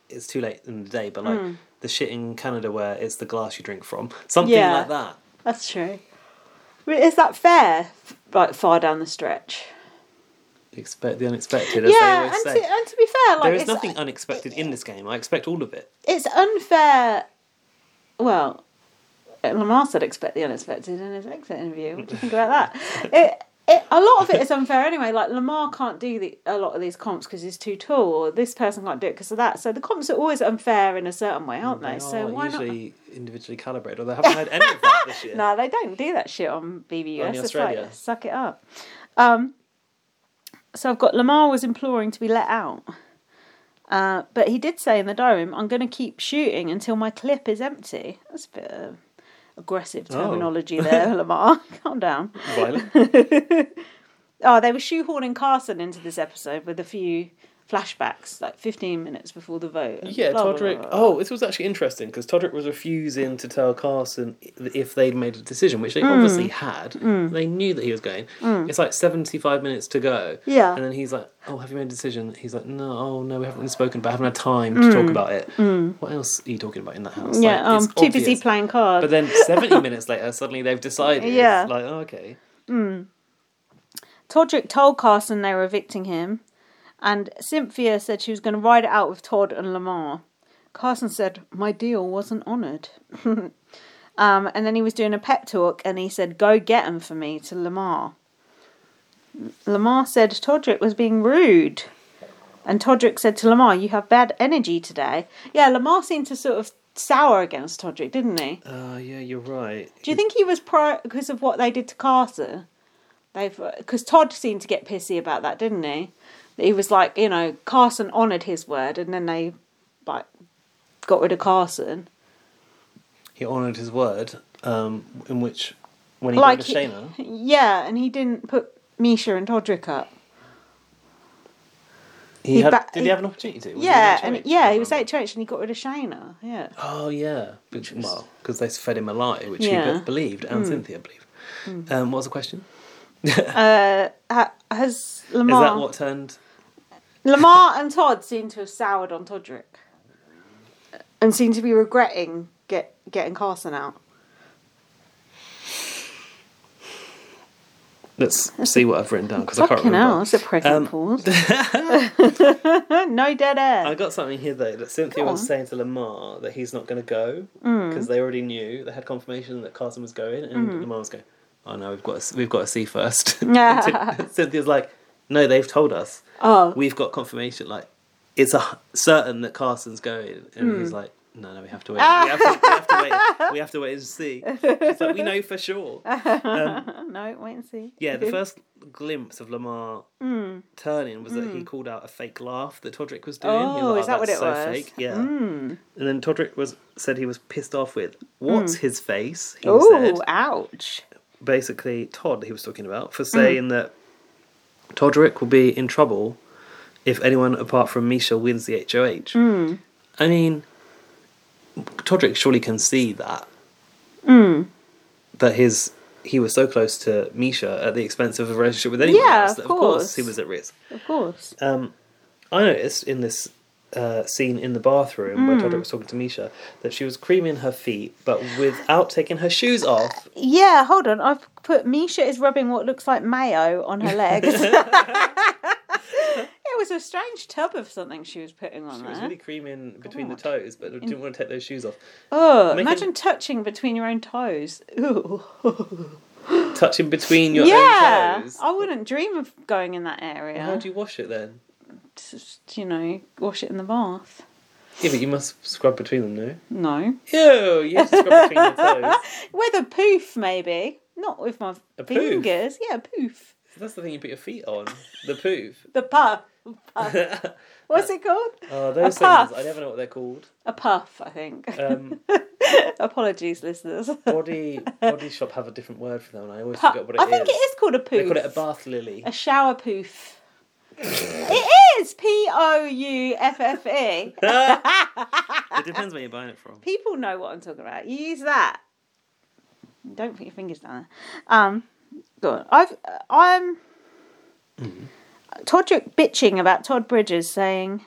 [SPEAKER 2] it's too late in the day, but like the shit in Canada where it's the glass you drink from, something
[SPEAKER 1] Yeah.
[SPEAKER 2] like that.
[SPEAKER 1] That's true. I mean, Is that fair? f- Like far down the stretch.
[SPEAKER 2] Expect the unexpected, as they
[SPEAKER 1] yeah,
[SPEAKER 2] always
[SPEAKER 1] and to,
[SPEAKER 2] say.
[SPEAKER 1] and to be fair, like
[SPEAKER 2] there is
[SPEAKER 1] it's, uh,
[SPEAKER 2] nothing unexpected in this game. I expect all of it.
[SPEAKER 1] it's unfair. Well, my mom said expect the unexpected in his exit interview. What do you think about
[SPEAKER 2] *laughs*
[SPEAKER 1] that? It, it, a lot of it is unfair anyway. Like Lamar can't do the, a lot of these comps because he's too tall, or this person can't do it because of that. So the comps are always unfair in a certain way, aren't they?
[SPEAKER 2] They
[SPEAKER 1] so
[SPEAKER 2] are
[SPEAKER 1] why not?
[SPEAKER 2] usually individually calibrated, although I haven't heard any of that
[SPEAKER 1] *laughs*
[SPEAKER 2] this year.
[SPEAKER 1] No, they don't do that shit on BBUS.
[SPEAKER 2] Only
[SPEAKER 1] it's
[SPEAKER 2] Australia.
[SPEAKER 1] like suck it up. Um, so I've got Lamar was imploring to be let out, uh, but he did say in the diary, "I'm going to keep shooting until my clip is empty." That's a bit of aggressive
[SPEAKER 2] Oh. *laughs*
[SPEAKER 1] terminology there, Lamar. *laughs* Calm down.
[SPEAKER 2] Violet.
[SPEAKER 1] Oh, they were shoehorning Carson into this episode with a few flashbacks, like 15 minutes before the vote. and
[SPEAKER 2] Yeah,
[SPEAKER 1] blah, blah, blah,
[SPEAKER 2] Todrick.
[SPEAKER 1] blah.
[SPEAKER 2] Oh, this was actually interesting because Todrick was refusing to tell Carson if they'd made a decision, which
[SPEAKER 1] Hmm.
[SPEAKER 2] they obviously had. They knew that he was going. It's like 75 minutes to go.
[SPEAKER 1] Yeah.
[SPEAKER 2] And then he's like, Oh, have you made a decision? He's like, No, oh, no, we haven't really spoken, but I haven't had time to talk about it. What else are you talking about in that house?
[SPEAKER 1] Hmm. Yeah,
[SPEAKER 2] Like,
[SPEAKER 1] um,
[SPEAKER 2] it's
[SPEAKER 1] too busy
[SPEAKER 2] obvious.
[SPEAKER 1] playing cards.
[SPEAKER 2] But then 70 minutes later, suddenly they've decided.
[SPEAKER 1] Yeah.
[SPEAKER 2] Yeah. Like, oh, okay.
[SPEAKER 1] Todrick told Carson they were evicting him, and Cynthia said she was going to ride it out with Todd and Lamar. Carson said, My deal wasn't honoured. *laughs* um, and then he was doing a pep talk and he said, Go get 'em for me to Lamar. Lamar said Todrick was being rude. And Todrick said to Lamar, You have bad energy today. Yeah, Lamar seemed to sort of sour against Todrick, didn't he?
[SPEAKER 2] Oh, yeah, you're right.
[SPEAKER 1] Do you think he was pro because of what they did to Carter? They've because Todd seemed to get pissy about that, didn't he? That he was like, you know, Carson honoured his word, and then they like got rid of Carson.
[SPEAKER 2] He honoured his word, um, in which, when he
[SPEAKER 1] like,
[SPEAKER 2] got to Shayna.
[SPEAKER 1] he- *laughs* yeah, and he didn't put Misha and Todrick up.
[SPEAKER 2] He,
[SPEAKER 1] He
[SPEAKER 2] had,
[SPEAKER 1] ba-
[SPEAKER 2] did
[SPEAKER 1] he-
[SPEAKER 2] he have an opportunity to? Was he
[SPEAKER 1] yeah,
[SPEAKER 2] in
[SPEAKER 1] and
[SPEAKER 2] HOH?
[SPEAKER 1] yeah, he was
[SPEAKER 2] Um,
[SPEAKER 1] HH and he got rid of Shayna. Yeah,
[SPEAKER 2] Oh yeah, which
[SPEAKER 1] was-
[SPEAKER 2] well, because they fed him a lie, which he
[SPEAKER 1] Yeah. Hmm.
[SPEAKER 2] be- believed and Cynthia believed. Um, what was the question?
[SPEAKER 1] Ha- has
[SPEAKER 2] Is
[SPEAKER 1] Lamar
[SPEAKER 2] that what turned?
[SPEAKER 1] Lamar and Todd seem to have soured on Todrick, and seem to be regretting get getting Carson out.
[SPEAKER 2] Let's see what I've written down because I can't remember.
[SPEAKER 1] hell, that's a pregnant
[SPEAKER 2] Um, *laughs*
[SPEAKER 1] pause. *laughs* no dead air.
[SPEAKER 2] I got something here though that Cynthia
[SPEAKER 1] Go
[SPEAKER 2] was
[SPEAKER 1] on. Hmm.
[SPEAKER 2] saying to Lamar that he's not going to go because they already knew they had confirmation that Carson was going, and Lamar was going. Oh no, we've got to, we've got to
[SPEAKER 1] *laughs*
[SPEAKER 2] see first. And *laughs* Cynthia's like, no, they've told us.
[SPEAKER 1] oh,
[SPEAKER 2] We've got confirmation. Like, it's a, certain that Carson's going, and he's
[SPEAKER 1] Hmm.
[SPEAKER 2] like, no, no, we have to wait. We have to, we have to wait. We have to wait and see. She's like, we know for sure.
[SPEAKER 1] no, wait and see.
[SPEAKER 2] Yeah,
[SPEAKER 1] *laughs*
[SPEAKER 2] the first glimpse of Lamar
[SPEAKER 1] Hmm.
[SPEAKER 2] turning was that he called out a fake laugh that Todrick was doing. He was
[SPEAKER 1] Oh,
[SPEAKER 2] like,
[SPEAKER 1] is that what
[SPEAKER 2] "That's
[SPEAKER 1] it was?" Hmm.
[SPEAKER 2] Yeah. And then Todrick was said he was pissed off with what's his face? He said
[SPEAKER 1] Hmm. Ooh, ouch.
[SPEAKER 2] basically Todd he was talking about
[SPEAKER 1] Mm-hmm.
[SPEAKER 2] for saying that Todrick will be in trouble if anyone apart from Misha wins the HOH.
[SPEAKER 1] Mm.
[SPEAKER 2] I mean, Todrick surely can see that
[SPEAKER 1] Mm.
[SPEAKER 2] that his he was so close to Misha at the expense of a relationship with anyone
[SPEAKER 1] Yeah,
[SPEAKER 2] else.
[SPEAKER 1] of
[SPEAKER 2] That
[SPEAKER 1] course.
[SPEAKER 2] he was at risk.
[SPEAKER 1] Of course.
[SPEAKER 2] Um, I noticed in this uh, scene in the bathroom
[SPEAKER 1] Mm.
[SPEAKER 2] where Todrick was talking to Misha that she was creaming her feet, but without taking her shoes off.
[SPEAKER 1] Yeah, hold on. I've put Misha is rubbing what looks like mayo on her
[SPEAKER 2] *laughs*
[SPEAKER 1] legs. it was a strange tub of something she was putting on
[SPEAKER 2] It was
[SPEAKER 1] there.
[SPEAKER 2] really creaming between the toes, but I didn't want to take those shoes off.
[SPEAKER 1] Oh,
[SPEAKER 2] making-
[SPEAKER 1] imagine touching between your own toes. Ooh.
[SPEAKER 2] Touching
[SPEAKER 1] *laughs*
[SPEAKER 2] between your
[SPEAKER 1] Yeah, Oh,
[SPEAKER 2] own toes.
[SPEAKER 1] I wouldn't dream of going in that area.
[SPEAKER 2] How do you wash it then?
[SPEAKER 1] Just, you know, wash it in the bath.
[SPEAKER 2] Yeah, but you must scrub between them, no?
[SPEAKER 1] No.
[SPEAKER 2] Ew, you have to scrub between your toes.
[SPEAKER 1] *laughs* With a poof, maybe. Not with my
[SPEAKER 2] A poof?
[SPEAKER 1] fingers. Yeah, poof.
[SPEAKER 2] That's the thing you put your feet on.
[SPEAKER 1] *laughs*
[SPEAKER 2] The poof.
[SPEAKER 1] The puff. puff. What's it called?
[SPEAKER 2] Oh, those
[SPEAKER 1] puff.
[SPEAKER 2] things, I never know what they're called.
[SPEAKER 1] A puff, I think.
[SPEAKER 2] Um,
[SPEAKER 1] *laughs* Apologies, listeners.
[SPEAKER 2] body body shop have a different word for them, and I always
[SPEAKER 1] Puff.
[SPEAKER 2] forget what
[SPEAKER 1] I think it is called a poof.
[SPEAKER 2] They call it a bath lily.
[SPEAKER 1] A shower
[SPEAKER 2] *laughs*
[SPEAKER 1] poof. it is P O U F F E.
[SPEAKER 2] It depends where you're buying it from.
[SPEAKER 1] People know what I'm talking about. You use that. Don't put your fingers down there. Um, go on. I've uh, I'm Todrick bitching about Todd Bridges saying,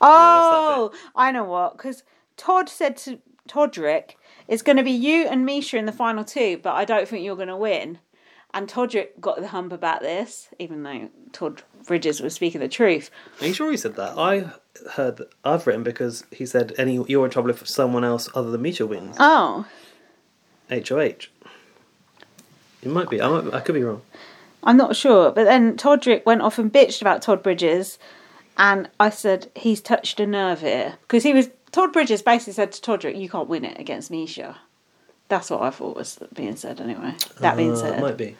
[SPEAKER 2] that
[SPEAKER 1] "Oh, I know what," because Todd said to Todrick, "It's going to be you and Misha in the final two, but I don't think you're going to win." And Todrick got the hump about this, even though Todd Bridges was speaking the truth.
[SPEAKER 2] Are you sure he said that? I heard that I've written because he said, "Any you're in trouble if someone else other than Misha wins."
[SPEAKER 1] Oh,
[SPEAKER 2] H O H. It might be. I might. I could be wrong.
[SPEAKER 1] I'm not sure. But then Todrick went off and bitched about Todd Bridges, and I said he's touched a nerve here because he was Todd Bridges basically said to Todrick, "You can't win it against Misha." That's what I thought was being said anyway. That being
[SPEAKER 2] Uh,
[SPEAKER 1] said,
[SPEAKER 2] it might be.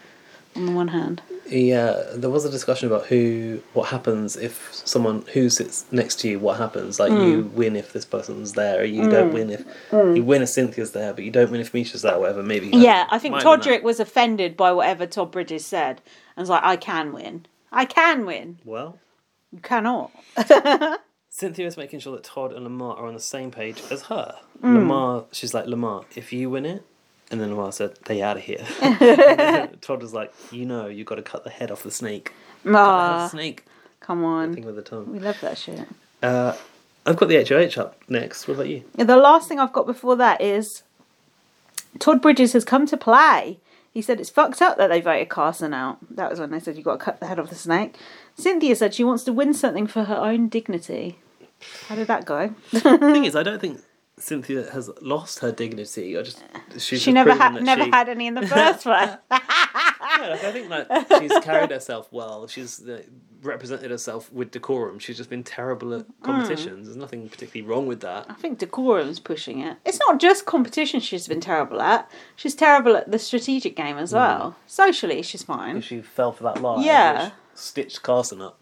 [SPEAKER 1] on the one hand,
[SPEAKER 2] Yeah, there was a discussion about who, what happens if someone who sits next to you, what happens? Like you
[SPEAKER 1] Hmm.
[SPEAKER 2] win if this person's there, or you don't win if you win if Cynthia's there, but you don't win if Misha's there, or whatever. Maybe.
[SPEAKER 1] yeah, I think
[SPEAKER 2] Might have been
[SPEAKER 1] Todrick was offended by whatever Todd Bridges said, and was like, "I can win. I can win.
[SPEAKER 2] that. Well,
[SPEAKER 1] You cannot."
[SPEAKER 2] Cynthia is making sure that Todd and Lamar are on the same page as her.
[SPEAKER 1] Hmm.
[SPEAKER 2] Lamar, she's like Lamar, if you win it, and then Lamar said, "They out of
[SPEAKER 1] *laughs*
[SPEAKER 2] here." *laughs* Todd was like, "You know, you got to cut the head off the snake. Cut the head
[SPEAKER 1] Ah,
[SPEAKER 2] off the snake."
[SPEAKER 1] come
[SPEAKER 2] Thing
[SPEAKER 1] on,
[SPEAKER 2] with the tongue.
[SPEAKER 1] we love that shit.
[SPEAKER 2] Uh, I've got the HOH up next. What about you?
[SPEAKER 1] And The last thing I've got before that is Todd Bridges has come to play. He said it's fucked up that they voted Carson out. That was when they said you've got to cut the head off the snake. Cynthia said she wants to win something for her own dignity. How did that go?
[SPEAKER 2] thing is, I don't think Cynthia has lost her dignity. I just she's
[SPEAKER 1] She never had never had any in the first place.
[SPEAKER 2] I
[SPEAKER 1] *laughs*
[SPEAKER 2] think that she's carried herself well. She's uh, represented herself with decorum. She's just been terrible
[SPEAKER 1] Mm.
[SPEAKER 2] at competitions. There's nothing particularly wrong with that.
[SPEAKER 1] I think decorum's pushing it. It's not just competition she's been terrible at. She's terrible at the strategic game as well. Socially, she's fine.
[SPEAKER 2] She fell for that lie.
[SPEAKER 1] Yeah.
[SPEAKER 2] which stitched Carson up.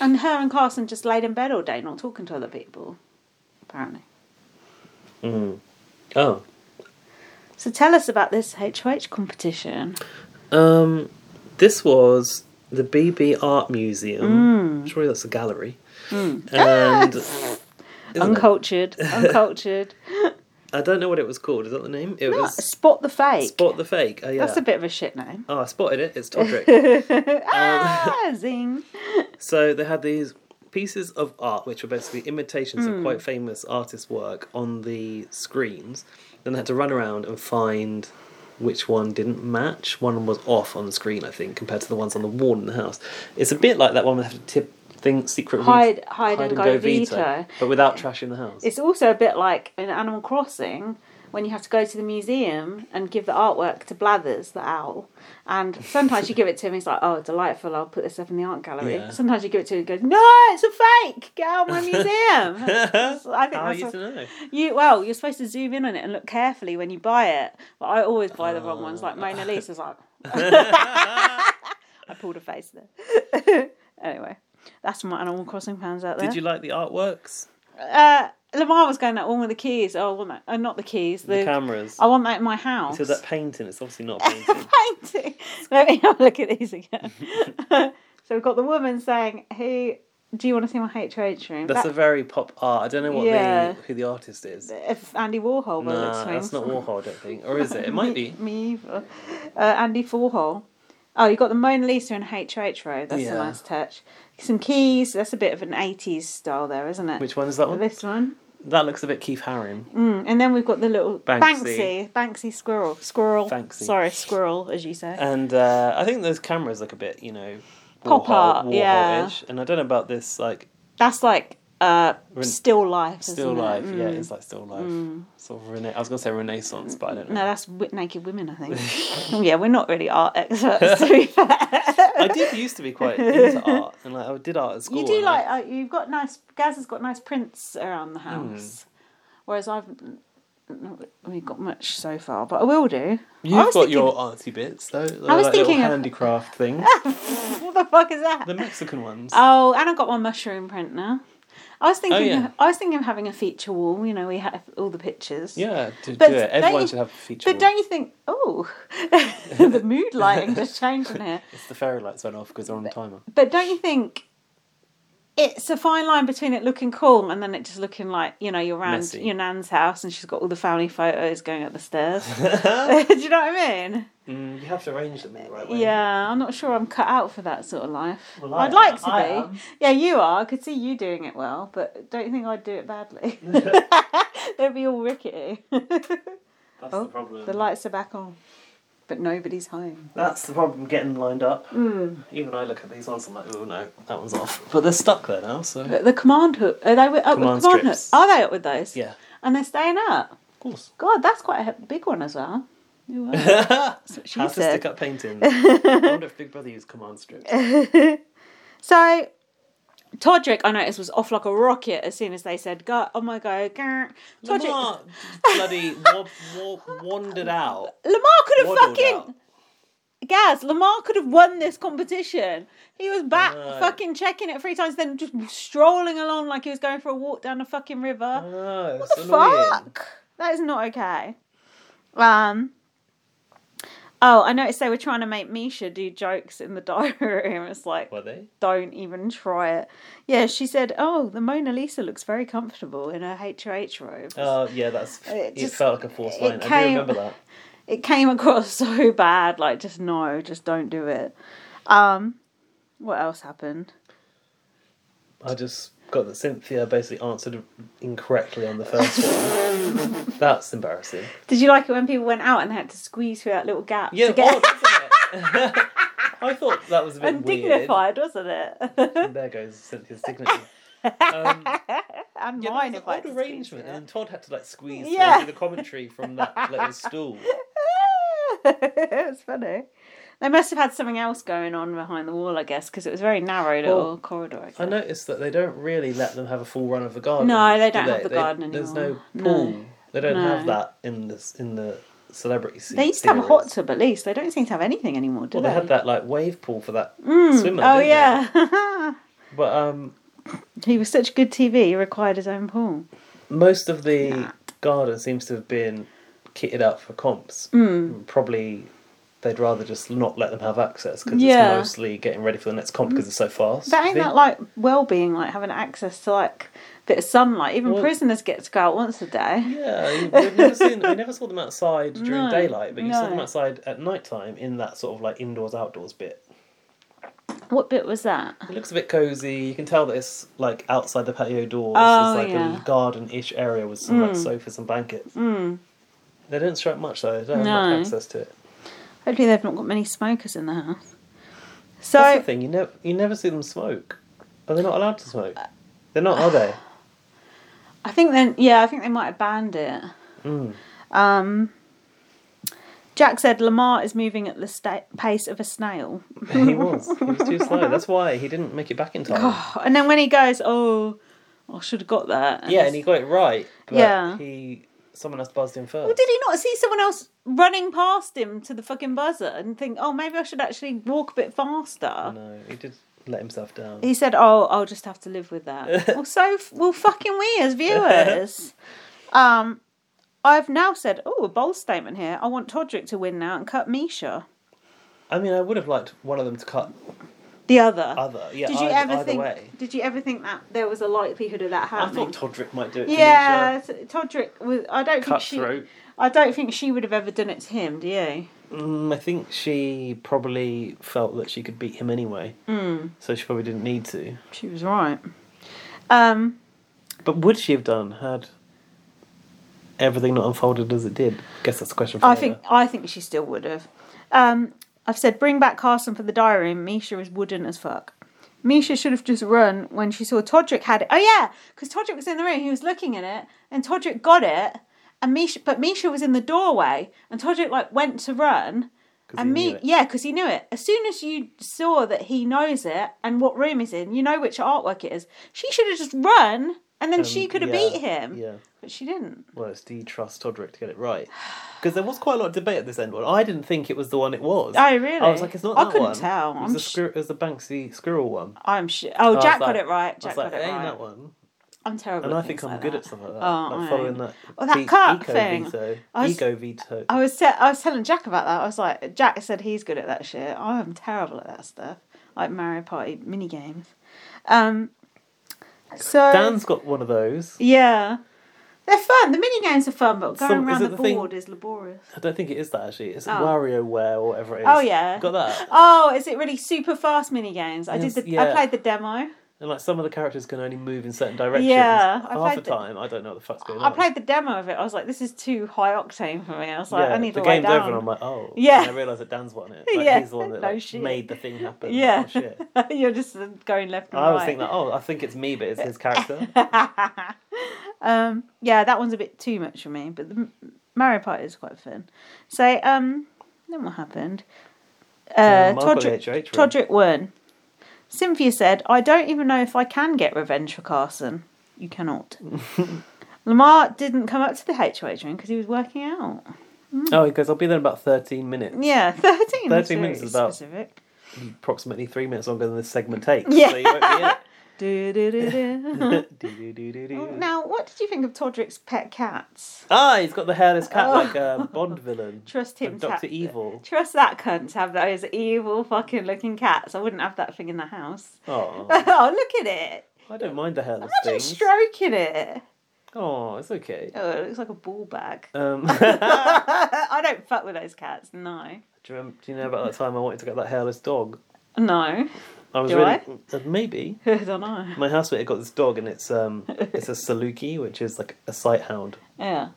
[SPEAKER 1] And her and Carson just laid in bed all day, not talking to other people. Apparently.
[SPEAKER 2] Oh,
[SPEAKER 1] So tell us about this HOH competition.
[SPEAKER 2] um, this was the BB Art
[SPEAKER 1] Mm.
[SPEAKER 2] Museum. Surely that's a gallery. And isn't it? *laughs*
[SPEAKER 1] Uncultured, uncultured.
[SPEAKER 2] I don't know what it was called. Is that the name? It
[SPEAKER 1] Ah,
[SPEAKER 2] was
[SPEAKER 1] Spot the fake.
[SPEAKER 2] Spot the Fake. Oh, yeah.
[SPEAKER 1] That's a bit of a shit name.
[SPEAKER 2] Oh, I spotted it. It's
[SPEAKER 1] *laughs*
[SPEAKER 2] Todrick. Um,
[SPEAKER 1] Ah, zing.
[SPEAKER 2] so they had these pieces of art, which were basically imitations of quite
[SPEAKER 1] Hmm.
[SPEAKER 2] famous artists' work, on the screens. Then they had to run around and find which one didn't match. One was off on the screen, I think, compared to the ones on the wall in the house. It's a bit like that one with the tip thing, secret
[SPEAKER 1] Hide- hide and go veto.
[SPEAKER 2] but without trash in the house.
[SPEAKER 1] It's also a bit like in Animal Crossing when you have to go to the museum and give the artwork to Blathers, the owl. And sometimes you give it to him, he's like, oh, delightful, I'll put this up in the art gallery.
[SPEAKER 2] Yeah.
[SPEAKER 1] Sometimes you give it to him, he goes, no, it's a fake, get
[SPEAKER 2] *laughs*
[SPEAKER 1] out of my museum. That's- I think
[SPEAKER 2] How are
[SPEAKER 1] that's
[SPEAKER 2] Oh, you
[SPEAKER 1] what-
[SPEAKER 2] to know?
[SPEAKER 1] You well, you're supposed to zoom in on it and look carefully when you buy it. But I always buy the wrong ones.
[SPEAKER 2] Oh.
[SPEAKER 1] Like Mona Lisa's
[SPEAKER 2] *laughs*
[SPEAKER 1] like *laughs* I pulled a face there. *laughs* anyway, that's for my Animal Crossing fans out there.
[SPEAKER 2] Did you like the artworks?
[SPEAKER 1] Uh, Lamar was going that one with the keys. Oh, I want that. Uh, not the keys. The,
[SPEAKER 2] The cameras?
[SPEAKER 1] I want that in my house.
[SPEAKER 2] So that painting, it's obviously
[SPEAKER 1] *laughs*
[SPEAKER 2] not a painting.
[SPEAKER 1] painting. Let me have a look at these again. *laughs* so we've got the woman saying, "Who do you want to see my HH room?"
[SPEAKER 2] That's
[SPEAKER 1] That-
[SPEAKER 2] a very pop art. I don't know what
[SPEAKER 1] Yeah.
[SPEAKER 2] the, who the artist is.
[SPEAKER 1] if Andy Warhol by the looks
[SPEAKER 2] Nah,
[SPEAKER 1] of
[SPEAKER 2] that's
[SPEAKER 1] things.
[SPEAKER 2] not Warhol, I don't think. Or is it? It
[SPEAKER 1] *laughs*
[SPEAKER 2] might be.
[SPEAKER 1] Me either. Uh, Andy Warhol. Oh, you got the Mona Lisa and HH Road. That's
[SPEAKER 2] Yeah.
[SPEAKER 1] a nice touch. Some keys. That's a bit of an 80s style there, isn't it?
[SPEAKER 2] Which one is that one?
[SPEAKER 1] This one.
[SPEAKER 2] That looks a bit Keith Haring.
[SPEAKER 1] Mm, And then we've got the little
[SPEAKER 2] Banksy.
[SPEAKER 1] Banksy. Banksy, squirrel. Squirrel.
[SPEAKER 2] Banksy.
[SPEAKER 1] Sorry, squirrel, as you say.
[SPEAKER 2] And uh, I think those cameras look a bit, you know,
[SPEAKER 1] Pop art,
[SPEAKER 2] Warhol-
[SPEAKER 1] yeah.
[SPEAKER 2] Warhol-ish. And I don't know about this, like,
[SPEAKER 1] That's like uh,
[SPEAKER 2] Ren-
[SPEAKER 1] still life.
[SPEAKER 2] still
[SPEAKER 1] isn't it?
[SPEAKER 2] life.
[SPEAKER 1] Mm.
[SPEAKER 2] Yeah, it's like still life. Sort of rena- I was going to say Renaissance, but I don't know.
[SPEAKER 1] No, that's wi- naked women, I
[SPEAKER 2] *laughs*
[SPEAKER 1] think. yeah, we're not really art experts, to be fair.
[SPEAKER 2] I did used to be
[SPEAKER 1] *laughs*
[SPEAKER 2] quite into art, and like I did art at school.
[SPEAKER 1] You do
[SPEAKER 2] and, I-
[SPEAKER 1] like uh, you've got nice. Gaz has got nice prints around the
[SPEAKER 2] Hmm.
[SPEAKER 1] house, whereas I've n- not really got much so far, but I will do. I
[SPEAKER 2] You've got
[SPEAKER 1] was
[SPEAKER 2] your artsy bits though. I
[SPEAKER 1] was
[SPEAKER 2] like little
[SPEAKER 1] thinking of- *laughs*
[SPEAKER 2] handicraft thing,
[SPEAKER 1] thinking- *laughs* What the fuck is that?
[SPEAKER 2] the Mexican ones.
[SPEAKER 1] Oh, and I've got my mushroom print now. I was thinking.
[SPEAKER 2] Oh, yeah.
[SPEAKER 1] I was thinking of having a feature wall. You know, we have all the pictures.
[SPEAKER 2] yeah, to
[SPEAKER 1] But
[SPEAKER 2] do it.
[SPEAKER 1] don't
[SPEAKER 2] Everyone
[SPEAKER 1] you-
[SPEAKER 2] should have a feature.
[SPEAKER 1] But
[SPEAKER 2] wall.
[SPEAKER 1] don't you think? Oh, *laughs* the mood lighting just changed in here.
[SPEAKER 2] It's the fairy lights went off because they're on a timer.
[SPEAKER 1] But don't you think it's a fine line between it looking cool and then it just looking like you know you're around
[SPEAKER 2] Messy.
[SPEAKER 1] *laughs*
[SPEAKER 2] *laughs*
[SPEAKER 1] your nan's house and she's got all the family photos going up the stairs. Do you know what I mean?
[SPEAKER 2] Mm, you have to arrange them in the right way.
[SPEAKER 1] Yeah, I'm not sure I'm cut out for that sort of life.
[SPEAKER 2] Well, I
[SPEAKER 1] I'd like to be.
[SPEAKER 2] am. I am.
[SPEAKER 1] Yeah, you are. I could see you doing it well, but don't you think I'd do it
[SPEAKER 2] *laughs*
[SPEAKER 1] badly? *laughs* They'd be all rickety. *laughs* the
[SPEAKER 2] That's
[SPEAKER 1] Oh,
[SPEAKER 2] the problem.
[SPEAKER 1] lights are back on, but nobody's home.
[SPEAKER 2] That's the problem getting lined up.
[SPEAKER 1] Hmm.
[SPEAKER 2] Even I look at these ones, I'm like, oh no, that one's off. But they're stuck there now, so.
[SPEAKER 1] But the command hook. Are they with- up
[SPEAKER 2] Command
[SPEAKER 1] with command hook?
[SPEAKER 2] strips.
[SPEAKER 1] Are they up with those?
[SPEAKER 2] Yeah,
[SPEAKER 1] And they're staying up.
[SPEAKER 2] of course. *laughs*
[SPEAKER 1] *laughs* God, that's quite a he- big one as well. You are.
[SPEAKER 2] That's
[SPEAKER 1] what she
[SPEAKER 2] How to
[SPEAKER 1] said.
[SPEAKER 2] stick up painting.
[SPEAKER 1] *laughs*
[SPEAKER 2] I wonder if Big Brother used command strips.
[SPEAKER 1] So, Todrick, I noticed, was off like a rocket as soon as they said, go, oh my god, grr." Todrick. Lamar,
[SPEAKER 2] Lamar bloody wa- wa- wandered
[SPEAKER 1] *laughs*
[SPEAKER 2] out.
[SPEAKER 1] could have
[SPEAKER 2] Waddled
[SPEAKER 1] fucking.
[SPEAKER 2] out.
[SPEAKER 1] Gaz, Lamar could have won this competition. He was back
[SPEAKER 2] know.
[SPEAKER 1] fucking checking it three times, then just strolling along like he was going for a walk down a fucking river.
[SPEAKER 2] No,
[SPEAKER 1] What the fuck? That is not okay. Um. Oh, I noticed they were trying to make Misha do jokes in the *laughs* diary room. It's like,
[SPEAKER 2] Were they?
[SPEAKER 1] don't even try it. Yeah, she said, "Oh, the Mona Lisa looks very comfortable in her HRH robe."
[SPEAKER 2] Oh, yeah, that's.
[SPEAKER 1] It
[SPEAKER 2] It,
[SPEAKER 1] just-
[SPEAKER 2] felt like a forced
[SPEAKER 1] it
[SPEAKER 2] line. I do
[SPEAKER 1] came-
[SPEAKER 2] remember that.
[SPEAKER 1] It came across *laughs* so bad, like just no, just don't do it. Um, what else happened?
[SPEAKER 2] I just got that Cynthia basically answered incorrectly on the first one. That's embarrassing.
[SPEAKER 1] Did you like it when people went out and they had to squeeze through that little gap
[SPEAKER 2] Yeah,
[SPEAKER 1] to get *laughs*
[SPEAKER 2] odd, isn't it? I thought that was a bit weird.
[SPEAKER 1] undignified, wasn't it? *laughs*
[SPEAKER 2] And there goes Cynthia's signature. Um,
[SPEAKER 1] and
[SPEAKER 2] yeah, that
[SPEAKER 1] mine if
[SPEAKER 2] was an
[SPEAKER 1] I had
[SPEAKER 2] odd
[SPEAKER 1] to squeeze
[SPEAKER 2] arrangement,
[SPEAKER 1] through
[SPEAKER 2] and then Todd had to like squeeze
[SPEAKER 1] Yeah.
[SPEAKER 2] through the commentary from that little stool.
[SPEAKER 1] it *laughs* was funny. They must have had something else going on behind the wall, I guess, because it was a very narrow little
[SPEAKER 2] Well,
[SPEAKER 1] corridor. I guess.
[SPEAKER 2] I noticed that they don't really let them have a full run of the garden.
[SPEAKER 1] No, they don't
[SPEAKER 2] do
[SPEAKER 1] have the garden
[SPEAKER 2] There's no
[SPEAKER 1] anymore.
[SPEAKER 2] pool.
[SPEAKER 1] No.
[SPEAKER 2] They don't have
[SPEAKER 1] No.
[SPEAKER 2] that in this in the celebrity. se-
[SPEAKER 1] They used to have a
[SPEAKER 2] series.
[SPEAKER 1] hot tub at least. They don't seem to have anything anymore, do
[SPEAKER 2] Well,
[SPEAKER 1] they?
[SPEAKER 2] they had that like wave pool for that
[SPEAKER 1] Mm.
[SPEAKER 2] swimmer.
[SPEAKER 1] Oh
[SPEAKER 2] didn't they?
[SPEAKER 1] yeah. *laughs*
[SPEAKER 2] But um,
[SPEAKER 1] he was such good TV. He required his own pool.
[SPEAKER 2] most of the garden seems to have been kitted out for comps.
[SPEAKER 1] Mm.
[SPEAKER 2] Probably they'd rather just not let them have access because
[SPEAKER 1] Yeah. Mm.
[SPEAKER 2] it's mostly getting ready for the next comp because it's so fast.
[SPEAKER 1] That ain't
[SPEAKER 2] Vin-
[SPEAKER 1] that like well-being, like having access to like a bit of sunlight. Even
[SPEAKER 2] Well-
[SPEAKER 1] prisoners get to go out once a day.
[SPEAKER 2] Yeah, you- we've never seen. We never saw them outside during
[SPEAKER 1] *laughs* No,
[SPEAKER 2] daylight, but you saw them
[SPEAKER 1] no.
[SPEAKER 2] outside at night time in that sort of like indoors outdoors bit.
[SPEAKER 1] What bit was that?
[SPEAKER 2] It looks a bit cozy. You can tell that it's like outside the patio doors.
[SPEAKER 1] Oh,
[SPEAKER 2] There's like
[SPEAKER 1] yeah. Mm.
[SPEAKER 2] a garden-ish area with some like sofas and blankets. They didn't show up much though. They don't have
[SPEAKER 1] No.
[SPEAKER 2] much access to it.
[SPEAKER 1] Hopefully they've not got many smokers in the house.
[SPEAKER 2] That's the
[SPEAKER 1] So
[SPEAKER 2] thing. You never you never see them smoke. Are they not allowed to smoke? They're not,
[SPEAKER 1] *sighs*
[SPEAKER 2] are they?
[SPEAKER 1] I think then, yeah, I think they might have banned it.
[SPEAKER 2] Mm.
[SPEAKER 1] Um, Jack said Lamar is moving at the sta- pace of a snail.
[SPEAKER 2] he was. He was too slow. That's why he didn't make it back in time.
[SPEAKER 1] and then when he goes, oh, I should have got that.
[SPEAKER 2] yeah, and he got it right. But
[SPEAKER 1] Yeah.
[SPEAKER 2] He someone else buzzed in first.
[SPEAKER 1] Well, did he not see someone else running past him to the fucking buzzer and think, oh, maybe I should actually walk a bit faster?
[SPEAKER 2] No, he did let himself down.
[SPEAKER 1] He said, oh, I'll just have to live with
[SPEAKER 2] *laughs*
[SPEAKER 1] that. well, so f- well, fucking we as viewers. um, I've now said, oh, a bold statement here. I want Todrick to win now and cut Misha.
[SPEAKER 2] I mean, I would have liked one of them to cut
[SPEAKER 1] The other.
[SPEAKER 2] other. Uh, Yeah,
[SPEAKER 1] did you
[SPEAKER 2] either,
[SPEAKER 1] ever
[SPEAKER 2] either
[SPEAKER 1] think?
[SPEAKER 2] way.
[SPEAKER 1] Did you ever think that there was a likelihood of that
[SPEAKER 2] I
[SPEAKER 1] happening?
[SPEAKER 2] thought Todrick might do it. to
[SPEAKER 1] yeah, t- Todrick was. I don't
[SPEAKER 2] Nisha. cut
[SPEAKER 1] think she.
[SPEAKER 2] throat.
[SPEAKER 1] I don't think she would have ever done it to him. Do you?
[SPEAKER 2] Mm, I think she probably felt that she could beat him anyway,
[SPEAKER 1] Hmm.
[SPEAKER 2] so she probably didn't need to.
[SPEAKER 1] She was right. Um,
[SPEAKER 2] But would she have done had everything not unfolded as it did? Guess that's a question for
[SPEAKER 1] I
[SPEAKER 2] later.
[SPEAKER 1] think. I think she still would have. Um, I've said bring back Carson for the diary room. Misha is wooden as fuck. Misha should have just run when she saw Todrick had it. Oh yeah, because Todrick was in the room. He was looking at it, and Todrick got it. And Misha, but Misha was in the doorway, and Todrick like went to run,
[SPEAKER 2] 'Cause
[SPEAKER 1] and
[SPEAKER 2] he
[SPEAKER 1] me,
[SPEAKER 2] knew it.
[SPEAKER 1] yeah, because he knew it. As soon as you saw that he knows it and what room he's in, you know which artwork it is. She should have just run, and then
[SPEAKER 2] Um,
[SPEAKER 1] she could have
[SPEAKER 2] yeah,
[SPEAKER 1] beat him,
[SPEAKER 2] Yeah.
[SPEAKER 1] but she didn't.
[SPEAKER 2] Well, it's do you trust Todrick to get it right? Because there was quite a lot of debate at this end one. I didn't think it was the one it was.
[SPEAKER 1] Oh really?
[SPEAKER 2] I was like, it's not
[SPEAKER 1] I
[SPEAKER 2] that
[SPEAKER 1] couldn't
[SPEAKER 2] one.
[SPEAKER 1] tell.
[SPEAKER 2] It was,
[SPEAKER 1] I'm
[SPEAKER 2] the
[SPEAKER 1] sh-
[SPEAKER 2] squir- it was the Banksy squirrel one.
[SPEAKER 1] I'm sh- Oh,
[SPEAKER 2] I was
[SPEAKER 1] Jack
[SPEAKER 2] like-
[SPEAKER 1] got it right.
[SPEAKER 2] I
[SPEAKER 1] Jack
[SPEAKER 2] was like,
[SPEAKER 1] got
[SPEAKER 2] it
[SPEAKER 1] it
[SPEAKER 2] ain't
[SPEAKER 1] right.
[SPEAKER 2] that one.
[SPEAKER 1] I'm terrible.
[SPEAKER 2] And I
[SPEAKER 1] at
[SPEAKER 2] think
[SPEAKER 1] things
[SPEAKER 2] I'm
[SPEAKER 1] like
[SPEAKER 2] good
[SPEAKER 1] that.
[SPEAKER 2] at some of that.
[SPEAKER 1] Oh,
[SPEAKER 2] like
[SPEAKER 1] I-
[SPEAKER 2] following that.
[SPEAKER 1] Well, that
[SPEAKER 2] ve-
[SPEAKER 1] cut
[SPEAKER 2] eco
[SPEAKER 1] thing.
[SPEAKER 2] Veto,
[SPEAKER 1] I was-
[SPEAKER 2] Ego veto.
[SPEAKER 1] I was te- I was telling Jack about that. I was like, Jack said he's good at that shit. I am terrible at that stuff, like Mario Party mini games. Um, so
[SPEAKER 2] Dan's got one of those.
[SPEAKER 1] yeah, They're fun. The mini games are fun, but going
[SPEAKER 2] Some- is
[SPEAKER 1] around
[SPEAKER 2] it
[SPEAKER 1] the,
[SPEAKER 2] the thing-
[SPEAKER 1] board is laborious.
[SPEAKER 2] I don't think it is that actually. It's
[SPEAKER 1] Oh.
[SPEAKER 2] WarioWare or whatever it is.
[SPEAKER 1] Oh yeah.
[SPEAKER 2] Got that.
[SPEAKER 1] Oh, is it really super fast mini games? I
[SPEAKER 2] Yes,
[SPEAKER 1] did the.
[SPEAKER 2] yeah.
[SPEAKER 1] I played the demo.
[SPEAKER 2] And like some of the characters can only move in certain directions.
[SPEAKER 1] Yeah, I
[SPEAKER 2] Half the
[SPEAKER 1] played the-
[SPEAKER 2] time, I don't know what the fuck's going
[SPEAKER 1] I
[SPEAKER 2] on.
[SPEAKER 1] played the demo of it. I was like, this is too high octane for me. I was like, I need
[SPEAKER 2] the
[SPEAKER 1] to lay
[SPEAKER 2] game's
[SPEAKER 1] down.
[SPEAKER 2] over, and I'm like, oh.
[SPEAKER 1] Yeah.
[SPEAKER 2] And I realise that Dan's won
[SPEAKER 1] *laughs*
[SPEAKER 2] it. Like,
[SPEAKER 1] Yeah,
[SPEAKER 2] He's the one that
[SPEAKER 1] no
[SPEAKER 2] like,
[SPEAKER 1] shit.
[SPEAKER 2] made the thing happen. Like,
[SPEAKER 1] yeah,
[SPEAKER 2] oh, shit.
[SPEAKER 1] *laughs* you're just going left and
[SPEAKER 2] I was
[SPEAKER 1] right.
[SPEAKER 2] thinking, like, oh, I think it's me, but it's
[SPEAKER 1] *laughs*
[SPEAKER 2] his character.
[SPEAKER 1] um, yeah, that one's a bit too much for me, but the M- Mario Party is quite fun. So, um, then what happened? Uh,
[SPEAKER 2] Um, I've got the
[SPEAKER 1] Todrick,
[SPEAKER 2] HH room.
[SPEAKER 1] Todrick won. Cynthia said, I don't even know if I can get revenge for Carson. You
[SPEAKER 2] *laughs*
[SPEAKER 1] cannot. Lamar didn't come up to the HOH ring because he was working out.
[SPEAKER 2] oh, he goes, I'll be there in about 13 minutes.
[SPEAKER 1] Yeah, *laughs* 13. 13
[SPEAKER 2] 13 minutes
[SPEAKER 1] minutes
[SPEAKER 2] is about-
[SPEAKER 1] specific.
[SPEAKER 2] Approximately three minutes longer than this segment takes.
[SPEAKER 1] Yeah.
[SPEAKER 2] So you won't be in it.
[SPEAKER 1] *laughs*
[SPEAKER 2] *laughs*
[SPEAKER 1] Do, do, do, do.
[SPEAKER 2] Do-do-do-do-do.
[SPEAKER 1] now, what did you think of Todrick's pet cats?
[SPEAKER 2] Ah, he's got the hairless cat
[SPEAKER 1] Oh.
[SPEAKER 2] like a Bond villain.
[SPEAKER 1] *laughs* Trust him,
[SPEAKER 2] Doctor
[SPEAKER 1] tap- *laughs*
[SPEAKER 2] Evil.
[SPEAKER 1] Trust that cunt to have those evil fucking looking cats. I wouldn't have that thing in the house.
[SPEAKER 2] Oh,
[SPEAKER 1] *laughs* oh, look at it.
[SPEAKER 2] I don't mind the hairless
[SPEAKER 1] Imagine
[SPEAKER 2] things.
[SPEAKER 1] stroking it.
[SPEAKER 2] oh, it's okay.
[SPEAKER 1] Oh, it looks like a ball bag. *laughs*
[SPEAKER 2] Um,
[SPEAKER 1] I don't fuck with those cats. No.
[SPEAKER 2] do, you remember, do you know about that time I wanted to get that hairless dog?
[SPEAKER 1] No. *laughs*
[SPEAKER 2] I was
[SPEAKER 1] Do
[SPEAKER 2] really Uh, maybe
[SPEAKER 1] I don't know.
[SPEAKER 2] my housemate had got this dog, and it's um it's a Saluki, which is like a sight hound.
[SPEAKER 1] Yeah.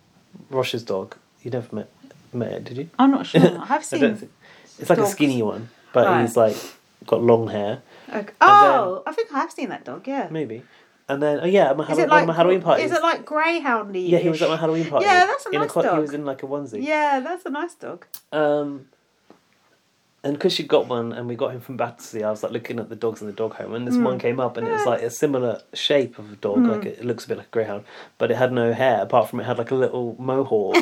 [SPEAKER 2] Rosh's dog. You never met met it, did you?
[SPEAKER 1] I'm not
[SPEAKER 2] *laughs*
[SPEAKER 1] sure. I have
[SPEAKER 2] I
[SPEAKER 1] Oh, seen.
[SPEAKER 2] don't thi- it's like
[SPEAKER 1] dogs.
[SPEAKER 2] a skinny one, but
[SPEAKER 1] Right.
[SPEAKER 2] he's like got long hair,
[SPEAKER 1] Okay. Oh, I think I have seen that dog, yeah.
[SPEAKER 2] maybe. And then oh yeah, at my,
[SPEAKER 1] Is
[SPEAKER 2] Hall-
[SPEAKER 1] it
[SPEAKER 2] one of
[SPEAKER 1] like
[SPEAKER 2] my Halloween parties.
[SPEAKER 1] Is it like greyhoundy?
[SPEAKER 2] Yeah, he was at my Halloween party.
[SPEAKER 1] Yeah, that's a
[SPEAKER 2] in
[SPEAKER 1] nice
[SPEAKER 2] cot- He
[SPEAKER 1] dog.
[SPEAKER 2] was in like a onesie.
[SPEAKER 1] Yeah, that's a nice dog.
[SPEAKER 2] Um, and because she got one and we got him from Battersea, I was like looking at the dogs in the dog home, and this
[SPEAKER 1] Hmm.
[SPEAKER 2] one came up and it was like a similar shape of a dog, like it, it looks a bit like a greyhound, but it had no hair apart from it had like a little
[SPEAKER 1] *laughs*
[SPEAKER 2] mohawk.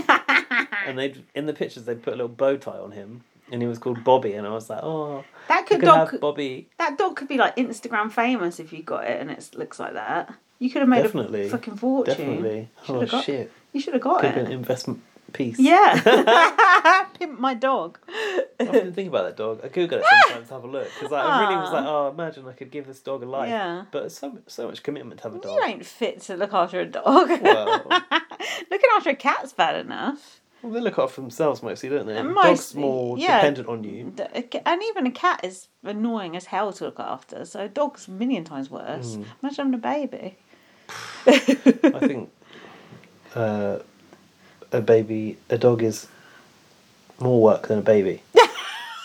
[SPEAKER 2] and they in the pictures they put a little bow tie on him, and he was called Bobby, and I was like, oh,
[SPEAKER 1] That
[SPEAKER 2] you
[SPEAKER 1] could
[SPEAKER 2] could
[SPEAKER 1] dog.
[SPEAKER 2] have Bobby.
[SPEAKER 1] That dog could be like Instagram famous if you got it and it looks like that. You could have made
[SPEAKER 2] Definitely.
[SPEAKER 1] a fucking fortune.
[SPEAKER 2] Definitely. Oh
[SPEAKER 1] Should've got
[SPEAKER 2] shit!
[SPEAKER 1] You should have got
[SPEAKER 2] Could be
[SPEAKER 1] it.
[SPEAKER 2] an investment piece.
[SPEAKER 1] Yeah. *laughs* Pimp my dog.
[SPEAKER 2] I didn't think about that dog. I google it sometimes to have a look because I really was
[SPEAKER 1] Aw.
[SPEAKER 2] like, oh, imagine I could give this dog a life.
[SPEAKER 1] Yeah.
[SPEAKER 2] But it's so so much commitment to have a dog.
[SPEAKER 1] You ain't fit to look after a dog.
[SPEAKER 2] Well.
[SPEAKER 1] *laughs* Looking after a cat's bad enough.
[SPEAKER 2] Well, they look out for themselves mostly, don't they?
[SPEAKER 1] And
[SPEAKER 2] Dogs
[SPEAKER 1] most-
[SPEAKER 2] more
[SPEAKER 1] yeah.
[SPEAKER 2] dependent on you.
[SPEAKER 1] D- a ca- And even a cat is annoying as hell to look after. So a dog's a million times worse. Imagine having a baby. *laughs*
[SPEAKER 2] I think uh, a baby, a dog is more work than a baby.
[SPEAKER 1] *laughs*
[SPEAKER 2] no,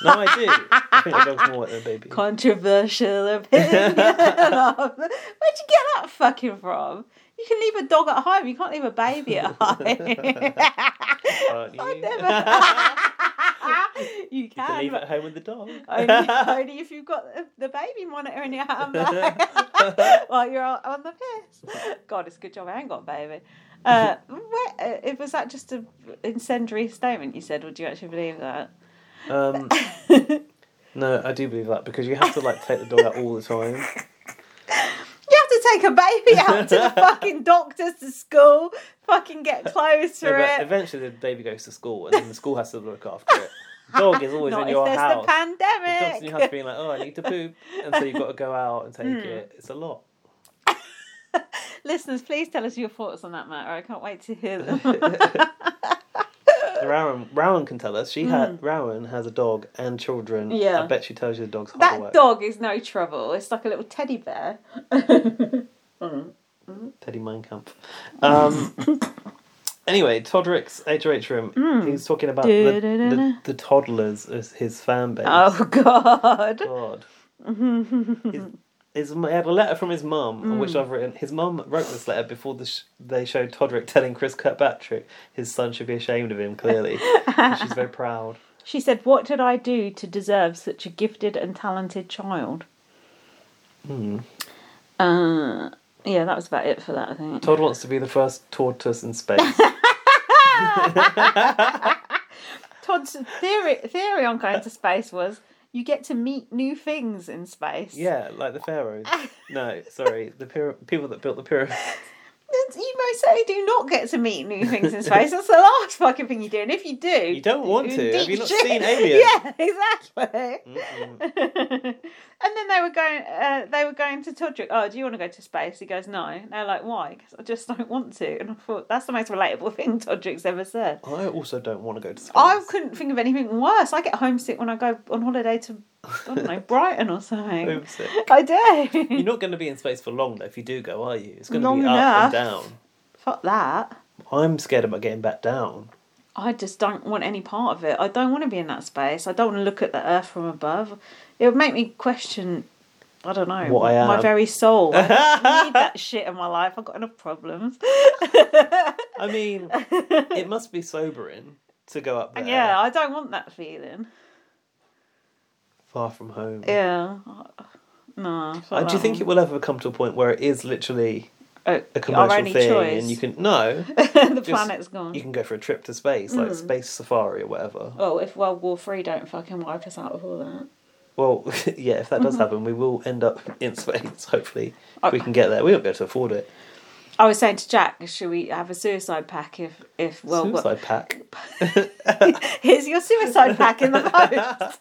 [SPEAKER 2] I do. I think a dog's more work than a baby.
[SPEAKER 1] Controversial *laughs* opinion. Where'd you get that fucking from? You can leave a dog at home. You can't leave a baby *laughs* at home.
[SPEAKER 2] Aren't you?
[SPEAKER 1] I never. you
[SPEAKER 2] You can
[SPEAKER 1] can. *laughs*
[SPEAKER 2] leave
[SPEAKER 1] but
[SPEAKER 2] at home with the dog.
[SPEAKER 1] only, only if you've got the baby monitor in your hand *laughs* while you're out on the
[SPEAKER 2] *laughs*
[SPEAKER 1] piss. God, it's a good job I ain't got a baby. Uh, where, uh, it- was that just an incendiary statement you said, or do you actually believe that?
[SPEAKER 2] *laughs*
[SPEAKER 1] *laughs*
[SPEAKER 2] um, no, I do believe that because you have to like take the dog out all
[SPEAKER 1] *laughs*
[SPEAKER 2] the time.
[SPEAKER 1] You have to take a baby out to
[SPEAKER 2] *laughs*
[SPEAKER 1] the fucking doctors to school, fucking get clothes for
[SPEAKER 2] No, but
[SPEAKER 1] it.
[SPEAKER 2] eventually, the baby goes to school, and then the school has to look after it. Dog is
[SPEAKER 1] *laughs*
[SPEAKER 2] always
[SPEAKER 1] Not
[SPEAKER 2] in
[SPEAKER 1] if
[SPEAKER 2] your
[SPEAKER 1] there's
[SPEAKER 2] house.
[SPEAKER 1] the
[SPEAKER 2] Johnson, you have to
[SPEAKER 1] pandemic.
[SPEAKER 2] be like, oh, I need to poop, and so you've got to go out and take
[SPEAKER 1] Hmm.
[SPEAKER 2] it. It's a lot.
[SPEAKER 1] *laughs* Listeners, please tell us your thoughts on that matter. I can't wait to hear
[SPEAKER 2] *laughs*
[SPEAKER 1] them.
[SPEAKER 2] Rowan, Rowan can tell us. She had Rowan has a dog and children.
[SPEAKER 1] Mm. Yeah.
[SPEAKER 2] I bet she tells you the dog's hard
[SPEAKER 1] that
[SPEAKER 2] work.
[SPEAKER 1] dog is no trouble. It's like a little teddy bear.
[SPEAKER 2] Teddy Minecamp.
[SPEAKER 1] *laughs*
[SPEAKER 2] Um, anyway, Todrick's HOH room.
[SPEAKER 1] Mm.
[SPEAKER 2] He's talking about the, the,
[SPEAKER 1] Du-du-du-du.
[SPEAKER 2] the toddlers as his fan base.
[SPEAKER 1] Oh *laughs* God! *laughs*
[SPEAKER 2] God. his, his, he had a letter from his mum, on
[SPEAKER 1] Mm.
[SPEAKER 2] which I've written. His mum wrote this letter before the sh- they showed Todrick telling Chris Kirkpatrick his son should be ashamed of
[SPEAKER 1] *laughs*
[SPEAKER 2] him, clearly. And she's very proud.
[SPEAKER 1] She said, "What did I do to deserve such a gifted and talented child?"
[SPEAKER 2] Hmm.
[SPEAKER 1] Uh, yeah, that was about it for that. I think.
[SPEAKER 2] Todd wants to be the first tortoise in space.
[SPEAKER 1] Todd's theory theory on going to space was you get to meet new things in space. *laughs*
[SPEAKER 2] Yeah, like the pharaohs. no, sorry, the pyra- people that built the pyramids.
[SPEAKER 1] It's- you I certainly do not get to meet new things in space. That's the last fucking thing you do. And if you do,
[SPEAKER 2] You don't want
[SPEAKER 1] you're in
[SPEAKER 2] to. Have
[SPEAKER 1] deep
[SPEAKER 2] you not
[SPEAKER 1] shit.
[SPEAKER 2] seen Alien?
[SPEAKER 1] *laughs* Yeah, exactly.
[SPEAKER 2] Mm-mm.
[SPEAKER 1] and then they were going. Uh, they were going to Todrick. Oh, do you want to go to space? He goes, no. And they're like, why? Because I just don't want to. And I thought that's the most relatable *laughs* thing Todrick's ever said.
[SPEAKER 2] I also don't want to go to space.
[SPEAKER 1] I couldn't think of anything worse. I get homesick when I go on holiday to I don't
[SPEAKER 2] *laughs*
[SPEAKER 1] know Brighton or something.
[SPEAKER 2] Homesick.
[SPEAKER 1] I do.
[SPEAKER 2] You're not going to be in space for long, though, if you do go, are you? It's going to
[SPEAKER 1] Long
[SPEAKER 2] be up and
[SPEAKER 1] enough.
[SPEAKER 2] down.
[SPEAKER 1] Fuck that.
[SPEAKER 2] I'm scared about getting back down.
[SPEAKER 1] I just don't want any part of it. I don't want to be in that space. I don't want to look at the earth from above. It would make me question, I don't know,
[SPEAKER 2] What I
[SPEAKER 1] my
[SPEAKER 2] am.
[SPEAKER 1] very soul. I don't
[SPEAKER 2] *laughs*
[SPEAKER 1] need that shit in my life. I've got enough problems. *laughs*
[SPEAKER 2] I mean, it must be sobering to go up there.
[SPEAKER 1] And yeah, I don't want that feeling.
[SPEAKER 2] Far from home.
[SPEAKER 1] Yeah. No.
[SPEAKER 2] Uh, do you think it will ever come to a point where it is literally
[SPEAKER 1] a,
[SPEAKER 2] a commercial
[SPEAKER 1] Oh, our only
[SPEAKER 2] thing
[SPEAKER 1] choice?
[SPEAKER 2] and you can.
[SPEAKER 1] *laughs*
[SPEAKER 2] No.
[SPEAKER 1] the
[SPEAKER 2] just-
[SPEAKER 1] planet's gone. Hmm.
[SPEAKER 2] You can go for a trip to space, like space safari or whatever.
[SPEAKER 1] Well, Oh, if World War Three don't fucking wipe us out of all that.
[SPEAKER 2] Well, *laughs* yeah, if that does
[SPEAKER 1] Mm-hmm.
[SPEAKER 2] happen, we will end up in space, hopefully.
[SPEAKER 1] Oh.
[SPEAKER 2] If we can get there. We won't be able to afford it.
[SPEAKER 1] I was saying to Jack, should we have a suicide pack if if World War
[SPEAKER 2] Suicide pack.
[SPEAKER 1] *laughs* Here's your suicide pack
[SPEAKER 2] *laughs*
[SPEAKER 1] in the post.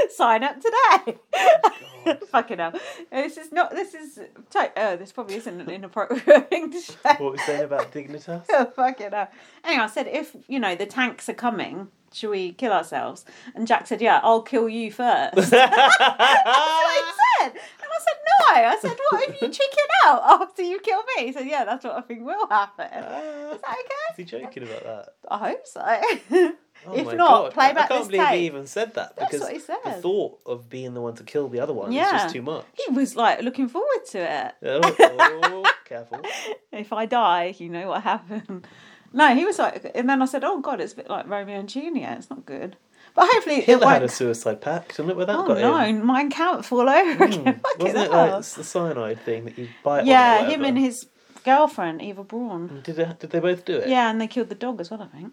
[SPEAKER 1] *laughs* Sign up today.
[SPEAKER 2] Oh,
[SPEAKER 1] *laughs* Fucking hell. This is not. This is. to- Oh, this probably isn't an inappropriate *laughs* thing to say.
[SPEAKER 2] What were we saying
[SPEAKER 1] *laughs*
[SPEAKER 2] about Dignitas? *laughs*
[SPEAKER 1] Oh, Fucking hell. Anyway, I said if you know the tanks are coming, should we kill ourselves? And Jack said, "Yeah, I'll kill you first. *laughs* That's what he
[SPEAKER 2] Ah.
[SPEAKER 1] said. And I said, "No." I said, "What if you chicken out after you kill me?" He said, "Yeah, that's what I think will happen." Is that
[SPEAKER 2] Is
[SPEAKER 1] okay?
[SPEAKER 2] he joking about that?
[SPEAKER 1] I hope so. *laughs*
[SPEAKER 2] Oh
[SPEAKER 1] if
[SPEAKER 2] my
[SPEAKER 1] not,
[SPEAKER 2] God.
[SPEAKER 1] play
[SPEAKER 2] I
[SPEAKER 1] back
[SPEAKER 2] can't
[SPEAKER 1] this
[SPEAKER 2] believe
[SPEAKER 1] tape.
[SPEAKER 2] he even said that
[SPEAKER 1] That's
[SPEAKER 2] because
[SPEAKER 1] what he
[SPEAKER 2] the
[SPEAKER 1] said.
[SPEAKER 2] thought of being the one to kill the other one is
[SPEAKER 1] Yeah.
[SPEAKER 2] just
[SPEAKER 1] *laughs*
[SPEAKER 2] too much.
[SPEAKER 1] He was like looking forward to it.
[SPEAKER 2] Oh, oh, careful.
[SPEAKER 1] If I die, you know what happened. No, he was like, and then I said, "Oh God, it's a bit like Romeo and Juliet. It's not good." But hopefully, it
[SPEAKER 2] Hitler had a
[SPEAKER 1] won't.
[SPEAKER 2] suicide pact, and look where that
[SPEAKER 1] Oh
[SPEAKER 2] got
[SPEAKER 1] no,
[SPEAKER 2] him.
[SPEAKER 1] mine camp all over again. *laughs* Fucking
[SPEAKER 2] Hmm. Wasn't it
[SPEAKER 1] hell.
[SPEAKER 2] like it's the cyanide thing that you bite on or
[SPEAKER 1] yeah, him
[SPEAKER 2] whatever?
[SPEAKER 1] and his girlfriend, Eva Braun.
[SPEAKER 2] Did they, did they both do it?
[SPEAKER 1] Yeah, and they killed the dog as well. I think.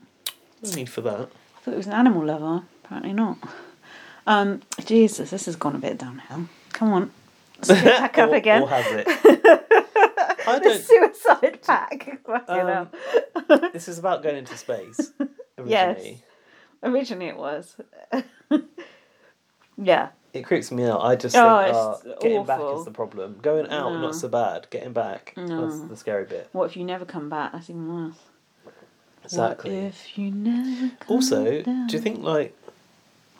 [SPEAKER 2] No need for that.
[SPEAKER 1] I thought it was an animal lover. Apparently not. Um, Jesus, this has gone a bit downhill. Come on,
[SPEAKER 2] *laughs*
[SPEAKER 1] Let's get back up
[SPEAKER 2] Or-
[SPEAKER 1] again. *laughs*
[SPEAKER 2] Or has it?
[SPEAKER 1] the
[SPEAKER 2] I don't.
[SPEAKER 1] suicide pack. *laughs* Fucking
[SPEAKER 2] Um,
[SPEAKER 1] hell.
[SPEAKER 2] This is about going into space. Originally.
[SPEAKER 1] Yes. Originally, it was. *laughs* yeah.
[SPEAKER 2] It creeps me out. I just
[SPEAKER 1] Oh,
[SPEAKER 2] think
[SPEAKER 1] it's
[SPEAKER 2] oh, getting back
[SPEAKER 1] awful.
[SPEAKER 2] is the problem. Going out,
[SPEAKER 1] No.
[SPEAKER 2] not so bad. Getting back, that's the scary bit.
[SPEAKER 1] What if you never come back? That's even worse.
[SPEAKER 2] Exactly.
[SPEAKER 1] What if you never come
[SPEAKER 2] Also, do
[SPEAKER 1] down?
[SPEAKER 2] you think like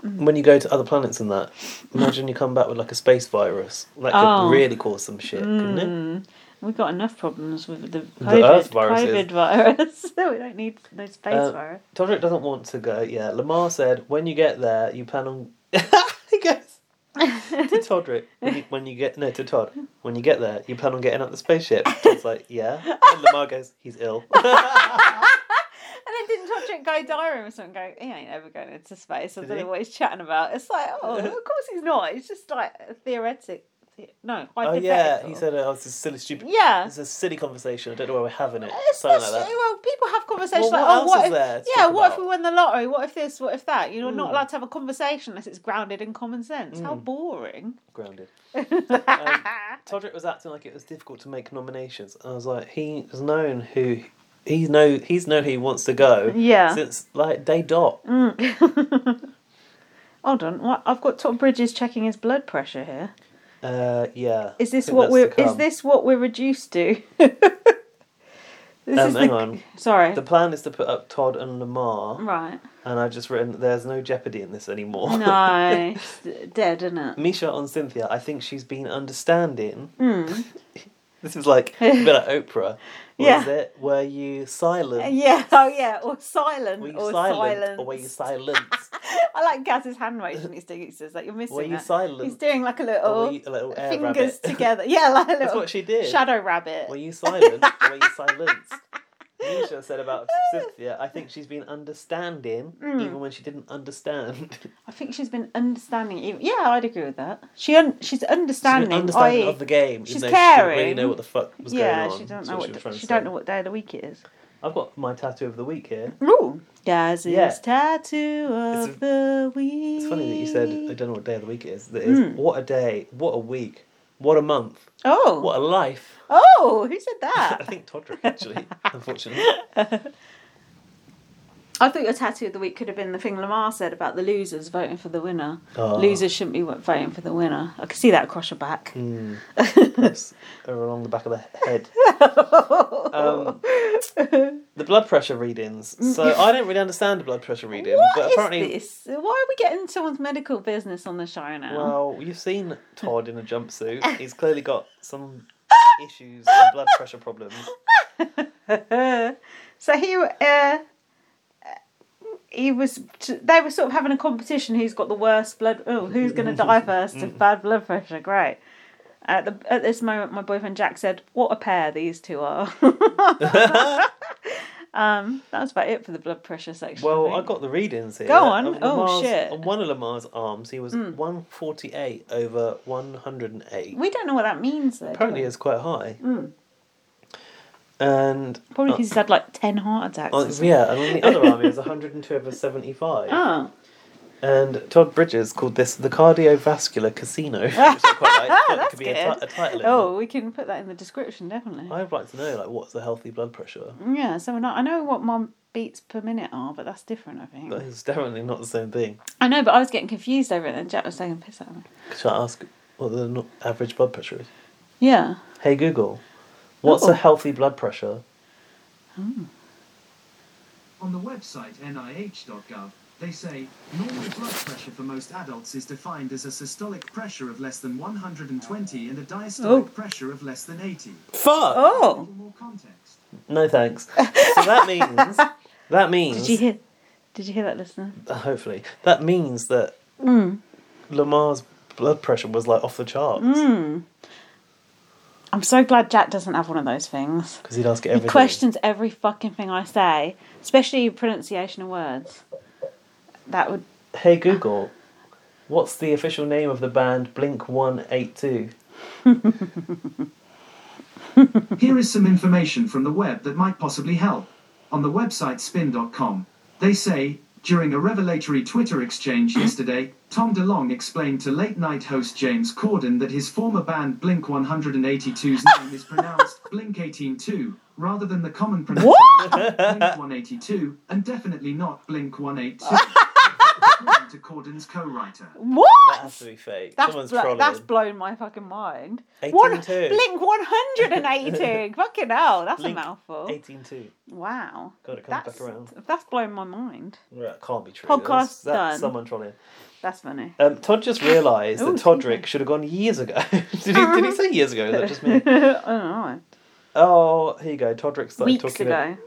[SPEAKER 1] Mm.
[SPEAKER 2] when you go to other planets and that, imagine you come back with like a space virus. That could
[SPEAKER 1] Oh.
[SPEAKER 2] really cause some shit, couldn't it?
[SPEAKER 1] We've got enough problems with the COVID,
[SPEAKER 2] Earth viruses.
[SPEAKER 1] COVID virus. *laughs* we don't need no space
[SPEAKER 2] Uh,
[SPEAKER 1] virus.
[SPEAKER 2] Todrick doesn't want to go. Yeah, Lamar said when you get there, you plan on. *laughs* he goes
[SPEAKER 1] *laughs*
[SPEAKER 2] to Todrick when you, when you get no to Todd when you get there, you plan on getting up the spaceship. Todd's like yeah. And Lamar goes, he's
[SPEAKER 1] *laughs*
[SPEAKER 2] ill.
[SPEAKER 1] And then didn't Todrick go diary or something? Go, he ain't ever going into space. I
[SPEAKER 2] Did
[SPEAKER 1] don't
[SPEAKER 2] he?
[SPEAKER 1] know what he's chatting about. It's like,
[SPEAKER 2] *laughs*
[SPEAKER 1] oh, of course he's not. It's just like a theoretic. the- No,
[SPEAKER 2] oh
[SPEAKER 1] hypothetical.
[SPEAKER 2] yeah, he said oh, it's a silly stupid.
[SPEAKER 1] Yeah.
[SPEAKER 2] It's a silly conversation. I don't know why we're having it.
[SPEAKER 1] It's
[SPEAKER 2] Something
[SPEAKER 1] not
[SPEAKER 2] like that.
[SPEAKER 1] well, people have conversations
[SPEAKER 2] Well,
[SPEAKER 1] like,
[SPEAKER 2] what
[SPEAKER 1] oh,
[SPEAKER 2] else
[SPEAKER 1] what
[SPEAKER 2] is
[SPEAKER 1] if,
[SPEAKER 2] there to
[SPEAKER 1] yeah,
[SPEAKER 2] talk
[SPEAKER 1] what if
[SPEAKER 2] about? Hmm.
[SPEAKER 1] we win the lottery? What if this? What if that? You're not allowed to have a conversation unless it's grounded in common sense. How boring.
[SPEAKER 2] Grounded. Um, Todrick was acting like it was difficult to make nominations, and I was like, he has known who he's know he's known who he wants to go.
[SPEAKER 1] Yeah. Mm.
[SPEAKER 2] Since like day dot.
[SPEAKER 1] *laughs* Hold on, what? I've got Tom Bridges checking his blood pressure here.
[SPEAKER 2] Uh, yeah.
[SPEAKER 1] Is
[SPEAKER 2] I
[SPEAKER 1] this
[SPEAKER 2] think
[SPEAKER 1] what
[SPEAKER 2] that's
[SPEAKER 1] we're?
[SPEAKER 2] to
[SPEAKER 1] Is
[SPEAKER 2] come.
[SPEAKER 1] this what we're reduced to? *laughs* this
[SPEAKER 2] Um, hang
[SPEAKER 1] the-
[SPEAKER 2] on.
[SPEAKER 1] Sorry.
[SPEAKER 2] The plan is to put up Todd and Lamar, *laughs*
[SPEAKER 1] Right.
[SPEAKER 2] and I've just written there's no jeopardy in this anymore.
[SPEAKER 1] No, it's dead, isn't it?
[SPEAKER 2] *laughs* Misha on Cynthia, I think she's been understanding.
[SPEAKER 1] Hmm.
[SPEAKER 2] *laughs* this is like a bit like Oprah. What
[SPEAKER 1] *laughs* Yeah.
[SPEAKER 2] is it? Were you silent?
[SPEAKER 1] Yeah. Oh, yeah. Or silent.
[SPEAKER 2] Were you
[SPEAKER 1] or
[SPEAKER 2] silent?
[SPEAKER 1] silent.
[SPEAKER 2] Or
[SPEAKER 1] *laughs*
[SPEAKER 2] were you silenced?
[SPEAKER 1] I like Gaz's hand motion. He's doing. He says like you're missing.
[SPEAKER 2] were you
[SPEAKER 1] that." He's
[SPEAKER 2] silent?
[SPEAKER 1] doing like a little
[SPEAKER 2] Or were you a little air *laughs*
[SPEAKER 1] fingers
[SPEAKER 2] rabbit?
[SPEAKER 1] together. Yeah, like a
[SPEAKER 2] That's
[SPEAKER 1] little
[SPEAKER 2] what she did.
[SPEAKER 1] shadow rabbit.
[SPEAKER 2] Were you silent or were you
[SPEAKER 1] *laughs*
[SPEAKER 2] silenced? Misha said about Cynthia, I think she's been understanding
[SPEAKER 1] Hmm.
[SPEAKER 2] even when she didn't understand. *laughs*
[SPEAKER 1] I think she's been understanding. you- Yeah, I'd agree with that. She un- she's understanding.
[SPEAKER 2] She's been understanding
[SPEAKER 1] i.e.
[SPEAKER 2] of the game. even
[SPEAKER 1] she's
[SPEAKER 2] though She didn't really
[SPEAKER 1] caring.
[SPEAKER 2] know what the fuck was
[SPEAKER 1] yeah,
[SPEAKER 2] going on.
[SPEAKER 1] she don't
[SPEAKER 2] is
[SPEAKER 1] know
[SPEAKER 2] she was
[SPEAKER 1] what
[SPEAKER 2] trying
[SPEAKER 1] d-
[SPEAKER 2] to
[SPEAKER 1] she
[SPEAKER 2] say.
[SPEAKER 1] don't know what day of the week it is.
[SPEAKER 2] I've got my tattoo of the week here.
[SPEAKER 1] Ooh, Gaz's
[SPEAKER 2] Yeah.
[SPEAKER 1] tattoo of
[SPEAKER 2] It's a-
[SPEAKER 1] the week.
[SPEAKER 2] Hmm. It's funny that you said I don't know what day of the week it is. That is what a day, what a week, What a month.
[SPEAKER 1] Oh.
[SPEAKER 2] What a life. *laughs*
[SPEAKER 1] Oh, who said
[SPEAKER 2] I
[SPEAKER 1] that?
[SPEAKER 2] think Todrick, actually, unfortunately.
[SPEAKER 1] I thought your tattoo of the week could have been the thing Lamar said about the losers voting for the winner.
[SPEAKER 2] Oh.
[SPEAKER 1] Losers shouldn't be voting for the winner. I could see that across your back. *laughs*
[SPEAKER 2] Mm. Perhaps Over along the back of the head. Um, the blood pressure readings. So I don't really understand the blood pressure reading,
[SPEAKER 1] What
[SPEAKER 2] but
[SPEAKER 1] is
[SPEAKER 2] apparently,
[SPEAKER 1] this? Why are we getting someone's medical business on the show now?
[SPEAKER 2] well, you've seen Todd in a jumpsuit. *laughs* He's clearly got *laughs* some issues and blood pressure problems.
[SPEAKER 1] so he, uh, he was. They were sort of having a competition. Who's got the worst blood? Oh, who's going to die first of bad blood pressure? Great. At the at this moment, my boyfriend Jack said, "What a pair these two are." um, that was about it for the blood pressure section.
[SPEAKER 2] Well,
[SPEAKER 1] I
[SPEAKER 2] I
[SPEAKER 1] think.
[SPEAKER 2] got the readings here.
[SPEAKER 1] Go on.
[SPEAKER 2] Of
[SPEAKER 1] Oh,
[SPEAKER 2] Lamar's-
[SPEAKER 1] shit.
[SPEAKER 2] On one of Lamar's arms, he was 148 over 108.
[SPEAKER 1] we don't know what that means though. do
[SPEAKER 2] Apparently,
[SPEAKER 1] we?
[SPEAKER 2] it's quite high. And uh,
[SPEAKER 1] probably because he's had like ten heart attacks.
[SPEAKER 2] Oh,
[SPEAKER 1] or something.
[SPEAKER 2] yeah, and on the other arm it was 102 over 75.
[SPEAKER 1] *laughs* Oh,
[SPEAKER 2] And Todd Bridges called this the cardiovascular casino, which I
[SPEAKER 1] *laughs*
[SPEAKER 2] quite like. Thought it could be a, ti-
[SPEAKER 1] ah, good.
[SPEAKER 2] a title. Oh.
[SPEAKER 1] oh, we can put that in the description definitely.
[SPEAKER 2] I'd like to know like what's the healthy blood pressure.
[SPEAKER 1] Yeah, so not, I know what my beats per minute are, but that's different, I think.
[SPEAKER 2] But it's definitely not the same thing.
[SPEAKER 1] I know, but I was getting confused over it, and Jack was taking piss at me.
[SPEAKER 2] Should I ask what the no- average blood pressure is?
[SPEAKER 1] Yeah.
[SPEAKER 2] Hey Google, what's
[SPEAKER 1] Oh.
[SPEAKER 2] a healthy blood pressure?
[SPEAKER 3] On the website nih.gov, they say normal blood pressure for most adults is defined as a systolic pressure of less than 120 and a diastolic
[SPEAKER 1] Oh.
[SPEAKER 3] pressure of less than 80.
[SPEAKER 2] Fuck.
[SPEAKER 3] A
[SPEAKER 1] Oh,
[SPEAKER 3] little more context.
[SPEAKER 2] No thanks. so
[SPEAKER 1] *laughs*
[SPEAKER 2] that means that means
[SPEAKER 1] did you hear? Did you hear that, listener?
[SPEAKER 2] uh, *laughs* hopefully that means that
[SPEAKER 1] Hmm.
[SPEAKER 2] Lamar's blood pressure was like off the charts
[SPEAKER 1] Hmm. I'm so glad Jack doesn't have one of those things.
[SPEAKER 2] because he'd ask it everything.
[SPEAKER 1] Questions every fucking thing I say, especially pronunciation of words. That would.
[SPEAKER 2] Hey Google, what's the official name of the band Blink 182?
[SPEAKER 3] Here is some information from the web that might possibly help. On the website spin.com, they say, during a revelatory Twitter exchange yesterday, Tom DeLong explained to late night host James Corden that his former band Blink 182's name is pronounced Blink 182 rather than the common pronunciation Blink 182 and definitely not Blink 182. according to Corden's co writer.
[SPEAKER 1] What?
[SPEAKER 2] That has to be fake.
[SPEAKER 1] That's,
[SPEAKER 2] Someone's
[SPEAKER 1] blo-
[SPEAKER 2] trolling.
[SPEAKER 1] that's blown my fucking mind.
[SPEAKER 2] 18
[SPEAKER 1] One,
[SPEAKER 2] too.
[SPEAKER 1] Blink
[SPEAKER 2] *laughs*
[SPEAKER 1] 180. fucking hell, that's
[SPEAKER 2] Blink
[SPEAKER 1] a mouthful.
[SPEAKER 2] 182.
[SPEAKER 1] Wow.
[SPEAKER 2] God, it comes back
[SPEAKER 1] that's,
[SPEAKER 2] around.
[SPEAKER 1] that's blown my mind.
[SPEAKER 2] Right, can't be true.
[SPEAKER 1] Podcast
[SPEAKER 2] that's, that's
[SPEAKER 1] done.
[SPEAKER 2] someone trolling.
[SPEAKER 1] That's funny. *laughs*
[SPEAKER 2] Um, Todd just realised
[SPEAKER 1] Ooh,
[SPEAKER 2] that Todrick should have gone years ago. *laughs* did, he, did he say years ago? Is that
[SPEAKER 1] *laughs*
[SPEAKER 2] just me?
[SPEAKER 1] I don't know.
[SPEAKER 2] Oh, here you go. Todrick started
[SPEAKER 1] Weeks
[SPEAKER 2] talking.
[SPEAKER 1] ago.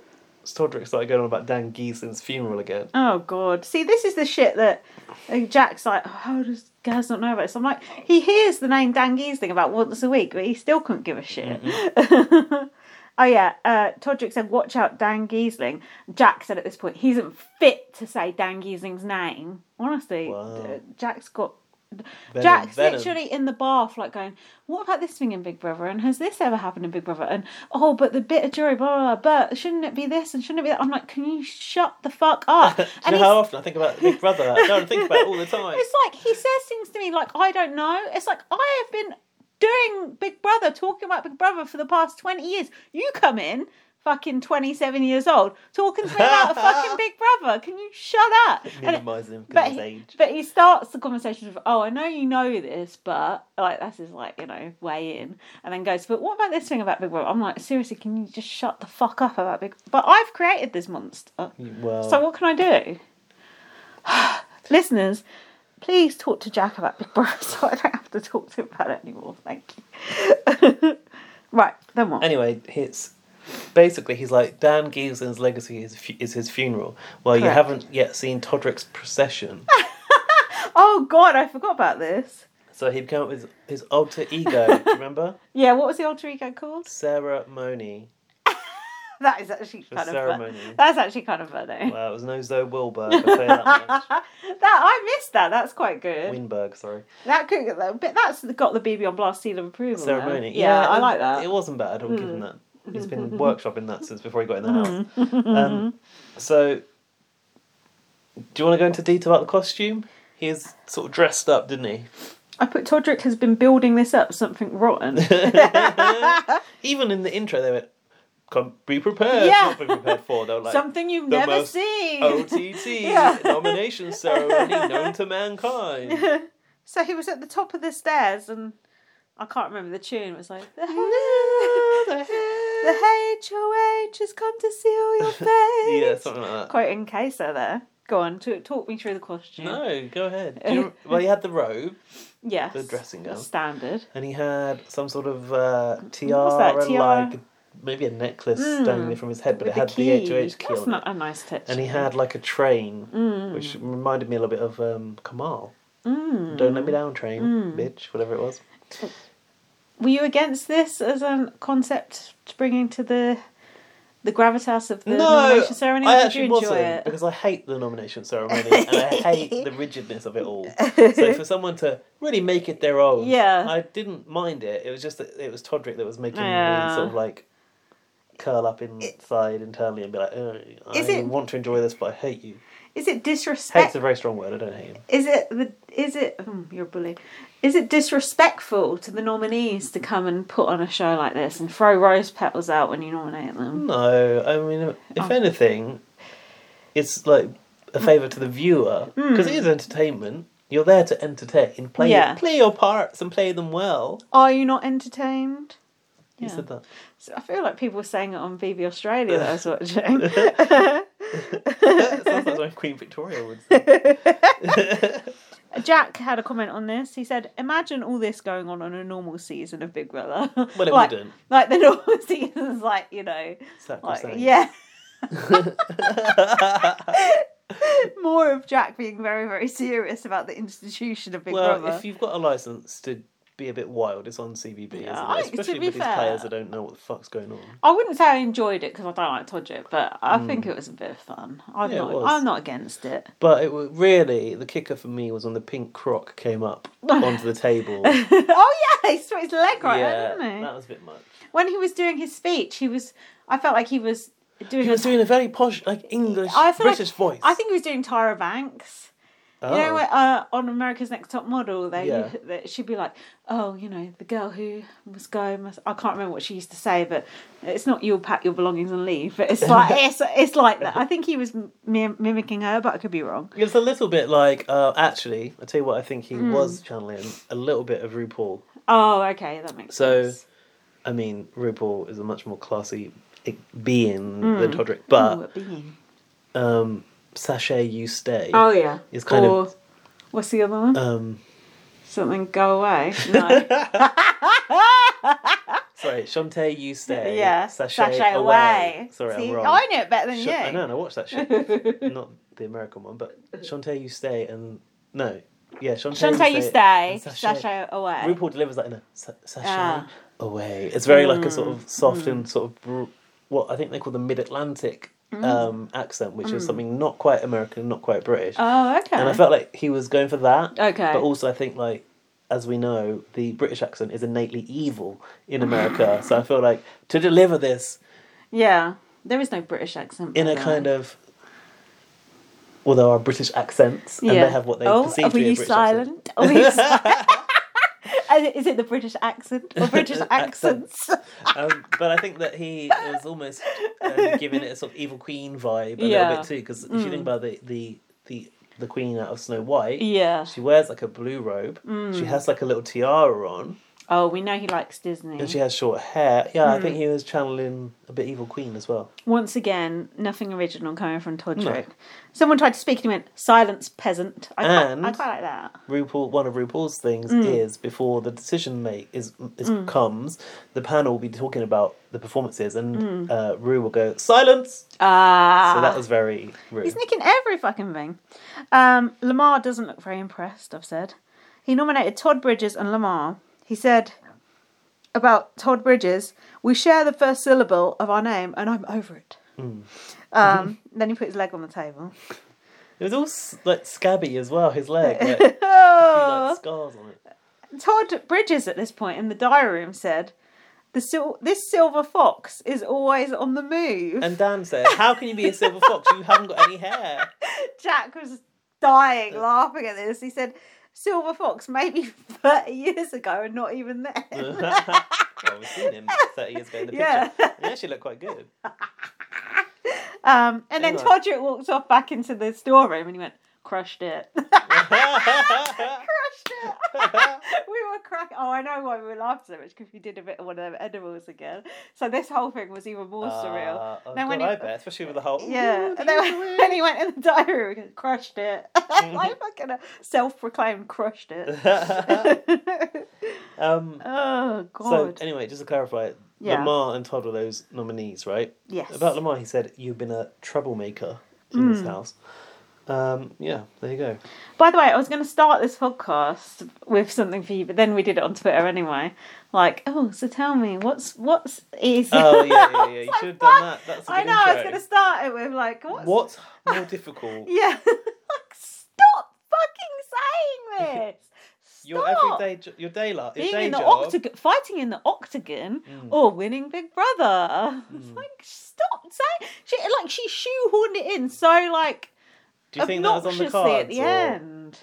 [SPEAKER 2] Todrick started going on about Dan Geeson's funeral again.
[SPEAKER 1] Oh god. See, this is the shit that like, Jack's like, oh, how does Gaz not know about this? I'm like, he hears the name Dan Gees thing about once a week, but he still couldn't give a shit.
[SPEAKER 2] Mm-hmm.
[SPEAKER 1] *laughs* Oh yeah, uh, Todrick said, "Watch out, Dan Giesling." Jack said at this point, "He isn't fit to say Dan Giesling's name." Honestly,
[SPEAKER 2] Wow.
[SPEAKER 1] uh, Jack's got
[SPEAKER 2] Venom,
[SPEAKER 1] Jack's
[SPEAKER 2] Venom.
[SPEAKER 1] literally in the bath, like going, "What about this thing in Big Brother? And has this ever happened in Big Brother? And oh, but the bit of jury, blah blah. blah but shouldn't it be this? And shouldn't it be that?" I'm like, "Can you shut the fuck up?"
[SPEAKER 2] *laughs* Do you
[SPEAKER 1] and
[SPEAKER 2] know
[SPEAKER 1] he's-
[SPEAKER 2] how often I think about Big Brother? I don't think about
[SPEAKER 1] *laughs*
[SPEAKER 2] it all the time.
[SPEAKER 1] it's like he says things to me like I don't know. It's like I have been doing Big Brother, talking about Big Brother for the past twenty years. You come in, fucking twenty-seven years old, talking to me about
[SPEAKER 2] *laughs*
[SPEAKER 1] a fucking Big Brother. Can you shut up? And-
[SPEAKER 2] Minimise him because
[SPEAKER 1] but
[SPEAKER 2] of his
[SPEAKER 1] he,
[SPEAKER 2] age.
[SPEAKER 1] but he starts the conversation with, "Oh, I know you know this, but like that's his like you know way in," and then goes, "But what about this thing about Big Brother?" I'm like, seriously, can you just shut the fuck up about Big? But I've created this monster.
[SPEAKER 2] Well,
[SPEAKER 1] So what can I do? *sighs* Listeners, please talk to Jack about Big Brother *laughs* so I don't have to talk to him about it anymore. Thank you. *laughs* right, then what?
[SPEAKER 2] anyway, it's basically he's like Dan Gieslin's legacy is fu- is his funeral. Well, you
[SPEAKER 1] Correct.
[SPEAKER 2] haven't yet seen Todrick's
[SPEAKER 1] *laughs*
[SPEAKER 2] procession,
[SPEAKER 1] oh god, I forgot about this.
[SPEAKER 2] so he came up with his alter
[SPEAKER 1] *laughs*
[SPEAKER 2] ego. do you remember
[SPEAKER 1] Yeah, what was the alter ego called?
[SPEAKER 2] Sarah Money?
[SPEAKER 1] That is actually kind of
[SPEAKER 2] ceremony.
[SPEAKER 1] fun. That's actually kind of funny.
[SPEAKER 2] Well, it was no Zoe Wilberg. I say that
[SPEAKER 1] *laughs*
[SPEAKER 2] much.
[SPEAKER 1] that I missed that. That's quite good.
[SPEAKER 2] Winberg, sorry.
[SPEAKER 1] That could, but that's got the BB on Blast seal of approval. though.
[SPEAKER 2] Ceremony.
[SPEAKER 1] Yeah, I
[SPEAKER 2] it-
[SPEAKER 1] like that. Mm-hmm.
[SPEAKER 2] It wasn't bad. I'll give him that. He's been workshopping that since before he got in the house. Um, so,
[SPEAKER 1] *laughs*
[SPEAKER 2] do you want to go into detail about the costume? He was sort of dressed up, didn't he?
[SPEAKER 1] I put Todrick has been building this up something
[SPEAKER 2] *laughs*
[SPEAKER 1] rotten.
[SPEAKER 2] Even in the intro, they went, "Come be prepared."
[SPEAKER 1] Yeah.
[SPEAKER 2] Not be prepared for. They were like, *laughs*
[SPEAKER 1] something you've
[SPEAKER 2] the
[SPEAKER 1] never
[SPEAKER 2] most
[SPEAKER 1] seen. *laughs*
[SPEAKER 2] OTT
[SPEAKER 1] Yeah.
[SPEAKER 2] nomination ceremony known to
[SPEAKER 1] *laughs*
[SPEAKER 2] mankind.
[SPEAKER 1] So he was at the top of the stairs, and I can't remember the tune. It was like the HOH has come to seal your face.
[SPEAKER 2] *laughs* yeah, something like that.
[SPEAKER 1] Quoting Kesa there. Go on, to, talk me through the costume.
[SPEAKER 2] No, go ahead.
[SPEAKER 1] *laughs*
[SPEAKER 2] Do you, well, he had the robe,
[SPEAKER 1] Yes.
[SPEAKER 2] the dressing gown.
[SPEAKER 1] Standard.
[SPEAKER 2] and he had some sort of uh,
[SPEAKER 1] that,
[SPEAKER 2] tiara,
[SPEAKER 1] tiara? Hmm.
[SPEAKER 2] like maybe a necklace dangling from his head, but it
[SPEAKER 1] With
[SPEAKER 2] had the
[SPEAKER 1] key.
[SPEAKER 2] HOH key
[SPEAKER 1] That's
[SPEAKER 2] on
[SPEAKER 1] not Hmm. a
[SPEAKER 2] it.
[SPEAKER 1] nice touch.
[SPEAKER 2] And he had like a train, which reminded me a little bit of um, Kamal.
[SPEAKER 1] Hmm.
[SPEAKER 2] Don't let me down, train, bitch, whatever it was.
[SPEAKER 1] Were you against this as a concept to bring into the the gravitas of the nomination ceremony?
[SPEAKER 2] I
[SPEAKER 1] Did
[SPEAKER 2] actually
[SPEAKER 1] you enjoy
[SPEAKER 2] wasn't
[SPEAKER 1] it?
[SPEAKER 2] because I hate the nomination ceremony and I
[SPEAKER 1] *laughs*
[SPEAKER 2] hate the rigidness of it all. So for someone to really make it their own,
[SPEAKER 1] Yeah.
[SPEAKER 2] I didn't mind it. It was just that it was Todrick that was making me
[SPEAKER 1] Yeah.
[SPEAKER 2] sort of like curl up inside internally and be like, oh, I
[SPEAKER 1] Is it- Eh.
[SPEAKER 2] want to enjoy this, but I hate you.
[SPEAKER 1] Is it
[SPEAKER 2] Hate's
[SPEAKER 1] disrespect?
[SPEAKER 2] a very strong word. I don't hate him.
[SPEAKER 1] Is it the? Is it? hmm, you're a bully. Is it disrespectful to the nominees to come and put on a show like this and throw rose petals out when you nominate them?
[SPEAKER 2] No, I mean, if
[SPEAKER 1] Oh.
[SPEAKER 2] anything, it's like a favour to the viewer because it is entertainment. You're there to entertain. Play,
[SPEAKER 1] Hmm. Yeah.
[SPEAKER 2] play your parts and play them well.
[SPEAKER 1] Are you not entertained?
[SPEAKER 2] You
[SPEAKER 1] Yeah.
[SPEAKER 2] said
[SPEAKER 1] *laughs*
[SPEAKER 2] that.
[SPEAKER 1] So I feel like people were saying it on BB Australia that I was
[SPEAKER 2] *laughs*
[SPEAKER 1] watching.
[SPEAKER 2] That sounds like something Queen Victoria would
[SPEAKER 1] *laughs*
[SPEAKER 2] say.
[SPEAKER 1] Jack had a comment on this. He said, "Imagine all this going on on a normal season of Big Brother."
[SPEAKER 2] Well,
[SPEAKER 1] *laughs*
[SPEAKER 2] it
[SPEAKER 1] like,
[SPEAKER 2] wouldn't.
[SPEAKER 1] Like the normal *laughs* season's like you know, like
[SPEAKER 2] Sacrosanct. *laughs*
[SPEAKER 1] yeah. More of Jack being very very serious about the institution of Big
[SPEAKER 2] well,
[SPEAKER 1] Brother.
[SPEAKER 2] if you've got a license to be a bit wild, it's on CBB,
[SPEAKER 1] Yeah,
[SPEAKER 2] isn't it?
[SPEAKER 1] to
[SPEAKER 2] Especially
[SPEAKER 1] be
[SPEAKER 2] with
[SPEAKER 1] fair.
[SPEAKER 2] these players that don't know what the fuck's going on.
[SPEAKER 1] I wouldn't say I enjoyed it because I don't like Todger, but I think it was a bit of fun. I'm
[SPEAKER 2] Hmm. Yeah, it
[SPEAKER 1] not.
[SPEAKER 2] was.
[SPEAKER 1] I'm not against it.
[SPEAKER 2] But it was really the kicker for me was when the pink croc
[SPEAKER 1] *laughs*
[SPEAKER 2] came up onto the table.
[SPEAKER 1] *laughs* oh yeah, he threw his leg right, out,
[SPEAKER 2] yeah,
[SPEAKER 1] didn't he?
[SPEAKER 2] that was a bit much.
[SPEAKER 1] When he was doing his speech, he was. I felt like he was doing.
[SPEAKER 2] He
[SPEAKER 1] a
[SPEAKER 2] was doing a very posh, like English,
[SPEAKER 1] I feel
[SPEAKER 2] British
[SPEAKER 1] like,
[SPEAKER 2] voice.
[SPEAKER 1] I think he was doing Tyra Banks.
[SPEAKER 2] oh.
[SPEAKER 1] You know, where, uh, on America's Next Top Model, they
[SPEAKER 2] Yeah.
[SPEAKER 1] *laughs* that she'd be like, "Oh, you know, the girl who was going, must, I can't remember what she used to say, but it's not you'll pack your belongings and leave." But it's
[SPEAKER 2] *laughs*
[SPEAKER 1] like it's it's like that. I think he was mim- mimicking her, but I could be wrong.
[SPEAKER 2] It's a little bit like, uh, actually, I tell you what, I think
[SPEAKER 1] Hmm.
[SPEAKER 2] he was channeling a little bit of RuPaul.
[SPEAKER 1] Oh, okay, that makes
[SPEAKER 2] So,
[SPEAKER 1] sense.
[SPEAKER 2] I mean, RuPaul is a much more classy eh, being
[SPEAKER 1] Mm.
[SPEAKER 2] than Todrick,
[SPEAKER 1] Ooh,
[SPEAKER 2] but
[SPEAKER 1] a being.
[SPEAKER 2] um, Sachet, you stay.
[SPEAKER 1] oh yeah,
[SPEAKER 2] it's kind of-
[SPEAKER 1] or, what's the other one?
[SPEAKER 2] Um,
[SPEAKER 1] Something go
[SPEAKER 2] *laughs*
[SPEAKER 1] away. No.
[SPEAKER 2] sorry, Shantae, you stay.
[SPEAKER 1] yeah,
[SPEAKER 2] Sachet, away. Sorry,
[SPEAKER 1] See, Oh,
[SPEAKER 2] I'm wrong.
[SPEAKER 1] I knew it better than
[SPEAKER 2] Sh-
[SPEAKER 1] you.
[SPEAKER 2] I know, and I watched that
[SPEAKER 1] *laughs*
[SPEAKER 2] shit. Not the American one, but Shantae, you stay, and no, yeah, Shantae,
[SPEAKER 1] Shantae, you stay.
[SPEAKER 2] and
[SPEAKER 1] Sasha away.
[SPEAKER 2] RuPaul delivers that in a sa- sachet
[SPEAKER 1] Ah. Mm.
[SPEAKER 2] away. It's very like a sort of soft and sort of br- what I think they call the mid Atlantic
[SPEAKER 1] Mm.
[SPEAKER 2] um, accent, which is something not quite American, not quite British.
[SPEAKER 1] Oh, okay.
[SPEAKER 2] And I felt like he was going for that.
[SPEAKER 1] Okay.
[SPEAKER 2] But also, I think, like, as we know, the British accent is innately evil in
[SPEAKER 1] *laughs*
[SPEAKER 2] America. so I feel like to deliver this
[SPEAKER 1] yeah, there is no British accent.
[SPEAKER 2] in a kind of. Well, there are British accents, and they have what they
[SPEAKER 1] oh,
[SPEAKER 2] perceive
[SPEAKER 1] are
[SPEAKER 2] to be a
[SPEAKER 1] you
[SPEAKER 2] British
[SPEAKER 1] silent?
[SPEAKER 2] accent.
[SPEAKER 1] Are
[SPEAKER 2] *laughs*
[SPEAKER 1] you silent? *laughs* Is it the British accent or
[SPEAKER 2] *laughs*
[SPEAKER 1] British accents?
[SPEAKER 2] um, but I think that he was almost um, giving it a sort of evil queen vibe a
[SPEAKER 1] Yeah. Mm.
[SPEAKER 2] little bit too, because if you think about the, the the the queen out of Snow White,
[SPEAKER 1] yeah. Mm.
[SPEAKER 2] she wears like a blue robe. She has like a little tiara on,
[SPEAKER 1] Oh, we know he likes Disney.
[SPEAKER 2] and she has short hair. Yeah, I
[SPEAKER 1] Mm.
[SPEAKER 2] think he was channeling a bit evil queen as well.
[SPEAKER 1] Once again, nothing original coming from Todrick. Someone tried to speak and he went, "Silence, peasant." I quite, I
[SPEAKER 2] And-
[SPEAKER 1] quite like that.
[SPEAKER 2] RuPaul, one of RuPaul's things
[SPEAKER 1] Mm.
[SPEAKER 2] is before the decision make is, is comes, the panel will be talking about the performances, and uh, Ru will go silence.
[SPEAKER 1] Mm. Ah,
[SPEAKER 2] So that was very rude.
[SPEAKER 1] He's nicking every fucking thing. Um, Lamar doesn't look very impressed, I've said. He nominated Todd Bridges and Lamar. He said about Todd Bridges, we share the first syllable of our name and I'm over it. Um, *laughs* then he put his leg on the table.
[SPEAKER 2] It was all s- like scabby as well. His leg, like, a few,
[SPEAKER 1] *laughs*
[SPEAKER 2] like scars on it.
[SPEAKER 1] Todd Bridges at this point in the diary room said, the sil- this silver fox is always on the move. *laughs*
[SPEAKER 2] And Dan said, "How can you be a silver fox? You haven't got any hair." *laughs*
[SPEAKER 1] Jack was dying laughing at this. He said, Silver Fox maybe *laughs* 30 years ago and not even
[SPEAKER 2] *laughs*
[SPEAKER 1] then.
[SPEAKER 2] well, we've seen him 30 years ago in the picture.
[SPEAKER 1] Yeah.
[SPEAKER 2] He actually looked quite good. *laughs*
[SPEAKER 1] Um, and then
[SPEAKER 2] Anyway.
[SPEAKER 1] Todrick walks off back into the storeroom and he went, crushed it. *laughs* crushed it. *laughs* we were cracking. Oh, I know why we were laughing so much because we did a bit of one of them edibles again. So this whole thing was even more surreal.
[SPEAKER 2] Uh, oh,
[SPEAKER 1] Then when
[SPEAKER 2] God,
[SPEAKER 1] he-
[SPEAKER 2] I bet, especially with the whole.
[SPEAKER 1] Yeah,
[SPEAKER 2] "Ooh,
[SPEAKER 1] and *laughs* then
[SPEAKER 2] these
[SPEAKER 1] when he went in the diary room, he goes, crushed
[SPEAKER 2] *laughs*
[SPEAKER 1] it. *laughs* like fucking uh, self-proclaimed crushed it.
[SPEAKER 2] are *laughs*
[SPEAKER 1] *laughs* oh
[SPEAKER 2] weird." um,
[SPEAKER 1] God.
[SPEAKER 2] so, anyway, just to clarify,
[SPEAKER 1] Yeah.
[SPEAKER 2] Lamar and Todd were those nominees, right?
[SPEAKER 1] yes. Mm.
[SPEAKER 2] About Lamar, he said, You've been a troublemaker in this house. Um, yeah, there you go.
[SPEAKER 1] By the way, I was going to start this podcast with something for you, but then we did it on Twitter anyway. Like, oh, so tell me, what's what's is?
[SPEAKER 2] Oh, yeah,
[SPEAKER 1] *laughs*
[SPEAKER 2] yeah, yeah. You should have done that. That's a good
[SPEAKER 1] I know. I was
[SPEAKER 2] intro.
[SPEAKER 1] going to start it with like, what's
[SPEAKER 2] What's more difficult?
[SPEAKER 1] Yeah. *laughs* like, stop fucking saying
[SPEAKER 2] *laughs*
[SPEAKER 1] this. Stop.
[SPEAKER 2] Your everyday, jo- your day, lo- your
[SPEAKER 1] being
[SPEAKER 2] day
[SPEAKER 1] in the
[SPEAKER 2] job. Mm.
[SPEAKER 1] octagon, fighting in the octagon, or winning Big Brother. It's *laughs* Like, stop saying. She like she shoehorned it in so like
[SPEAKER 2] Do you think that was on
[SPEAKER 1] obnoxiously
[SPEAKER 2] the cards?
[SPEAKER 1] at the
[SPEAKER 2] or-
[SPEAKER 1] end.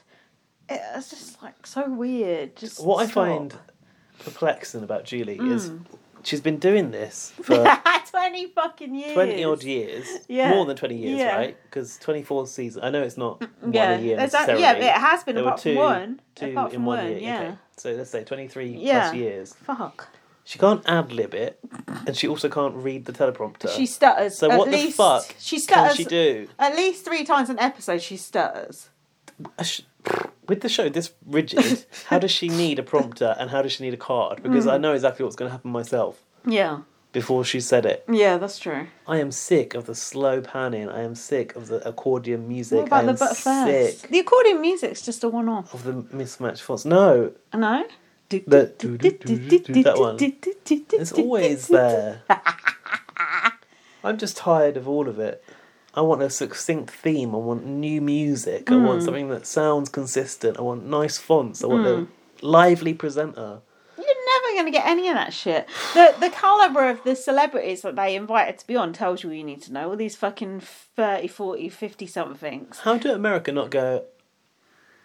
[SPEAKER 1] It- It's just like so weird. Just
[SPEAKER 2] What I
[SPEAKER 1] stop. Hmm.
[SPEAKER 2] find perplexing about Julie is she's been
[SPEAKER 1] *laughs*
[SPEAKER 2] doing this for
[SPEAKER 1] twenty fucking years.
[SPEAKER 2] 20 odd years.
[SPEAKER 1] Yeah.
[SPEAKER 2] More than 20 years,
[SPEAKER 1] Yeah. Mm,
[SPEAKER 2] right? Because 24 season. I know it's not one
[SPEAKER 1] Yeah,
[SPEAKER 2] a year
[SPEAKER 1] there's that-
[SPEAKER 2] necessarily.
[SPEAKER 1] yeah, but it has been
[SPEAKER 2] There
[SPEAKER 1] apart
[SPEAKER 2] were
[SPEAKER 1] from
[SPEAKER 2] two,
[SPEAKER 1] one.
[SPEAKER 2] Two
[SPEAKER 1] apart from
[SPEAKER 2] in one,
[SPEAKER 1] one,
[SPEAKER 2] year.
[SPEAKER 1] yeah.
[SPEAKER 2] Okay. So let's say 23
[SPEAKER 1] Yeah.
[SPEAKER 2] plus years.
[SPEAKER 1] Fuck.
[SPEAKER 2] She can't ad lib it, and she also can't read the teleprompter.
[SPEAKER 1] She stutters.
[SPEAKER 2] so
[SPEAKER 1] at
[SPEAKER 2] what
[SPEAKER 1] least,
[SPEAKER 2] the fuck
[SPEAKER 1] She
[SPEAKER 2] can
[SPEAKER 1] stutters.
[SPEAKER 2] she do?
[SPEAKER 1] At least three times an episode, she stutters.
[SPEAKER 2] I sh- with the show this
[SPEAKER 1] *laughs*
[SPEAKER 2] rigid, how does she need a prompter and how does she need a card? Because
[SPEAKER 1] Hmm.
[SPEAKER 2] I know exactly what's going to happen myself
[SPEAKER 1] Yeah.
[SPEAKER 2] before she said it.
[SPEAKER 1] Yeah, that's true.
[SPEAKER 2] I am sick of the slow panning. I am sick of the accordion music.
[SPEAKER 1] What about
[SPEAKER 2] I
[SPEAKER 1] the
[SPEAKER 2] am
[SPEAKER 1] but first?
[SPEAKER 2] sick
[SPEAKER 1] The accordion music's just a one off.
[SPEAKER 2] of the mismatched fonts. No,
[SPEAKER 1] No?
[SPEAKER 2] The- that one. it's always there. I'm just tired of all of it. I want a succinct theme. I want new music. I
[SPEAKER 1] Hmm.
[SPEAKER 2] want something that sounds consistent. I want nice fonts. I want a lively presenter.
[SPEAKER 1] You're never going to get any of that shit. The the caliber of the celebrities that they invited to be on tells you what you need to know. All these fucking 30, 40, 50 somethings.
[SPEAKER 2] How did America not go?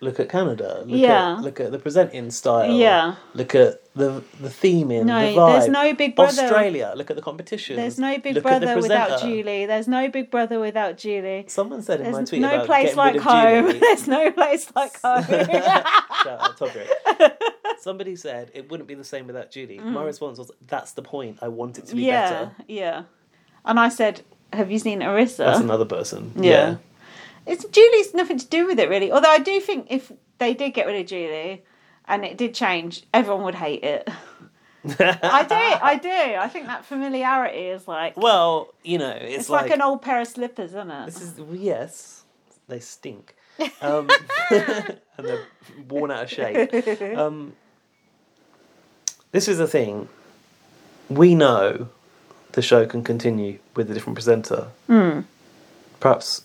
[SPEAKER 2] Look at Canada. Look
[SPEAKER 1] Yeah.
[SPEAKER 2] At, look at the presenting style.
[SPEAKER 1] Yeah.
[SPEAKER 2] Look at the the theming.
[SPEAKER 1] No,
[SPEAKER 2] the vibe.
[SPEAKER 1] there's no Big Brother.
[SPEAKER 2] Australia. Look at the competition.
[SPEAKER 1] There's no Big
[SPEAKER 2] Look at the
[SPEAKER 1] Brother without
[SPEAKER 2] presenter.
[SPEAKER 1] Julie. There's no Big Brother without Julie.
[SPEAKER 2] Someone said in my
[SPEAKER 1] There's
[SPEAKER 2] tweet
[SPEAKER 1] no
[SPEAKER 2] about
[SPEAKER 1] place
[SPEAKER 2] getting
[SPEAKER 1] like
[SPEAKER 2] rid of
[SPEAKER 1] home. *laughs*
[SPEAKER 2] Julie.
[SPEAKER 1] There's no place
[SPEAKER 2] *laughs*
[SPEAKER 1] like home.
[SPEAKER 2] Shout out Todrick. Somebody said it wouldn't be the same without Julie. My response was, "That's the point. I want it to
[SPEAKER 1] *laughs*
[SPEAKER 2] be
[SPEAKER 1] Mm. yeah,
[SPEAKER 2] better."
[SPEAKER 1] yeah. And I said, "Have you seen Arissa?"
[SPEAKER 2] That's another person.
[SPEAKER 1] Yeah. It's Julie's nothing to do with it really. Although I do think if they did get rid of Julie and it did change, everyone would hate it. *laughs* I do, I do. I think that familiarity is like
[SPEAKER 2] *laughs* Well, you know, it's,
[SPEAKER 1] it's like, an old pair of slippers, isn't it?
[SPEAKER 2] This is yes, they stink,
[SPEAKER 1] *laughs*
[SPEAKER 2] um, *laughs* and they're worn out of shape. Um, this is the thing. We know the show can continue with a different presenter,
[SPEAKER 1] Hmm.
[SPEAKER 2] perhaps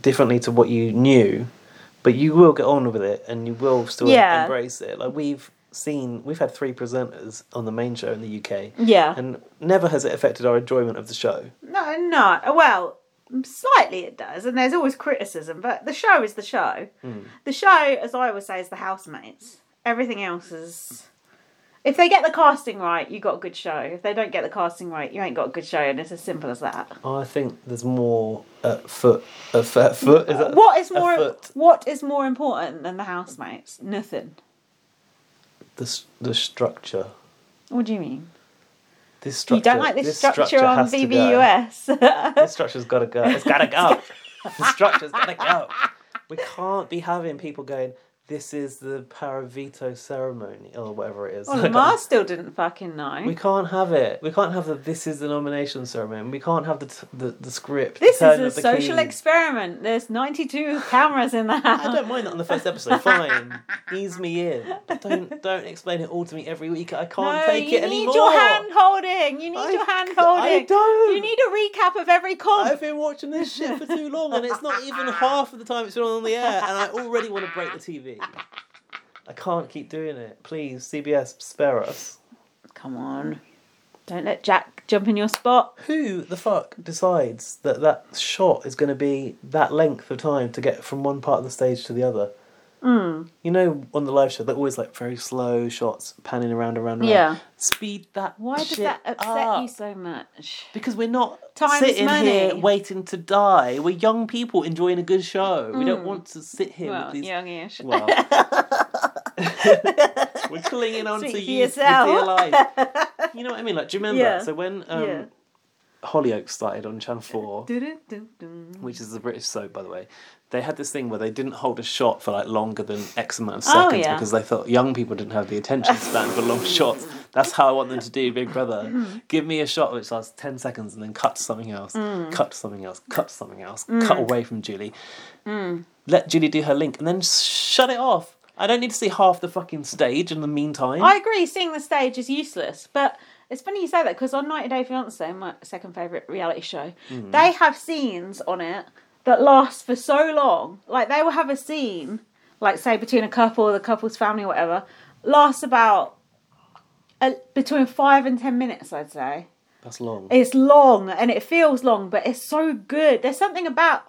[SPEAKER 2] differently to what you knew, but you will get on with it and you will still
[SPEAKER 1] Yeah.
[SPEAKER 2] embrace it. Like we've seen, we've had three presenters on the main show in the UK,
[SPEAKER 1] Yeah.
[SPEAKER 2] and never has it affected our enjoyment of the show.
[SPEAKER 1] No, no. Well, slightly it does, and there's always criticism, but the show is the show.
[SPEAKER 2] Hmm.
[SPEAKER 1] The show, as I always say, is the housemates. Everything else is. If they get the casting right, you got a good show. If they don't get the casting right, you ain't got a good show, and it's as simple as that.
[SPEAKER 2] I think there's more at foot. A foot. foot is that
[SPEAKER 1] What is
[SPEAKER 2] a
[SPEAKER 1] more?
[SPEAKER 2] foot?
[SPEAKER 1] What is more important than the housemates? Nothing.
[SPEAKER 2] The s- the structure.
[SPEAKER 1] What do you mean?
[SPEAKER 2] This structure.
[SPEAKER 1] you don't like this, structure, on
[SPEAKER 2] has
[SPEAKER 1] *laughs*
[SPEAKER 2] to go.
[SPEAKER 1] VBUS?
[SPEAKER 2] This structure's got to go. It's got
[SPEAKER 1] *laughs*
[SPEAKER 2] to go. *laughs* the structure's got to go. We can't be having people going. This is the Paravito ceremony or whatever it is. *laughs*
[SPEAKER 1] well,
[SPEAKER 2] Like, um,
[SPEAKER 1] Lamar still didn't fucking know.
[SPEAKER 2] we can't have it. We can't have the. This is the nomination ceremony. We can't have the t- the, the script. the
[SPEAKER 1] this
[SPEAKER 2] turn of
[SPEAKER 1] is a
[SPEAKER 2] the
[SPEAKER 1] social
[SPEAKER 2] key.
[SPEAKER 1] experiment. There's 92 cameras in the house.
[SPEAKER 2] I don't mind that on the
[SPEAKER 1] *laughs*
[SPEAKER 2] first episode. Fine, ease me in. But Don't don't explain it all to me every week. I can't
[SPEAKER 1] No,
[SPEAKER 2] take
[SPEAKER 1] you
[SPEAKER 2] it
[SPEAKER 1] need
[SPEAKER 2] anymore.
[SPEAKER 1] your hand holding. You need
[SPEAKER 2] I-
[SPEAKER 1] your hand
[SPEAKER 2] I
[SPEAKER 1] holding.
[SPEAKER 2] don't.
[SPEAKER 1] You need a recap of every comp.
[SPEAKER 2] I've been watching this shit for too long, and it's not even half of the time it's been on the air, and I already want to break the TV. I can't keep doing it. Please, CBS, spare us.
[SPEAKER 1] Come on. Don't let Jack jump in your spot.
[SPEAKER 2] Who the fuck decides that that shot is going to be that length of time to get from one part of the stage to the other?
[SPEAKER 1] Hmm.
[SPEAKER 2] You know, on the live show, they're always like very slow shots, panning around, around, around.
[SPEAKER 1] Yeah.
[SPEAKER 2] Speed that.
[SPEAKER 1] Why does
[SPEAKER 2] shit
[SPEAKER 1] that upset
[SPEAKER 2] up.
[SPEAKER 1] you so much?
[SPEAKER 2] Because we're not
[SPEAKER 4] Time is
[SPEAKER 2] sitting
[SPEAKER 4] money.
[SPEAKER 2] here waiting to die. We're young people enjoying a good show. We don't want to sit here
[SPEAKER 1] Hmm. Well,
[SPEAKER 2] with these.
[SPEAKER 1] youngish.
[SPEAKER 2] Well,
[SPEAKER 4] *laughs*
[SPEAKER 2] we're clinging on
[SPEAKER 4] Speak
[SPEAKER 2] to
[SPEAKER 4] for
[SPEAKER 2] you with
[SPEAKER 4] yourself.
[SPEAKER 2] dear life.
[SPEAKER 4] *laughs*
[SPEAKER 2] You know what I mean? Like, do you remember?
[SPEAKER 1] Yeah.
[SPEAKER 2] So when um,
[SPEAKER 1] Yeah.
[SPEAKER 2] Hollyoaks started on Channel Four,
[SPEAKER 1] Du-du-du-dum.
[SPEAKER 2] which is the British soap, by the way, they had this thing where they didn't hold a shot for like longer than X amount of
[SPEAKER 1] Oh,
[SPEAKER 2] seconds
[SPEAKER 1] yeah.
[SPEAKER 2] because they thought young people didn't have the attention span
[SPEAKER 1] *laughs*
[SPEAKER 2] for long shots. That's how I want them to do Big Brother. Give me a shot which lasts 10 seconds and then cut to something else,
[SPEAKER 1] Mm.
[SPEAKER 2] cut to something else, cut to something else, cut away from Julie.
[SPEAKER 1] Mm.
[SPEAKER 2] Let Julie do her link and then shut it off. I don't need to see half the fucking stage in the meantime.
[SPEAKER 4] I-
[SPEAKER 1] I agree, seeing the stage is useless, but it's funny you say that because on 90 Day Fiancé, my second favourite reality show, they have scenes on it that last for so long. Like, they will have a scene, like, say, between a couple or the couple's family or whatever, lasts about uh, between five and ten minutes, I'd say.
[SPEAKER 2] That's long.
[SPEAKER 1] It's long and it feels long, but it's so good. There's something about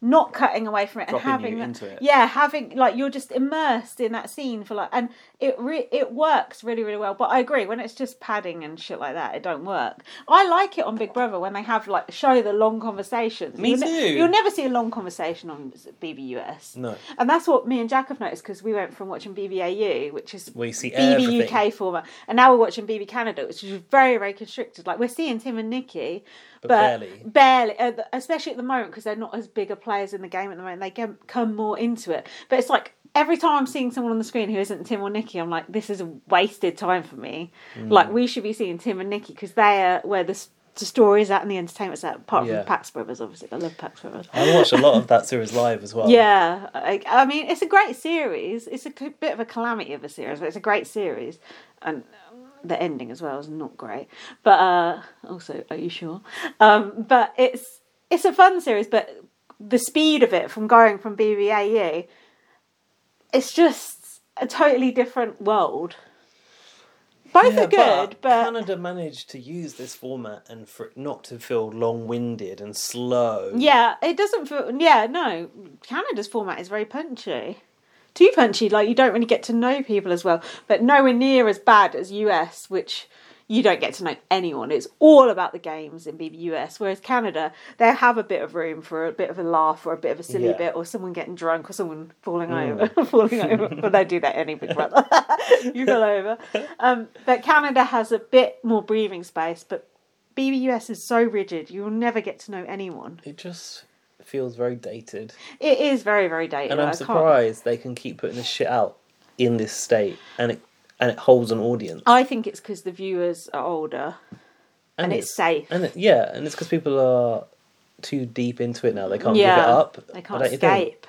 [SPEAKER 1] not cutting away from it and
[SPEAKER 2] Dropping
[SPEAKER 1] having
[SPEAKER 2] you
[SPEAKER 1] that-
[SPEAKER 2] into it.
[SPEAKER 1] yeah, having like you're just immersed in that scene for like, and it re- it works really really well. But I agree when it's just padding and shit like that, it don't work. I like it on Big Brother when they have like show the long conversations.
[SPEAKER 2] Me
[SPEAKER 1] you'll ne-
[SPEAKER 2] too.
[SPEAKER 1] you'll never see a long conversation on BBUS.
[SPEAKER 2] No.
[SPEAKER 1] and that's what me and Jack have noticed because we went from watching BBAU, which is
[SPEAKER 2] Where you see
[SPEAKER 1] BB
[SPEAKER 2] everything.
[SPEAKER 1] UK format, and now we're watching BB Canada, which is very, very constricted. Like we're seeing Tim and Nikki, but,
[SPEAKER 2] barely.
[SPEAKER 1] barely, uh, th- especially at the moment because they're not as big a players in the game at the moment. They get, come more into it, but it's like every time I'm seeing someone on the screen who isn't Tim or Nikki, I'm like, this is a wasted time for me.
[SPEAKER 2] Mm.
[SPEAKER 1] Like we should be seeing Tim and Nikki because they are where the, s- the story is at and the entertainment's at. Apart
[SPEAKER 2] Yeah.
[SPEAKER 1] from Pax Brothers, obviously, I love Pax Brothers.
[SPEAKER 2] I watch a lot of that series live as well.
[SPEAKER 1] Yeah, I, I mean, it's a great series. It's a c- bit of a calamity of a series, but it's a great series, and um, the ending as well is not great. But uh, also, are you sure? Um, but it's it's a fun series, but the speed of it from going from BBAU, it's just a totally different world. Both
[SPEAKER 2] Yeah,
[SPEAKER 1] are good, but,
[SPEAKER 2] Canada managed to use this format and for it not to feel long-winded and slow.
[SPEAKER 1] yeah, it doesn't feel. Yeah, no, Canada's format is very punchy. too punchy. Like you don't really get to know people as well, but nowhere near as bad as US, which you don't get to know anyone. It's all about the games in BBUS. Whereas Canada, they have a bit of room for a bit of a laugh or a bit of a silly
[SPEAKER 2] Yeah.
[SPEAKER 1] bit or someone getting drunk or someone falling over, *laughs* falling over. But they do that any big brother. *laughs* you fell over. Um, but Canada has a bit more breathing space, but. BBUS is so rigid, you'll never get to know anyone.
[SPEAKER 2] It just feels very dated.
[SPEAKER 1] It is very, very dated.
[SPEAKER 2] And
[SPEAKER 1] I
[SPEAKER 2] I'm
[SPEAKER 1] can't-
[SPEAKER 2] surprised they can keep putting this shit out in this state and it and it holds an audience.
[SPEAKER 1] I think it's because the viewers are older. and it's safe.
[SPEAKER 2] And it, yeah, and it's because people are too deep into it now. They can't give it
[SPEAKER 1] yeah,
[SPEAKER 2] up.
[SPEAKER 1] they
[SPEAKER 2] I
[SPEAKER 1] can't
[SPEAKER 2] don't you think?
[SPEAKER 1] escape.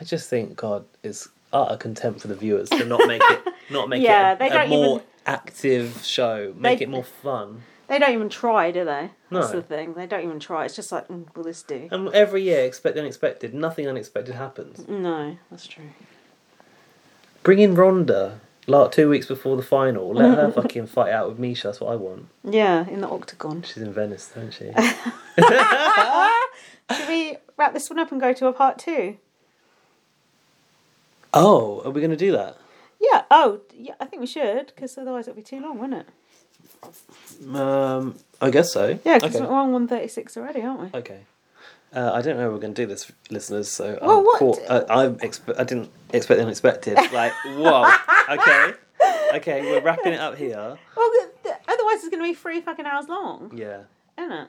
[SPEAKER 2] I just think God is utter contempt for the viewers to not make it
[SPEAKER 1] *laughs*
[SPEAKER 2] not make
[SPEAKER 1] Yeah,
[SPEAKER 2] it
[SPEAKER 1] they
[SPEAKER 2] a, a
[SPEAKER 1] don't
[SPEAKER 2] more
[SPEAKER 1] even-
[SPEAKER 2] active show. Make
[SPEAKER 1] They-
[SPEAKER 2] it more fun.
[SPEAKER 1] They don't even try, do they? That's
[SPEAKER 2] No.
[SPEAKER 1] the thing. They don't even try. It's just like, mm, will this do?
[SPEAKER 2] And every year, expect the unexpected. Nothing unexpected happens.
[SPEAKER 1] No, that's true.
[SPEAKER 2] Bring in Ronda like two weeks before the final. Let *laughs* her fucking fight out with Misha. That's what I want.
[SPEAKER 1] Yeah, in the octagon.
[SPEAKER 2] She's in Venice, isn't she?
[SPEAKER 1] Should we wrap this one up and go to a part two?
[SPEAKER 2] *laughs* oh, are we going to do that?
[SPEAKER 1] Yeah. Oh, yeah. I think we should because otherwise it'll be too long, won't it?
[SPEAKER 2] Um, I guess so.
[SPEAKER 1] Yeah, because
[SPEAKER 2] Okay.
[SPEAKER 1] we're on one thirty six already, aren't we?
[SPEAKER 2] okay. Uh, I don't know. How we're going to do this, listeners. So I'm
[SPEAKER 1] Well, what-
[SPEAKER 2] caught- I, I'm expe- I didn't expect
[SPEAKER 1] *laughs*
[SPEAKER 2] the unexpected. Like, whoa. Okay. Okay, we're wrapping it up here.
[SPEAKER 1] Well, th- th- otherwise it's going to be three fucking hours long,
[SPEAKER 2] Yeah.
[SPEAKER 1] isn't it?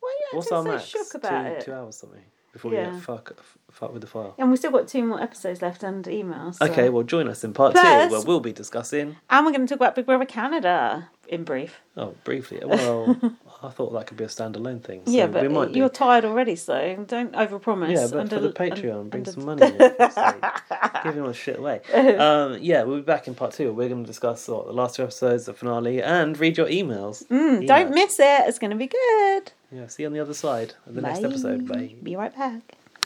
[SPEAKER 1] Why are you
[SPEAKER 2] What's
[SPEAKER 1] acting
[SPEAKER 2] our
[SPEAKER 1] so
[SPEAKER 2] max?
[SPEAKER 1] shook about
[SPEAKER 2] two,
[SPEAKER 1] it?
[SPEAKER 2] two hours something before we
[SPEAKER 1] Yeah.
[SPEAKER 2] get fuck f- fuck with the file.
[SPEAKER 1] And we've still got two more episodes left and emails. so-
[SPEAKER 2] Okay, well, join us in part
[SPEAKER 1] Plus-
[SPEAKER 2] two where we'll be discussing.
[SPEAKER 1] And we're going to talk about Big Brother Canada in brief.
[SPEAKER 2] Oh, briefly. Well, I thought that could be a standalone thing. So
[SPEAKER 1] yeah, but
[SPEAKER 2] we might do.
[SPEAKER 1] you're tired already, so don't overpromise.
[SPEAKER 2] Yeah, but
[SPEAKER 1] under-
[SPEAKER 2] for the Patreon,
[SPEAKER 1] un-
[SPEAKER 2] bring
[SPEAKER 1] under-
[SPEAKER 2] some money. in, for fuck's sake.
[SPEAKER 1] *laughs*
[SPEAKER 2] Giving all the shit away. Um, yeah, we'll be back in part two. We're going to discuss what, the last two episodes, the finale, and read your emails.
[SPEAKER 1] Mm,
[SPEAKER 2] Emails.
[SPEAKER 1] Don't miss it. It's going to be good.
[SPEAKER 2] Yeah, see you on the other side of the next
[SPEAKER 1] Bye.
[SPEAKER 2] episode. Bye.
[SPEAKER 1] Be right back.